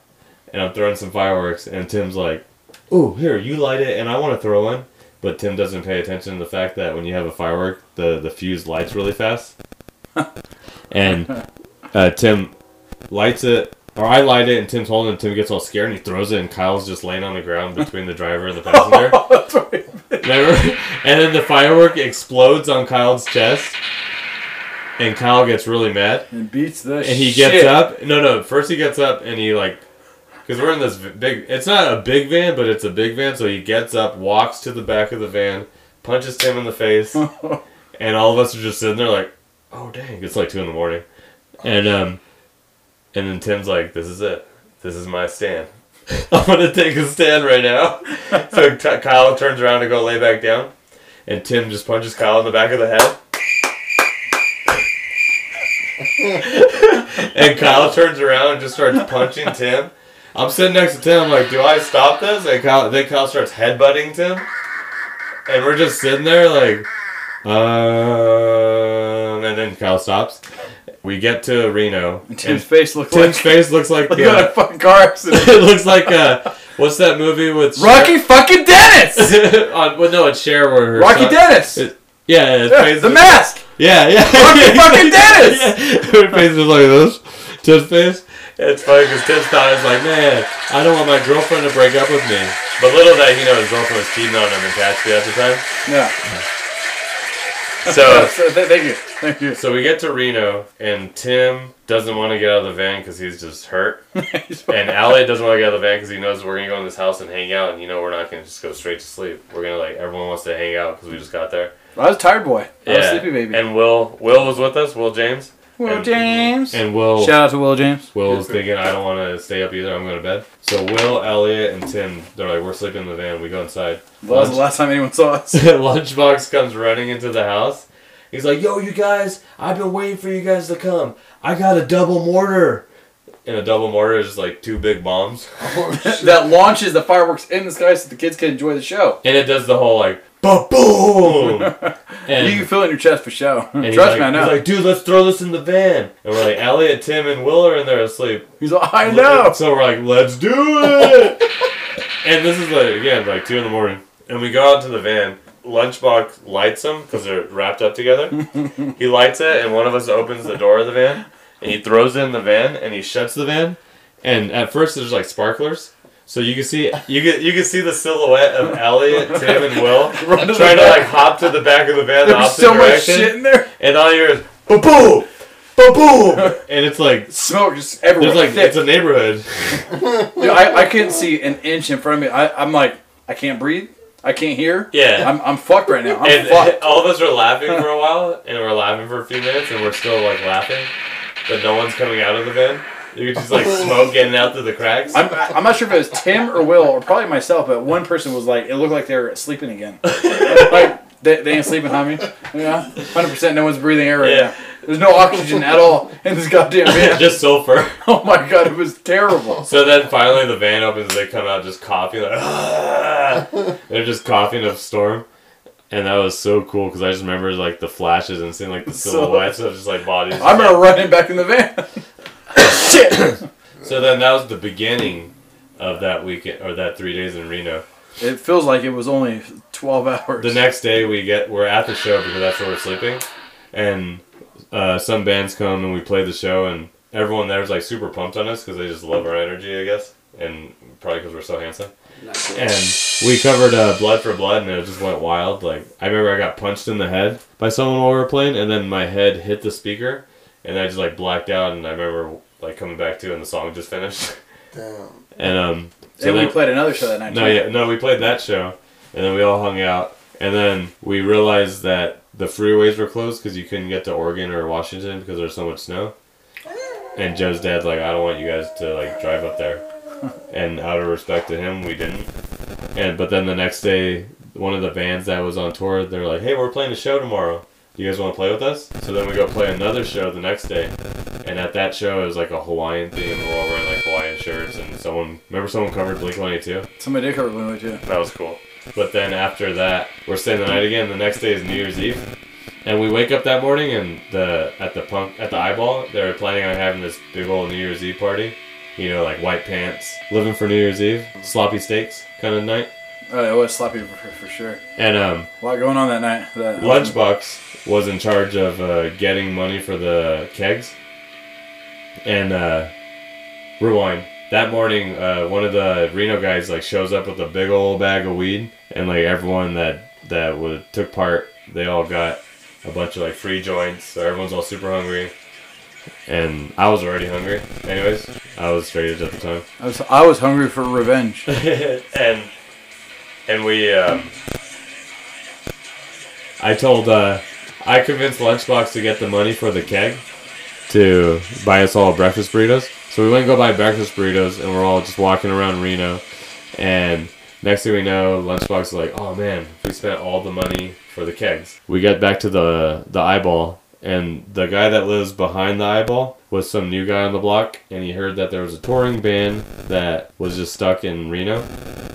and I'm throwing some fireworks, and Tim's like, "Oh, here, you light it, and I want to throw one." But Tim doesn't pay attention to the fact that when you have a firework, the the fuse lights really fast, and uh, Tim lights it. Or I light it, and Tim's holding. it, And Tim gets all scared, and he throws it, and Kyle's just laying on the ground between the driver and the passenger.
Oh, That's right.
Remember? And then the firework explodes on Kyle's chest. And Kyle gets really mad.
And beats the
And he gets up. No, no. First he gets up and he like Because we're in this v- big. It's not a big van, but it's a big van. So he gets up, walks to the back of the van, punches Tim in the face, and all of us are just sitting there like, "Oh dang!" It's like two in the morning, and um, and then Tim's like, "This is it. This is my stand. I'm gonna take a stand right now." so Ty Kyle turns around to go lay back down, and Tim just punches Kyle in the back of the head. and Kyle turns around and just starts punching Tim. I'm sitting next to Tim. I'm like, do I stop this? And Kyle, then Kyle starts headbutting Tim, and we're just sitting there like, um, and then Kyle stops. We get to Reno.
Tim's
and
face looked
Tim's
like
face looks like
looked like
the,
a fucking car accident.
it looks like uh, what's that movie with Cher-
Rocky fucking Dennis.
on, well, no, it's Cher where her
Rocky
son-
Dennis.
It- Yeah, his face
the
is-
mask.
Yeah, yeah.
Rocky fucking Dennis!
Yeah. Her face is like this. Tim's face. It's funny because Tim's thought is like, man, I don't want my girlfriend to break up with me. But little that he know his girlfriend was cheating on him in Catskill at the time.
Yeah.
So
So, th- thank you. Thank you.
so we get to Reno and Tim doesn't want to get out of the van because he's just hurt. And Ale doesn't want to get out of the van because he knows we're gonna go in this house and hang out, and you know we're not gonna just go straight to sleep. We're gonna like everyone wants to hang out because we just got there.
I was a tired boy. I was a sleepy baby.
And Will Will was with us. Will James.
Will
and-
James.
And Will
Shout out to Will James.
Will's thinking, I don't want to stay up either. I'm going to bed. So Will, Elliot, and Tim, they're like, we're sleeping in the van. We go inside.
That was the last time anyone saw us.
Lunchbox comes running into the house. He's like, yo, you guys, I've been waiting for you guys to come. I got a double mortar. And a double mortar is like two big bombs.
that launches the fireworks in the sky so the kids can enjoy the show.
And it does the whole like, ba-boom. and
You can feel it in your chest for show.
and
Trust
he's
me,
like-
I know.
He's like, dude, let's throw this in the van. And we're like, Elliot, Tim, and Will are in there asleep.
I
And
know.
So we're like, let's do it. and this is like again like two in the morning, and we go out to the van. Lunchbox lights them because they're wrapped up together. he lights it, and one of us opens the door of the van, and he throws it in the van, and he shuts the van. And at first, there's like sparklers. So you can see you can you can see the silhouette of Elliot, Tim, and Will
Run to the
trying to
back.
like hop to the back of the van. the
There's
opposite
so much
direction,
shit in there.
and all you hear is ba boom, ba boom, and it's like
Smoke just everywhere.
there's like
thick.
it's a neighborhood.
Dude, I, I couldn't see an inch in front of me. I, I'm like, I can't breathe. I can't hear.
Yeah.
I'm, I'm fucked right now. I'm
and
fucked.
all of us are laughing for a while, and we're laughing for a few minutes, and we're still like laughing, but no one's coming out of the van. You're just like smoke getting out through the cracks.
I'm, I'm not sure if it was Tim or Will or probably myself, but one person was like, it looked like they were sleeping again. like, they, they ain't sleeping, homie. Yeah. 100% no one's breathing air right
Yeah.
now. There's no oxygen at all in this goddamn van.
just sulfur.
oh my god, it was terrible.
So then finally the van opens. They come out just coughing like "Ah." they're just coughing up storm, and that was so cool because I just remember like the flashes and seeing like the
So-
silhouettes of just like bodies.
I remember running back in the van. Shit.
So then that was the beginning of that weekend or that three days in Reno.
It feels like it was only 12 hours.
the next day we get we're at the show because that's where we're sleeping and uh, some bands come and we play the show and everyone there's like super pumped on us because they just love our energy i guess and probably because we're so handsome and we covered uh, blood for blood and it just went wild like i remember i got punched in the head by someone while we were playing and then my head hit the speaker and i just like blacked out and i remember like coming back to and the song just finished
Damn.
and um so
and we
then-
played another show that night.
no,
too.
yeah, no, we played that show, and then we all hung out, and then we realized that the freeways were closed because you couldn't get to Oregon or Washington because there's so much snow. And Joe's dad's like, I don't want you guys to like drive up there, and out of respect to him, we didn't. And but then the next day, one of the bands that was on tour, they're like, Hey, we're playing a show tomorrow. You guys want to play with us? So then we go play another show the next day, and at that show it was like a Hawaiian theme. We're all wearing like Hawaiian shirts, and someone remember someone covered Blink One Eighty Two.
Somebody did cover Blue Moon, too.
That was cool. But then after that, we're staying the night again. The next day is New Year's Eve, and we wake up that morning and the at the punk at the eyeball, they were planning on having this big old New Year's Eve party. You know, like white pants, living for New Year's Eve, sloppy steaks kind of night.
Oh, it was sloppy for, for sure.
And um,
A lot going on that night. That
Lunchbox was in charge of uh, getting money for the kegs. And uh, rewind. That morning, uh, one of the Reno guys like shows up with a big old bag of weed, and like everyone that that would, took part, they all got a bunch of like free joints. So everyone's all super hungry. and I was already hungry. Anyways, I was straight at the time.
I was, I was hungry for revenge.
and and we um, I told uh, I convinced Lunchbox to get the money for the keg to buy us all breakfast burritos. So we went and go buy breakfast burritos, and we're all just walking around Reno. And next thing we know, Lunchbox is like, "Oh man, we spent all the money for the kegs." We get back to the the eyeball, and the guy that lives behind the eyeball was some new guy on the block, and he heard that there was a touring band that was just stuck in Reno.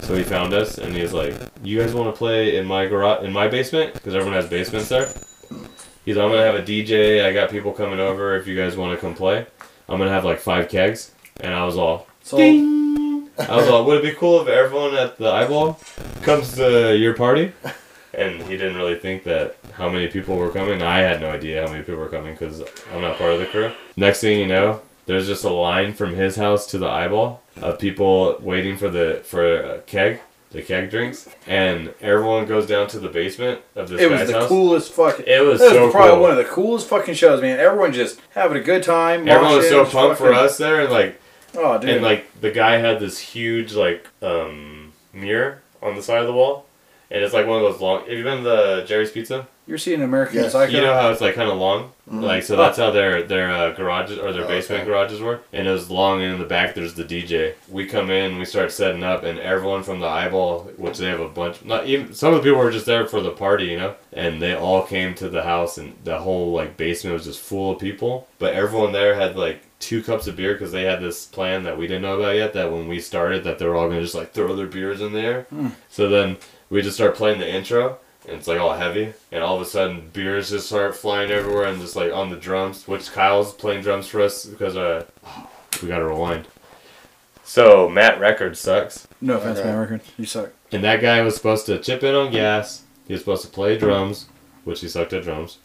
So he found us, and he's like, "You guys want to play in my garage, in my basement? Because everyone has basements there." He's like, I'm gonna have a DJ. I got people coming over. If you guys want to come play, I'm gonna have like five kegs. And I was all,
Sold.
I was all, would it be cool if everyone at the eyeball comes to your party? And he didn't really think that how many people were coming. I had no idea how many people were coming because I'm not part of the crew. Next thing you know, there's just a line from his house to the eyeball of people waiting for the for a keg, the keg drinks, and everyone goes down to the basement of this
It
guy's
was the
house.
coolest fucking.
It was
this
so
probably
cool.
one of the coolest fucking shows, man. Everyone just having a good time.
Everyone was
watching,
so
just
pumped for
fucking-
us there, and like
Oh, dude.
and like the guy had this huge like um mirror on the side of the wall, and it's like one of those long. Have you been to the Jerry's Pizza?
You're seeing American
Yes.
Psycho.
You know how it's like kind of long, like so that's how their their uh, garages or their
Mm-hmm. Oh,
basement
okay.
garages were, and it was long. And in the back, there's the DJ. We come in, we start setting up, and everyone from the eyeball, which they have a bunch, not even some of the people were just there for the party, you know, and they all came to the house, and the whole like basement was just full of people. But everyone there had like two cups of beer because they had this plan that we didn't know about yet. That when we started, that they were all gonna just like throw their beers in there. So then we just start playing the intro, and it's like all heavy, and all of a sudden beers just start flying everywhere and just like on the drums, which Kyle's playing drums for us because uh, we gotta rewind. So Matt Record sucks,
no offense,
Okay.
man, Record. You suck.
and that guy was supposed to chip in on gas. He was supposed to play drums, which he sucked at drums,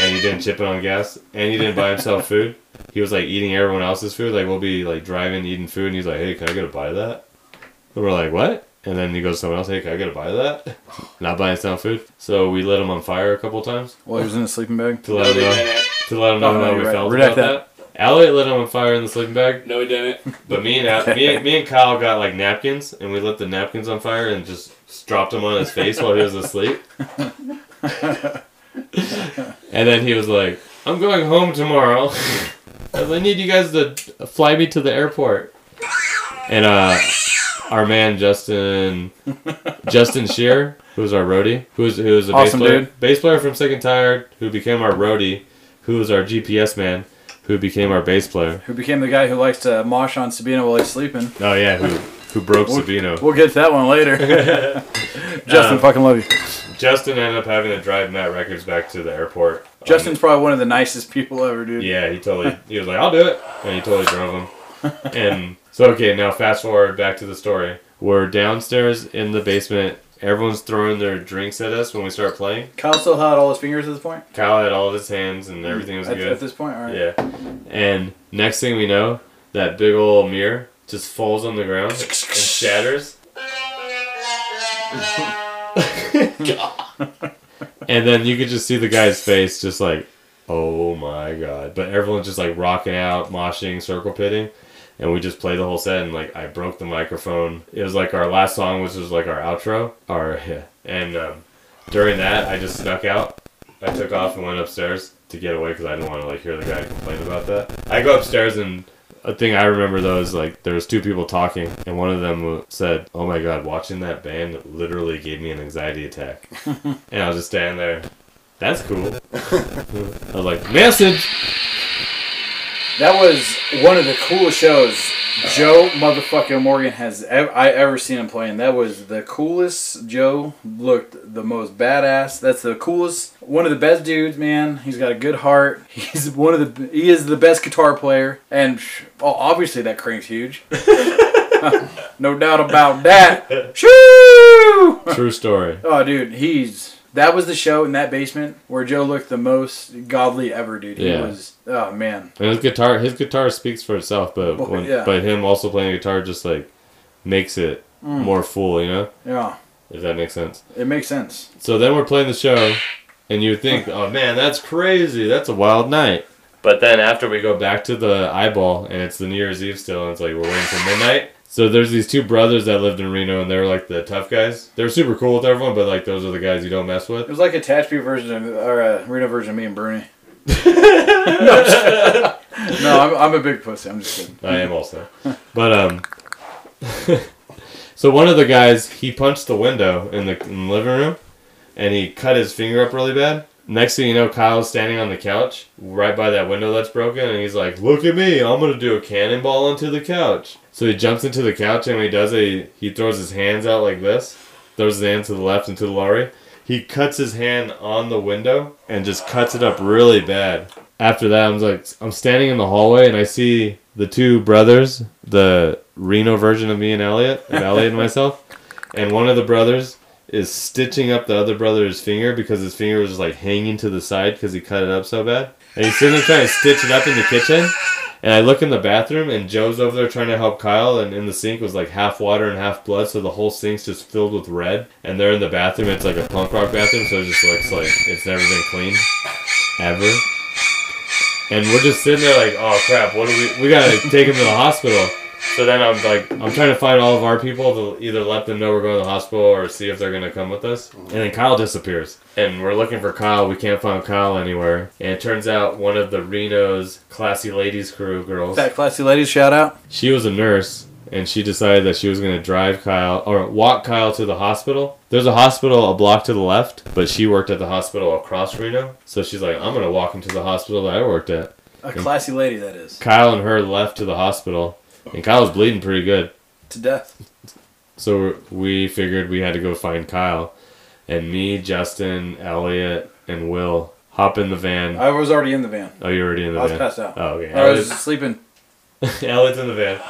and he didn't chip in on gas, and he didn't buy himself food. He was like eating everyone else's food. Like we'll be like driving, eating food, and he's like, "Hey, can I go to buy that?" And we're like, "What?" And then he goes to someone else, "Hey, can I go to buy that?" Not buying himself food. So we lit him on fire a couple times
Well, he was in a sleeping bag.
to let him
they
know
didn't.
to let him
No,
know
no,
how
you're
we
right.
felt
Redact
about that. Elliot lit him on fire in the sleeping bag,
No, he didn't.
but me and Al- me, me and Kyle got like napkins, and we lit the napkins on fire and just dropped them on his face while he was asleep. and then he was like, "I'm going home tomorrow. I need you guys to fly me to the airport." And uh, our man Justin Justin Shear, who was our roadie, who was who was a
Awesome
bass player,
dude.
bass player from Sick and Tired, who became our roadie, who was our GPS man, who became our bass player.
Who became the guy who likes to mosh on Sabina while he's sleeping.
Oh yeah, who who broke Sabino.
We'll get to that one later. Justin,
Um,
fucking love you.
Justin ended up having to drive Matt Records back to the airport.
Justin's probably one of the nicest people ever, dude.
Yeah, he totally. He was like, "I'll do it," and he totally drove him. And so, okay, now fast forward back to the story. We're downstairs in the basement. Everyone's throwing their drinks at us when we start playing.
Kyle still had all his fingers at this point.
Kyle had all of his hands, and everything was
At,
good.
at this point, all right.
Yeah. And next thing we know, that big old mirror just falls on the ground and shatters. and then you could just see the guy's face just like, oh my god. But everyone's just like rocking out, moshing, circle pitting. And we just played the whole set and like I broke the microphone. It was like our last song, which was like our outro. Our yeah. And um, during that, I just snuck out I took off and went upstairs to get away because I didn't want to like hear the guy complain about that. I go upstairs and a thing I remember though is like there was two people talking and one of them said, "Oh my god, watching that band literally gave me an anxiety attack," and I was just standing there. That's cool. I was like, message.
That was one of the coolest shows Joe motherfucking Morgan has ev- I ever seen him playing. That was the coolest. Joe looked the most badass. That's the coolest. One of the best dudes, man. He's got a good heart. He's one of the. He is the best guitar player, and psh, oh, obviously that crank's huge. no doubt about that. Shoo!
True story.
Oh, dude, he's that was the show in that basement where Joe looked the most godly ever, dude. He
Yeah.
was oh man,
And his guitar, his guitar speaks for itself, but
Well,
when,
yeah.
but him also playing guitar just like makes it more full. You know,
yeah,
if that makes sense.
it makes sense.
So then we're playing the show, and you would think, oh man, that's crazy. That's a wild night. But then after we go back to the eyeball, and it's the New Year's Eve still, and it's like we're waiting for midnight. So there's these two brothers that lived in Reno, and they were like the tough guys. They were super cool with everyone, but like those are the guys you don't mess
It
with.
was like a Tatchby version of, or a Reno version of me and Bruni. no, I'm just- no I'm, I'm a big pussy. I'm just kidding.
I am also, but um. so one of the guys he punched the window in the, in the living room, and he cut his finger up really bad. Next thing you know, Kyle's standing on the couch right by that window that's broken, and he's like, "Look at me! I'm gonna do a cannonball into the couch." So he jumps into the couch, and when he does it, he, he throws his hands out like this, throws his hand to the left and to the lorry. He cuts his hand on the window and just cuts it up really bad. After that, I'm like, I'm standing in the hallway, and I see the two brothers, the Reno version of me and Elliot, and Elliot and myself, and one of the brothers is stitching up the other brother's finger because his finger was like hanging to the side because he cut it up so bad. And he's sitting there trying to stitch it up in the kitchen. And I look in the bathroom and Joe's over there trying to help Kyle and in the sink was like half water and half blood, so the whole sink's just filled with red. And they're in the bathroom, it's like a punk rock bathroom, so it just looks like it's never been cleaned. Ever. And we're just sitting there like, oh crap, what do we we gotta take him to the hospital. So then I'm like, I'm trying to find all of our people to either let them know we're going to the hospital or see if they're going to come with us. And then Kyle disappears. And we're looking for Kyle. We can't find Kyle anywhere. And it turns out one of the Reno's classy ladies crew girls,
Fat classy ladies, shout out.
she was a nurse. And she decided that she was going to drive Kyle or walk Kyle to the hospital. There's a hospital a block to the left, but she worked at the hospital across Reno. So she's like, I'm going to walk him to the hospital that I worked at.
A classy lady, that is.
Kyle and her left to the hospital. And Kyle was bleeding pretty good.
To death.
So we figured we had to go find Kyle, and me, Justin, Elliot, and Will hop in the van.
I was already in the van.
Oh, you're already in the
I was
van.
passed out.
Oh, okay.
I was
Elliot's,
sleeping.
Elliot's in the van,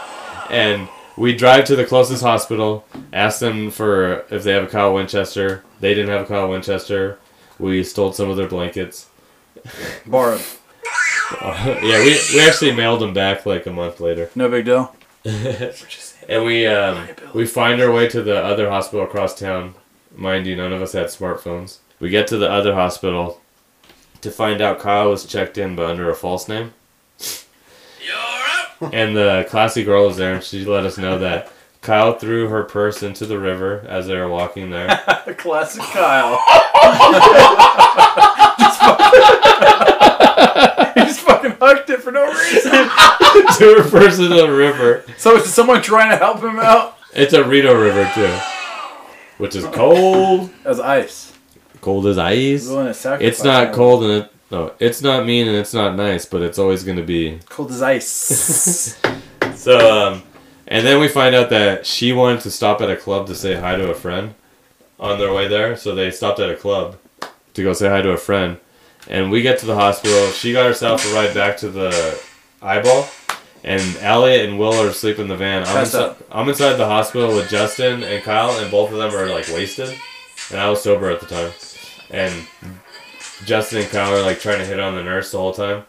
and we drive to the closest hospital. Ask them for if they have a Kyle Winchester. They didn't have a Kyle Winchester. We stole some of their blankets.
Borrowed.
yeah, we, we actually mailed them back like a month later.
No big deal.
And we um, we find our way to the other hospital across town. Mind you, none of us had smartphones. We get to the other hospital to find out Kyle was checked in but under a false name. and the classy girl was there, and she let us know that Kyle threw her purse into the river as they were walking there.
Classic Kyle. just, fucking, he just fucking hucked it for no reason.
threw her purse into the river.
So is someone trying to help him out?
It's a Reno River too, which is cold,
That was ice.
cold as ice.
Willing to sacrifice
It's not
that.
cold and it no, it's not mean and it's not nice, but it's always going to be
Cold as ice.
So, um, and then we find out that she wanted to stop at a club to say hi to a friend on their way there. So they stopped at a club to go say hi to a friend. And we get to the hospital. She got herself a ride back to the eyeball. And Elliot and Will are asleep in the van. I'm,
Passed
insi-
out.
I'm inside the hospital with Justin and Kyle, and both of them are like wasted. And I was sober at the time. And Justin and Kyle are like trying to hit on the nurse the whole time.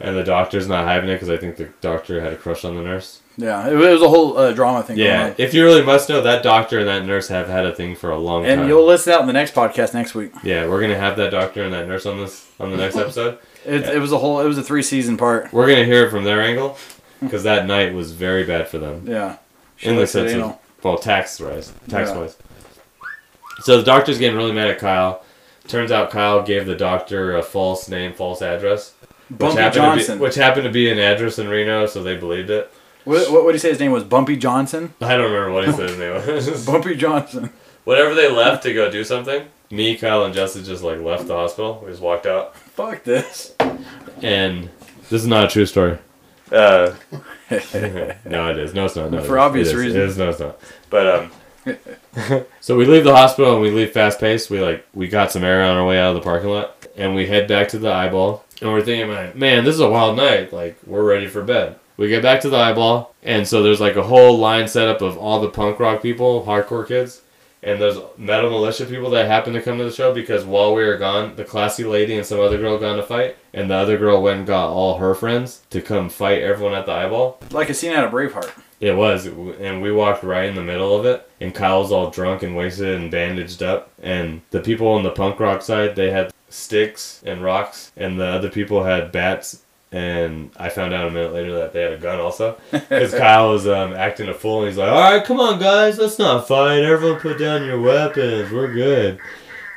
And the doctor's not having it because I think the doctor had a crush on the nurse.
yeah, it, was a whole uh, drama thing going
Yeah,
on.
if you really must know, that doctor and that nurse have had a thing for a long
And
time.
you'll list it out in the next podcast next week.
yeah, we're gonna have that doctor and that nurse on this on the next episode.
It, it was a whole. It was a three season part.
We're gonna hear it from their angle because that night was very bad for them
Yeah.
in the
likes it
sense of
anal.
well, tax wise, tax
Yeah.
wise. So the doctor's getting really mad at Kyle. Turns out Kyle gave the doctor a false name, false address, which
Bumpy
happened
Johnson.
to be, which happened to be an address in Reno, so they believed it.
what what would he say his name was? Bumpy Johnson.
I don't remember what he said his name was.
Bumpy Johnson.
Whenever they left to go do something, me, Kyle, and Justin just like left the hospital. We just walked out.
Fuck this.
And this is not a true story. Uh, no, it is. No, it's not. No, it
For
is.
obvious
It is.
reasons.
It is. No, it's not. But um, so we leave the hospital and we leave fast paced. We like we got some air on our way out of the parking lot, and we head back to the eyeball. And we're thinking, like, man, this is a wild night. Like we're ready for bed. We get back to the eyeball, and so there's like a whole line set up of all the punk rock people, hardcore kids, and there's metal militia people that happened to come to the show because while we were gone, the classy lady and some other girl got in a fight, and the other girl went and got all her friends to come fight everyone at the eyeball.
Like a scene out of Braveheart.
It was, and we walked right in the middle of it, and Kyle's all drunk and wasted and bandaged up, and the people on the punk rock side they had sticks and rocks, and the other people had bats And I found out a minute later that they had a gun also. Because Kyle was um, acting a fool and he's like, all right, come on, guys, let's not fight. Everyone put down your weapons. We're good.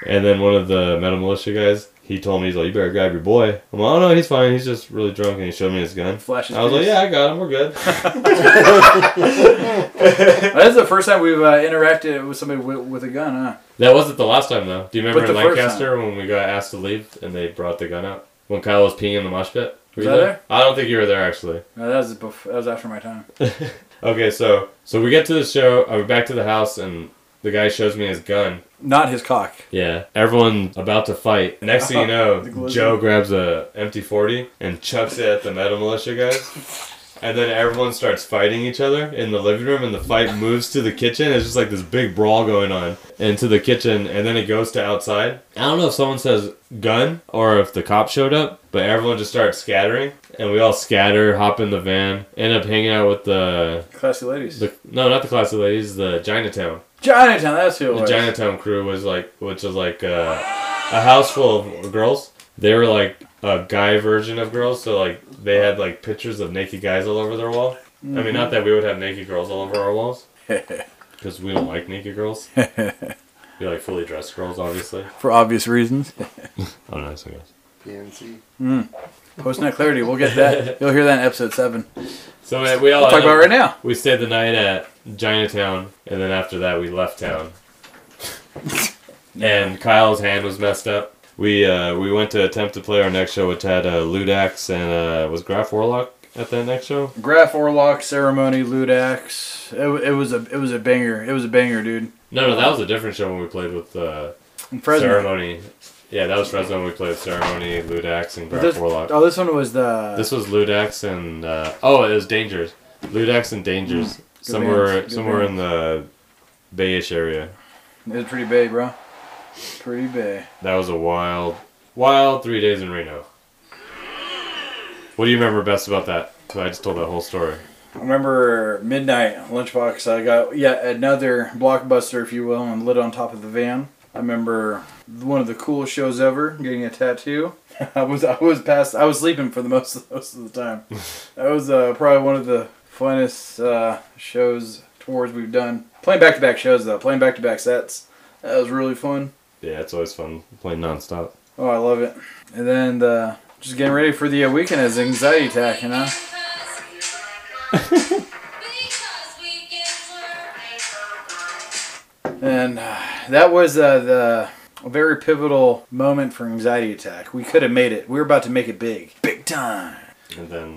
And then one of the metal militia guys, he told me, he's like, you better grab your boy. I'm like, oh, no, he's fine. He's just really drunk. And he showed me his gun.
Flash his
I was like,
face.
yeah, I got him. We're good.
That is the first time we've uh, interacted with somebody with, with a gun, huh?
That wasn't the last time though. Do you remember
But
in
the first
Lancaster when we got asked to leave and they brought the gun out when Kyle was peeing in the mosh pit? Were
Was
you
I
there?
there?
I don't think you were there actually.
No, that was bef- that was after my time.
Okay, so so we get to the show. uh, We're back to the house and the guy shows me his gun.
Not his cock.
Yeah, everyone about to fight. Next thing you
The
know,
glizzy.
Joe grabs a empty forty and chucks it at the metal militia guys. And then everyone starts fighting each other in the living room, and the fight moves to the kitchen. It's just like this big brawl going on into the kitchen, and then it goes to outside. I don't know if someone says gun or if the cop showed up, but everyone just starts scattering, and we all scatter, hop in the van, end up hanging out with the,
Classy ladies.
the no, not the class of ladies, the Chinatown.
Chinatown, that's who it
The
was.
Chinatown crew was like, which is like uh, a house full of girls. They were like a guy version of girls, so like they had like pictures of naked guys all over their wall. I mean,
Mm-hmm.
not that we would have naked girls all over our walls because we don't like naked girls. we like fully dressed girls, obviously.
For obvious reasons.
Oh, nice, I guess.
PNC.
Post night clarity, we'll get that. You'll hear that in episode seven.
Uh, So we, we all
We'll talk
ended up-
about it right now.
We stayed the night at Chinatown, and then after that, we left town. and Kyle's hand was messed up. We uh, we went to attempt to play our next show, which had uh, Ludax and uh, was Graf Warlock at that next show.
Graph Orlock ceremony, Ludax. It, wa- it was a it was a banger. It was a banger, dude.
No, no, that was a different show when we played with uh,
And Fresno.
Ceremony. Yeah, that was Fresno. when We played with Ceremony, Ludax, and
But
Graf
This,
Warlock.
oh, this one was the
This was Ludax and uh, oh, it was Dangers. Ludax and Dangers somewhere
bands, Hmm. good
somewhere
bands.
in the Bayish area.
it was pretty bay, bro. Pretty bay.
That was a wild, wild three days in Reno. What do you remember best about that? So I just told that whole story.
I remember midnight lunchbox. I got yet another blockbuster, if you will, and lit on top of the van. I remember one of the coolest shows ever, getting a tattoo. I was I was past I was sleeping for the most most of the time. That was uh, probably one of the funnest uh, shows tours we've done. Playing back to back shows though, playing back to back sets. That was really fun.
Yeah, it's always fun playing nonstop.
Oh, I love it. And then uh, just getting ready for the uh, weekend as anxiety attack, you know. And uh, that was uh, the a very pivotal moment for anxiety attack. We could have made it. We were about to make it big, big time.
And then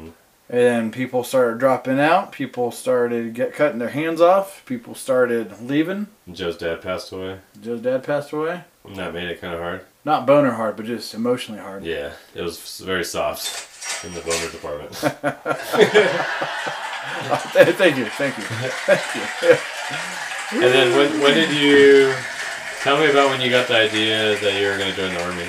And then people started dropping out. People started get cutting their hands off. People started leaving.
Joe's dad passed away.
Joe's dad passed away.
And that made it kind of hard.
Not boner hard, but just emotionally hard.
Yeah, it was very soft in the boner department.
thank you, thank you.
and then when, when did you tell me about when you got the idea that you were going to join the army?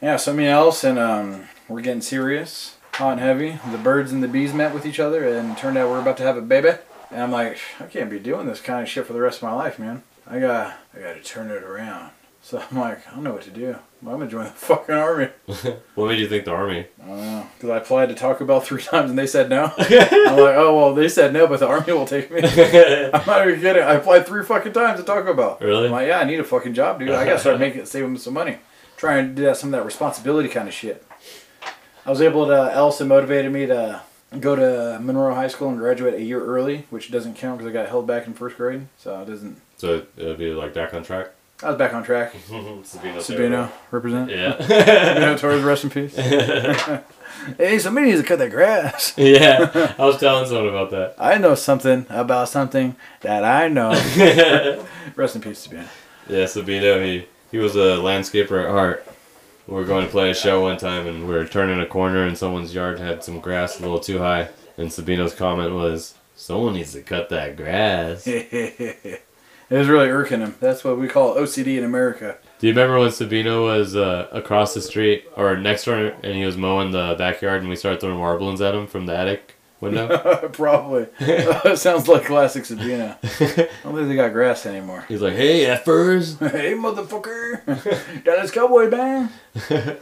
Yeah, something else, and um, we're getting serious, hot and heavy. The birds and the bees met with each other, and turned out we're about to have a baby. And I'm like, I can't be doing this kind of shit for the rest of my life, man. I got, I got to turn it around. So I'm like, I don't know what to do. Well, I'm gonna join the fucking army.
What made you think the army?
Because I applied to Taco Bell three times and they said no. I'm like, oh well, they said no, but the army will take me. I'm not even kidding. I applied three fucking times to Taco Bell.
Really?
I'm like, yeah, I need a fucking job, dude. I gotta start making saving some money. Trying to do that some of that responsibility kind of shit. I was able to. Elsa motivated me to go to Monroe High School and graduate a year early, which doesn't count because I got held back in first grade, so it doesn't.
So it would be like back on track?
I was back on track.
Sabino.
Sabino represent.
Yeah.
Sabino Torres, rest in peace. hey, somebody needs to cut that grass.
yeah. I was telling someone about that.
I know something about something that I know. Rest in peace, Sabina.
Yeah, Sabino, he, he was a landscaper at heart. We were going to play a show one time and we were turning a corner and someone's yard had some grass a little too high. And Sabino's comment was, Someone needs to cut that grass. Do
it was really irking him. That's what we call OCD in America.
you remember when Sabino was uh, across the street or next door and he was mowing the backyard and we started throwing warblings at him from the attic window?
Probably. sounds like classic Sabina. I don't think they got grass anymore.
He's like, Hey, effers.
hey, motherfucker. Dallas Cowboy, man. Yeah,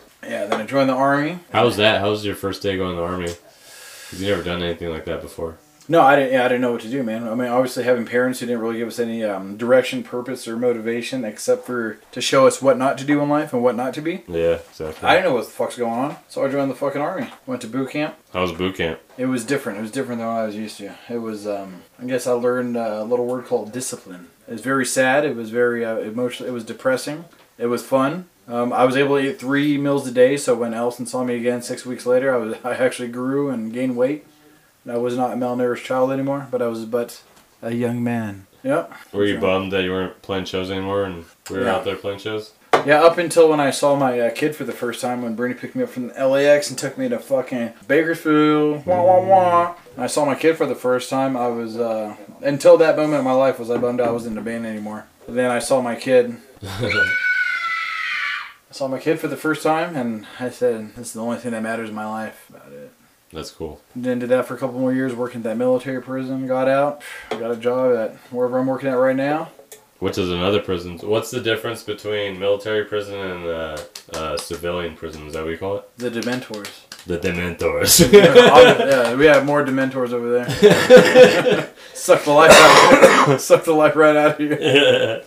then I joined the army.
How's that? How's your first day going to the army? Cause you never done anything like that before.
No, I didn't. Yeah, I didn't know what to do, man. I mean, obviously, having parents who didn't really give us any um, direction, purpose, or motivation, except for to show us what not to do in life and what not to be.
Yeah, exactly.
I didn't know what the fuck's going on, so I joined the fucking army. Went to boot camp.
How was boot camp?
It was different. It was different than what I was used to. It was, um, I guess, I learned uh, a little word called discipline. It was very sad. It was very uh, emotional. It was depressing. It was fun. Um, I was able to eat three meals a day. So when Elson saw me again six weeks later, I was I actually grew and gained weight. And I was not a malnourished child anymore, but I was but a young man. Yep.
Were you bummed that you weren't playing shows anymore and we were
Yeah.
out there playing shows?
Yeah, up until when I saw my uh, kid for the first time when Brittany picked me up from LAX and took me to fucking Bakersfield. Wah, wah, wah. When I saw my kid for the first time, I was, uh, until that moment in my life, was I bummed out I wasn't in a band anymore. But then I saw my kid. I saw my kid for the first time and I said, this is the only thing that matters in my life about it.
That's cool.
Then did that for a couple more years, working at that military prison, got out, got a job at wherever I'm working at right now.
Which is another prison. What's the difference between military prison and uh, uh, civilian prison? Is that what you call it?
The Dementors.
The Dementors.
yeah, we have more Dementors over there. Suck the life out. Suck the life right out of you. Yeah,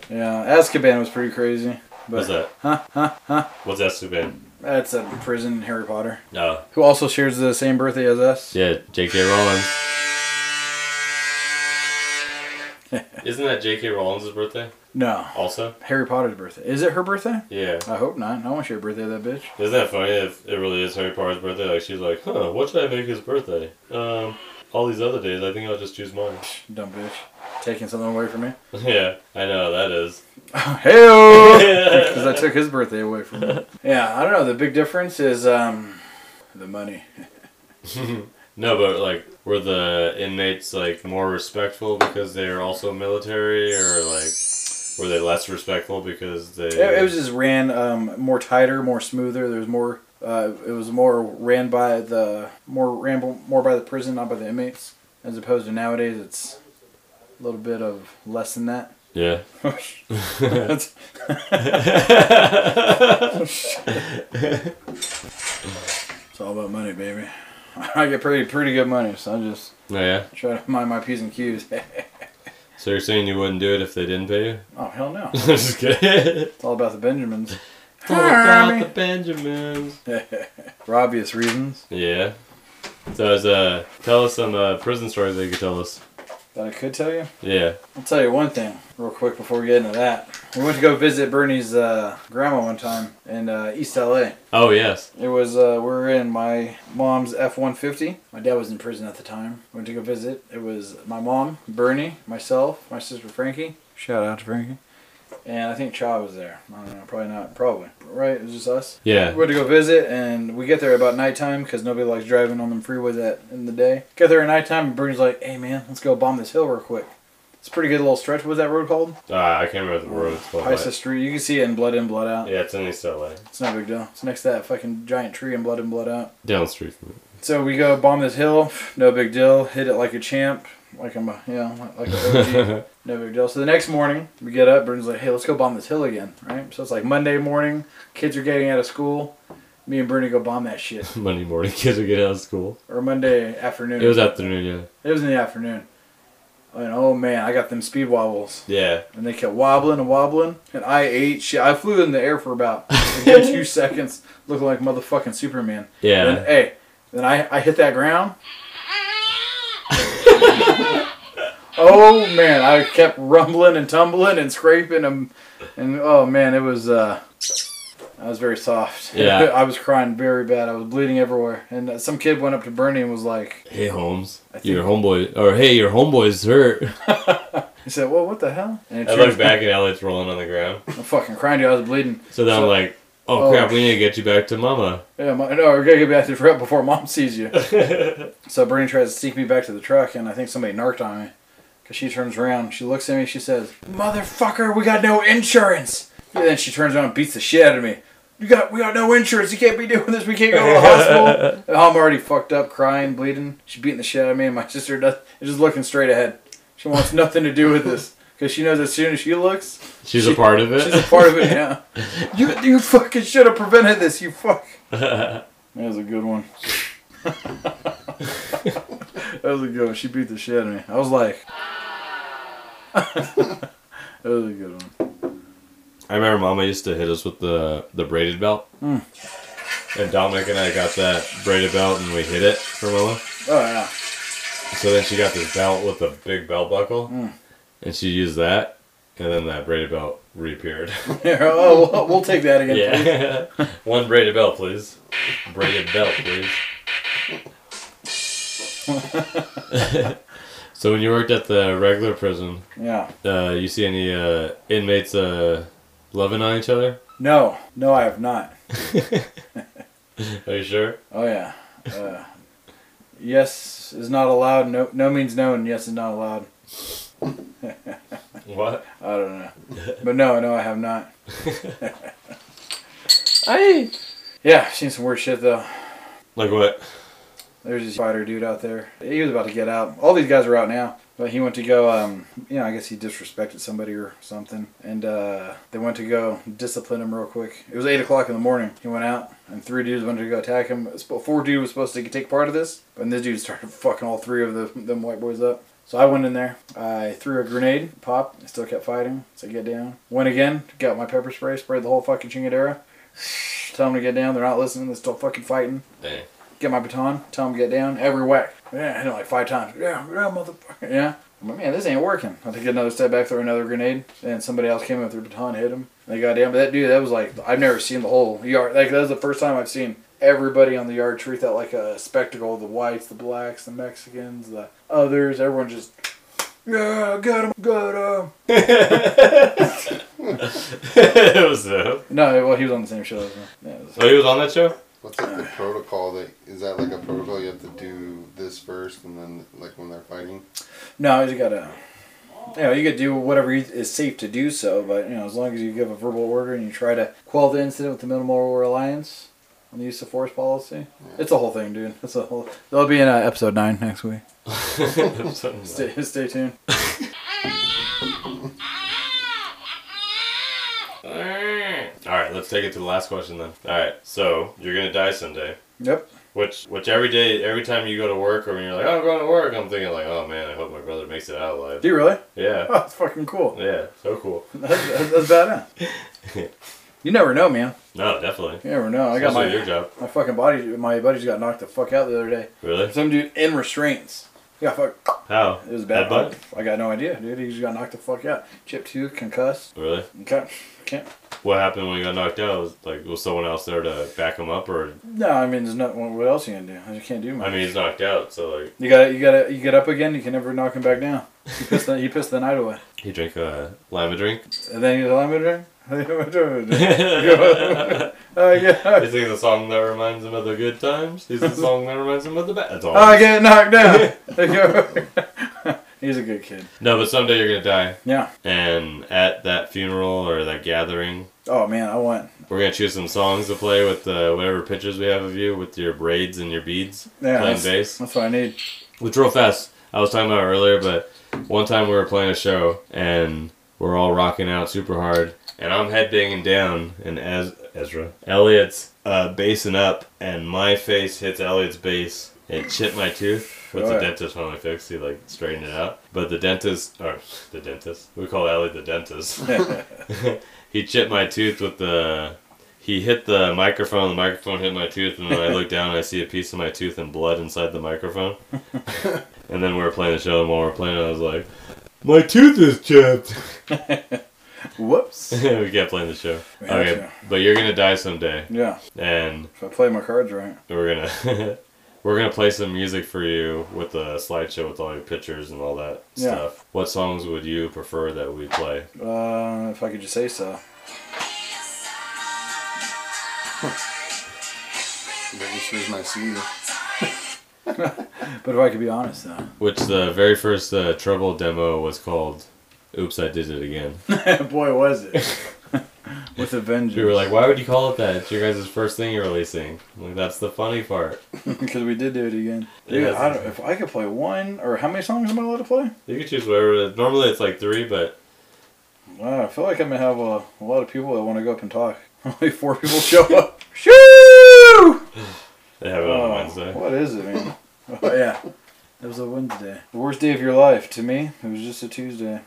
Azkaban was pretty crazy.
What's
But
that? What's that stupid?
that's a prison in Harry Potter,
No.
who also shares the same birthday as us.
Yeah, J.K. Rowling. Isn't that J.K. Rowling's birthday
No,
also?
Harry Potter's birthday. Is it her birthday?
Yeah.
I hope not. I want to share a birthday with that bitch.
Isn't that funny if it really is Harry Potter's birthday? Like, she's like, huh, what should I make his birthday? Um, all these other days, I think I'll just choose mine.
Dumb bitch. Taking something away from me.
yeah, I know, that is.
Heyo! Because I took his birthday away from him. Yeah, I don't know. The big difference is um, the money.
No, but like, were the inmates like more respectful because they were also military, or like, were they less respectful because they?
It, it was just ran um, more tighter, more smoother. There was more. Uh, it was more ran by the more ran more by the prison, not by the inmates, as opposed to nowadays. It's a little bit of less than that.
yeah.
That's-
Oh,
it's all about money, baby. I get pretty pretty good money, so I just
Oh yeah.
try to mind my p's and q's.
So you're saying you wouldn't do it if they didn't pay you?
oh hell no!
I'm just kidding.
It's all about the Benjamins.
Without the Benjamins.
For obvious reasons
Yeah. So as uh, tell us some uh, prison stories that you could tell us.
that I could tell you.
Yeah.
I'll tell you one thing real quick before we get into that. We went to go visit Bernie's uh, grandma one time in uh, East LA.
Oh yes.
It was, uh, we were in my mom's F 150. My dad was in prison at the time. Went to go visit. It was my mom, Bernie, myself, my sister Frankie. Shout out to Frankie. And I think Cha was there. I don't know, probably not. Probably. Right? It was just us.
Yeah.
We went to go visit, and we get there about nighttime because nobody likes driving on them freeways at in the day. Get there at nighttime, and Bernie's like, "Hey man, let's go bomb this hill real quick." It's a pretty good little stretch. What's that road called?
Ah, I can't remember the road. It's called,
Pisa
but-
Street. You can see it in Blood In, Blood Out.
Yeah, it's in East LA.
It's no big deal. It's next to that fucking giant tree in Blood In, Blood Out.
Down the street from it.
So we go bomb this hill. No big deal. Hit it like a champ. Like I'm a, you know, like a OG. no big deal. So the next morning, we get up. Burns like, hey, let's go bomb this hill again, right? So it's like Monday morning. Kids are getting out of school. Me and Bernie go bomb that shit.
Monday morning, kids would get out of school.
Or Monday afternoon.
It was afternoon. Yeah.
It was in the afternoon. And oh man, I got them speed wobbles.
Yeah.
And they kept wobbling and wobbling. And I ate shit. I flew in the air for about a good two seconds, looking like motherfucking Superman.
Yeah.
And then, hey, then I, I hit that ground. oh man, I kept rumbling and tumbling and scraping and, and oh man, it was uh, I was very soft.
Yeah.
I was crying very bad. I was bleeding everywhere. And uh, some kid went up to Bernie and was like,
Hey Holmes,
think-
your homeboy, or hey, your homeboy's hurt.
he said, well, what the hell? And it
I
turned-
look back and Elliot's rolling on the ground.
I'm fucking crying, dude. I was bleeding.
So then I'm
So-
like, oh,
Oh.
crap, we need to get you back to mama.
Yeah, my, no, we're gonna get back to the truck before mom sees you. so Bernie tries to sneak me back to the truck, and I think somebody narked on me. Cause she turns around, she looks at me, she says, "Motherfucker, we got no insurance." And then she turns around and beats the shit out of me. You got, we got no insurance. You can't be doing this. We can't go to the hospital. And I'm already fucked up, crying, bleeding. She's beating the shit out of me, and my sister does, is just looking straight ahead. She wants nothing to do with this. Because she knows as soon as she looks,
She's a part of it.
she's a part of it now. You, you fucking should have prevented this, you fuck. That was a good one. that was a good one. She beat the shit out of me. I was like, that was a good one.
I remember Mama used to hit us with the the braided belt.
Hmm.
And Dominic and I got that braided belt, and we hit it for Mama.
Oh yeah.
So then she got this belt with a big belt buckle,
Hmm.
and she used that, and then that braided belt reappeared.
Here, oh, we'll, we'll take that again.
yeah, one braided belt, please. Braided belt, please. so when you worked at the regular prison,
Yeah.
uh, you see any uh, inmates uh, loving on each other?
No, no, I have not.
Are you sure?
Oh yeah. Uh, yes is not allowed. No, no means no, and yes is not allowed.
What?
I don't know. But no, no, I have not. I. Yeah, I've seen some weird shit though.
Like what?
There's this fighter dude out there. He was about to get out. All these guys are out now. But he went to go, um, you know, I guess he disrespected somebody or something. And uh, they went to go discipline him real quick. It was 8 o'clock in the morning. He went out, and three dudes went to go attack him. It's- Four dude was supposed to take part of this. But this dude started fucking all three of the, them white boys up. So I went in there. I threw a grenade, popped. I still kept fighting. So I get down. Went again, got my pepper spray, sprayed the whole fucking chingadera. Tell them to get down. They're not listening. They're still fucking fighting
Dang.
get my baton, tell him to get down, every whack. Yeah, hit him like five times. Yeah, yeah, motherfucker. Yeah. I'm like, man, this ain't working. I take another step back, throw another grenade, and somebody else came in with their baton, hit him. They got down. But that dude, that was like, I've never seen the whole yard. Like, that was the first time I've seen everybody on the yard treat that like a spectacle. The whites, the blacks, the Mexicans, the others, everyone just, yeah, get him, get him.
it was dope.
No, well, he was on the same show as me. Yeah, it was-
Oh, he was on that show?
What's like the protocol that is that like a protocol you have to do this first and then like when they're fighting?
No, you gotta. You know, you could do whatever you- is safe to do so, but you know, as long as you give a verbal order and you try to quell the incident with the minimal reliance on the use of force policy, it's a whole thing, dude. It's a whole. That'll be in uh, episode nine next week.
Something like-
Stay, stay tuned.
All right, let's take it to the last question then. All right, so you're gonna die someday.
Yep.
Which, which every day, every time you go to work, or when you're like, "Oh, I'm going to work," I'm thinking like, "Oh man, I hope my brother makes it out alive."
Do you really?
Yeah,
Oh, that's fucking cool.
yeah, so cool.
That's, that's, that's badass. You never know, man.
No, definitely.
You never know. I got
Especially your
my
job.
my fucking body. My buddies got knocked the fuck out the other day.
Really?
Some dude in restraints. Yeah, fuck.
How?
It was bad.
Headbutt?
I got no idea, dude. He just got knocked the fuck out. Chip tooth, concussed.
Really?
Okay. Can't.
What happened when he got knocked out? Was, like, was someone else there to back him up, or
No, I mean, there's not. What else you gonna do? You can't do much.
I mean, he's knocked out, so like,
you gotta, you gotta, you get up again. You can never knock him back down. You pissed the, you pissed the night away,
he drank a lima drink.
and then you're like, "Oh yeah,
He sings a song that reminds him of the good times. He sings a song that reminds him of the bad. That's all.
Oh, I get knocked down." He's a good kid.
No, but someday you're gonna die,
Yeah.
and at that funeral or that gathering,
Oh man, I want.
We're gonna choose some songs to play with uh, whatever pictures we have of you with your braids and your beads
Yeah,
playing
that's,
bass.
That's what I need.
Which real fast, I was talking about it earlier, but one time we were playing a show and we're all rocking out super hard, and I'm headbanging down, and as Ezra, Elliot's uh, bassing up, and my face hits Elliot's bass. It chipped my tooth, which the
Alright.
dentist finally fixed. He like straightened it out, but the dentist, or the dentist, we call Elliot the dentist. he chipped my tooth with the he hit the microphone the microphone hit my tooth and then i look down and i see a piece of my tooth and blood inside the microphone and then we were playing the show and while we were playing i was like my tooth is chipped
Whoops.
we kept playing the show
Yeah,
okay
sure.
but you're gonna die someday
Yeah.
and
If I play my cards right.
we're gonna we're gonna play some music for you with a slideshow with all your pictures and all that
Yeah.
stuff what songs would you prefer that we play
Uh, if I could just say so.
That just was my senior.
But if I could be honest though.
which the very first uh, trouble demo was called oops i did it again
Boy, was it. With a vengeance.
We were like, why would you call it that? It's your guys' first thing you're releasing. I'm like, that's the funny part.
Because we did do it again.
Yeah,
Dude, I don't, if I could play one, or how many songs am I allowed to play?
You can choose whatever. Normally it's like three, but
Wow, I feel like I'm gonna have a, a lot of people that want to go up and talk. Only four people show up. Shoo!
They have it on
Oh,
Wednesday.
What is it, man? oh yeah, it was a Wednesday. The worst day of your life to me. It was just a Tuesday.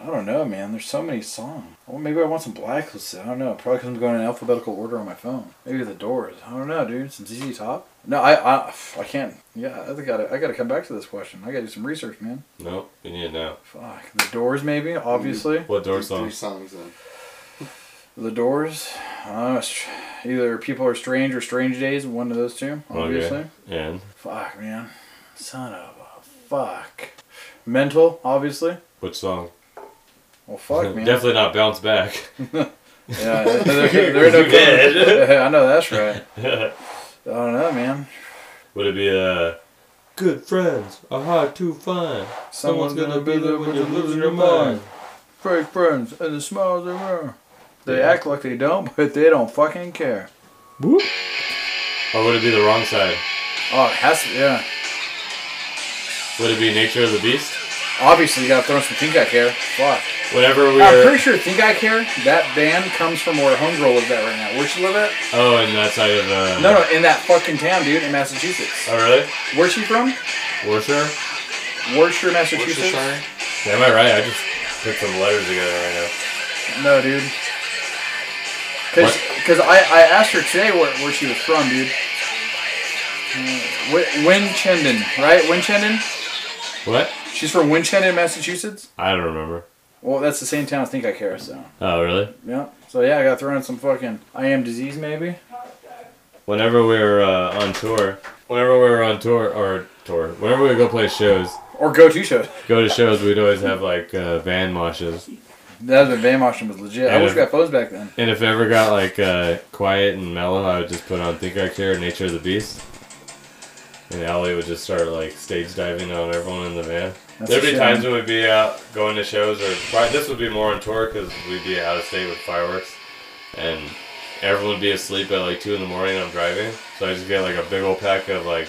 I don't know, man. There's so many songs. Well, maybe I want some black listed. I don't know. Probably because I'm going in alphabetical order on my phone. Maybe the Doors. I don't know, dude. Some ZZ Top. No, I, I, I can't. Yeah, I got to I got to come back to this question. I got to do some research, man.
Nope, we need it now.
Fuck. The Doors, maybe. Obviously.
What door
Three- Three
song?
songs in.
The Doors. Uh, str- either People Are Strange or Strange Days. One of those two, obviously.
Okay. And
Fuck, man. Son of a fuck. Mental, obviously.
which song?
Well, fuck, man.
Definitely not bounce back.
Yeah, there, there are no I know that's right. I don't know, man.
Would it be a good friends are hard to find? Someone's gonna be there when you're losing your mind.
Fake friends and the smiles they wear. They act like they don't, but they don't fucking care.
Or would it be the wrong side?
Oh, it has to, yeah.
Would it be Nature of the Beast?
Obviously, you gotta throw in some Think I Care. Fuck.
Whenever we
I'm
were
pretty sure Think I Care, that band comes from where Homegirl lives at right now. Where she live at?
oh, and that side of uh,
No, no, in that fucking town, dude, in Massachusetts.
Oh really?
Where's she from?
Worcester?
Worcester, Massachusetts?
Am I right? I just put some letters together right now.
No, dude. Cause, cause I, I asked her today where, where she was from, dude. Wi- Winchendon, right? Winchendon.
What?
She's from Winchendon, Massachusetts.
I don't remember.
Well, that's the same town I think I care. So,
Oh really?
yeah. So yeah, I got thrown in some fucking I am disease maybe.
Whenever we were uh, on tour, whenever we were on tour or tour, whenever we would go play shows,
Or go to shows.
go to shows, we'd always have like uh, van washes.
That was when Van Washington was legit. I
Yeah.
wish we got phones back then.
And if it ever got like uh, quiet and mellow, I would just put on Think I Care, Nature of the Beast. And Allie would just start like stage diving on everyone in the van.
That's
There'd
a
be
shame.
times when we'd be out going to shows, or probably, this would be more on tour because we'd be out of state with fireworks, and everyone would be asleep at like two in the morning. I'm driving, so I just get like a big old pack of like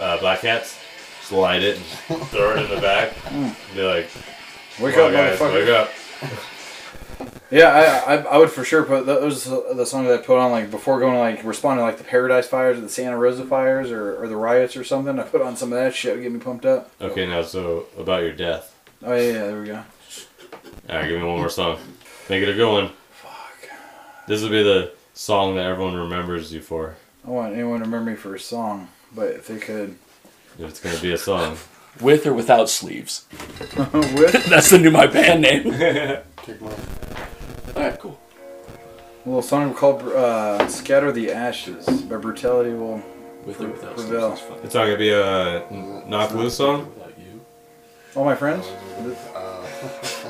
uh, black hats, just light it, and throw it in the back. Be like,
Hmm. Wake
"Come on,
up,
guys,
motherfucker.
wake up!"
Yeah, I, I I would for sure put that was the song that I put on like before going like responding like the Paradise Fires or the Santa Rosa Fires or, or the riots or something. I put on some of that shit to get me pumped up.
Okay, now so about your death.
Oh yeah, yeah there we go.
All right, give me one more song. Make it a good one. Fuck. This will be the song that everyone remembers you for.
I want anyone to remember me for a song, but if they could
If it's gonna be a song.
With or without sleeves.
with
That's the new my band name.
Take mine.
Alright, cool.
a little song called uh, "Scatter the Ashes" by Brutality. Will
With or without sleeves.
Prevail.
That's fine.
It's not gonna be a n- knock loose song.
Without you.
all my friends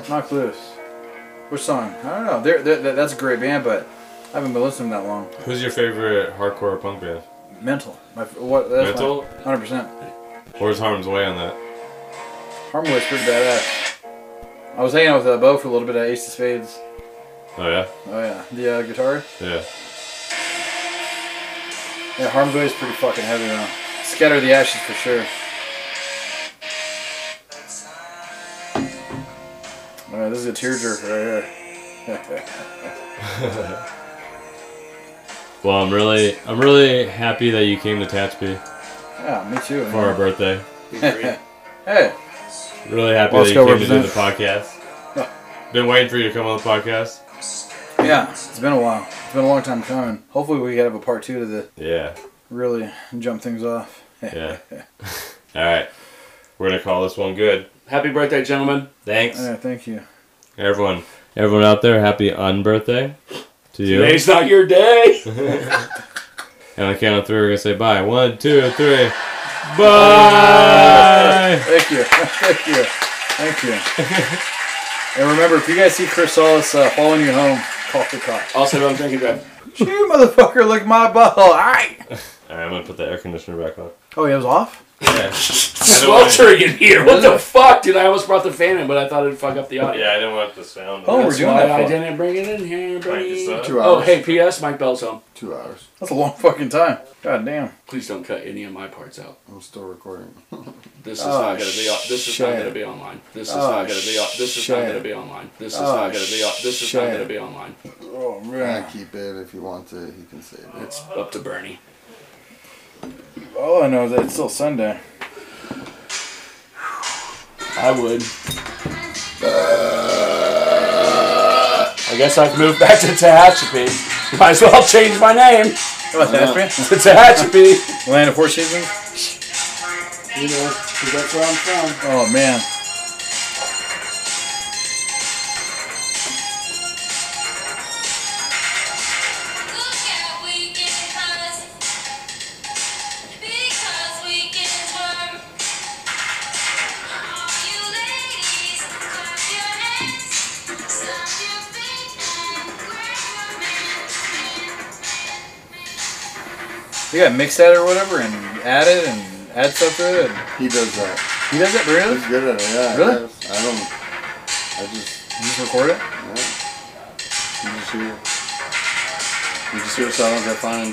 knock loose. Which song? I don't know. They're, they're, that's a great band, but I haven't been listening that long.
Who's your favorite hardcore punk band?
Mental. My f- what? That's
Mental?
Hundred percent.
Where's Harm's Way on that?
Harm was pretty badass. I was hanging out with uh, Bo for a little bit at Ace of Spades.
Oh yeah,
Oh yeah, the uh, guitar.
yeah.
Yeah, Harm's Way is pretty fucking heavy though. Scatter the ashes for sure. All right, this is a tearjerker right here.
Well, I'm really, I'm really happy that you came to Tatchby
yeah, me too.
for our birthday.
Hey,
Really happy
Let's
that
go
you came to do the
represent.
podcast. Been waiting for you to come on the podcast.
yeah, it's been a while. It's been a long time coming. Hopefully, we can have a part two to the
Yeah,
really jump things off.
yeah. All right, we're gonna call this one good.
Happy birthday, gentlemen.
Thanks.
Yeah, thank you.
Everyone, everyone out there, happy on birthday to you.
Today's not your day.
And on the count of three, we're gonna say bye. One, two, three. Bye.
Thank you. Thank you. Thank you. and remember, if you guys see Chris Solis uh, following you home, call the cops.
also, don't drink and drive.
You motherfucker, lick my butthole. All right.
All right, I'm gonna put the air conditioner back on.
Oh, yeah, it was off?
Yeah,
Sweltering in here. What the fuck, dude? I almost brought the fan in, but I thought it'd fuck up the audio.
yeah I didn't want the sound.
Oh, we're
That's
doing
why
that
I
for.
didn't bring it in here,
you
buddy.
suck.
Two
Oh,
hours.
hey, P.S. Mike Bell's home.
Two hours.
That's a long fucking time. God damn.
Please don't cut any of my parts out.
I'm still recording.
This is
Oh,
not going to be. o- This is not
shit.
going to be online. This is
Oh,
not going to be. o- This is not
shit.
going to be online. This is
Oh,
not going to be. o- This is not
shit.
going to be online.
Oh,
Yeah,
man.
keep it if you want to. You can save it.
It's up to Bernie.
All I know is that it's still Sunday.
I would. Uh, I guess I've moved back to Tehachapi. Might as well change my name
What, that's
to Tehachapi.
Land of Four Seasons?
You know, 'cause that's where I'm from.
Oh, man. You gotta mix that or whatever and add it and add stuff to it. and-
He does that.
He does it, really?
He's good at it. Yeah.
Really?
yes. I don't. I just.
You just record it?
Yeah. You just hear. You just hear sounds that fine.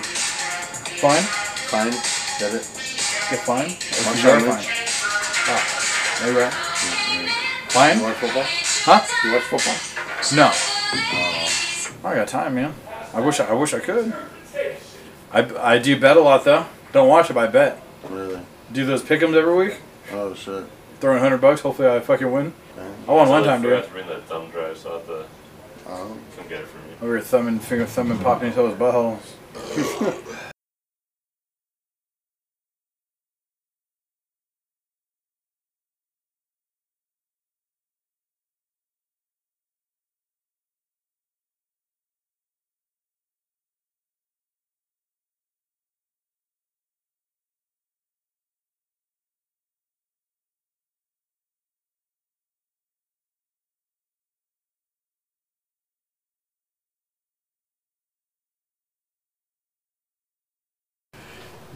Fine?
Fine. Get it?
Yeah, fine. Or
One
you are
sandwich.
fine. Ah, you right. Fine?
You watch football?
Huh?
You watch football?
No. I got time, man. I wish I, I wish I could. I, I do bet a lot though. Don't watch it, but I bet.
Really?
Do those pick'ems every week.
Oh shit.
Throwing hundred bucks. Hopefully I fucking win. I won one time, dude.
to bring that thumb drive, so I have to
Oh.
come get it from you.
We were thumbing, finger thumbing, popping until his butthole.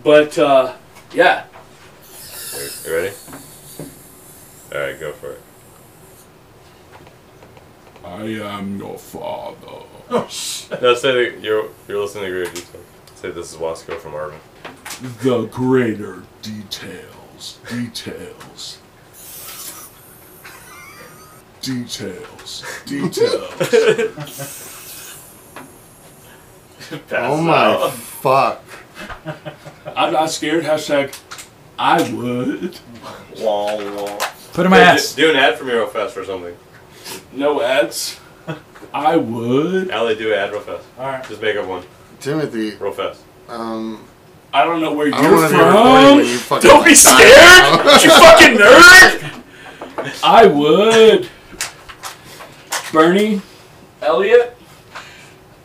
But uh, yeah,
You ready? All right, go for it.
I am your father.
No, say that you're you're listening to great detail. Say this is Wasco from Arvin.
The greater details. Details. Details. Details.
Oh my fuck.
I'm not scared. Hashtag I would.
Wah, wah.
Put in my
Yeah,
ass.
Do, do an ad from me real fast for something.
No ads. I would.
Allie, do an ad real fast. All right. Just make up one
Timothy,
real fast.
um,
I don't know where
I don't
you're
want to be recording when
from.
you fucking.
don't be scared, you fucking nerd.
I would. Bernie,
Elliot,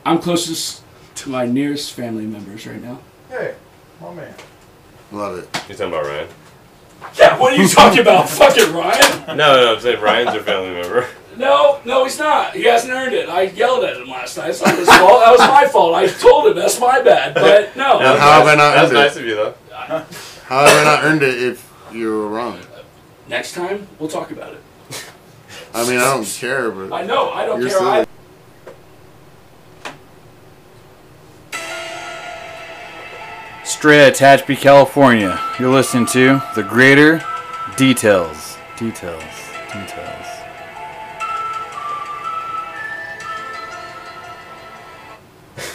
I'm closest to my nearest family members right now.
Hey, my man.
Love it.
You talking about Ryan?
yeah, what are you talking about, fucking Ryan?
No, no, I'm saying Ryan's your family member.
No, no, he's not. He hasn't earned it. I yelled at him last night. It's not his fault. That was my fault. I told him that's my bad. But no,
That was
how have
nice-
I not
That was
earned it?
nice of you, though.
How have I not earned it if you were wrong?
next time we'll talk about it.
I mean, I don't care,
I
but
know. I don't
you're
care. I,
silly.
Straight at Tatchby, California. You're listening to the Greater Details. Details. Details.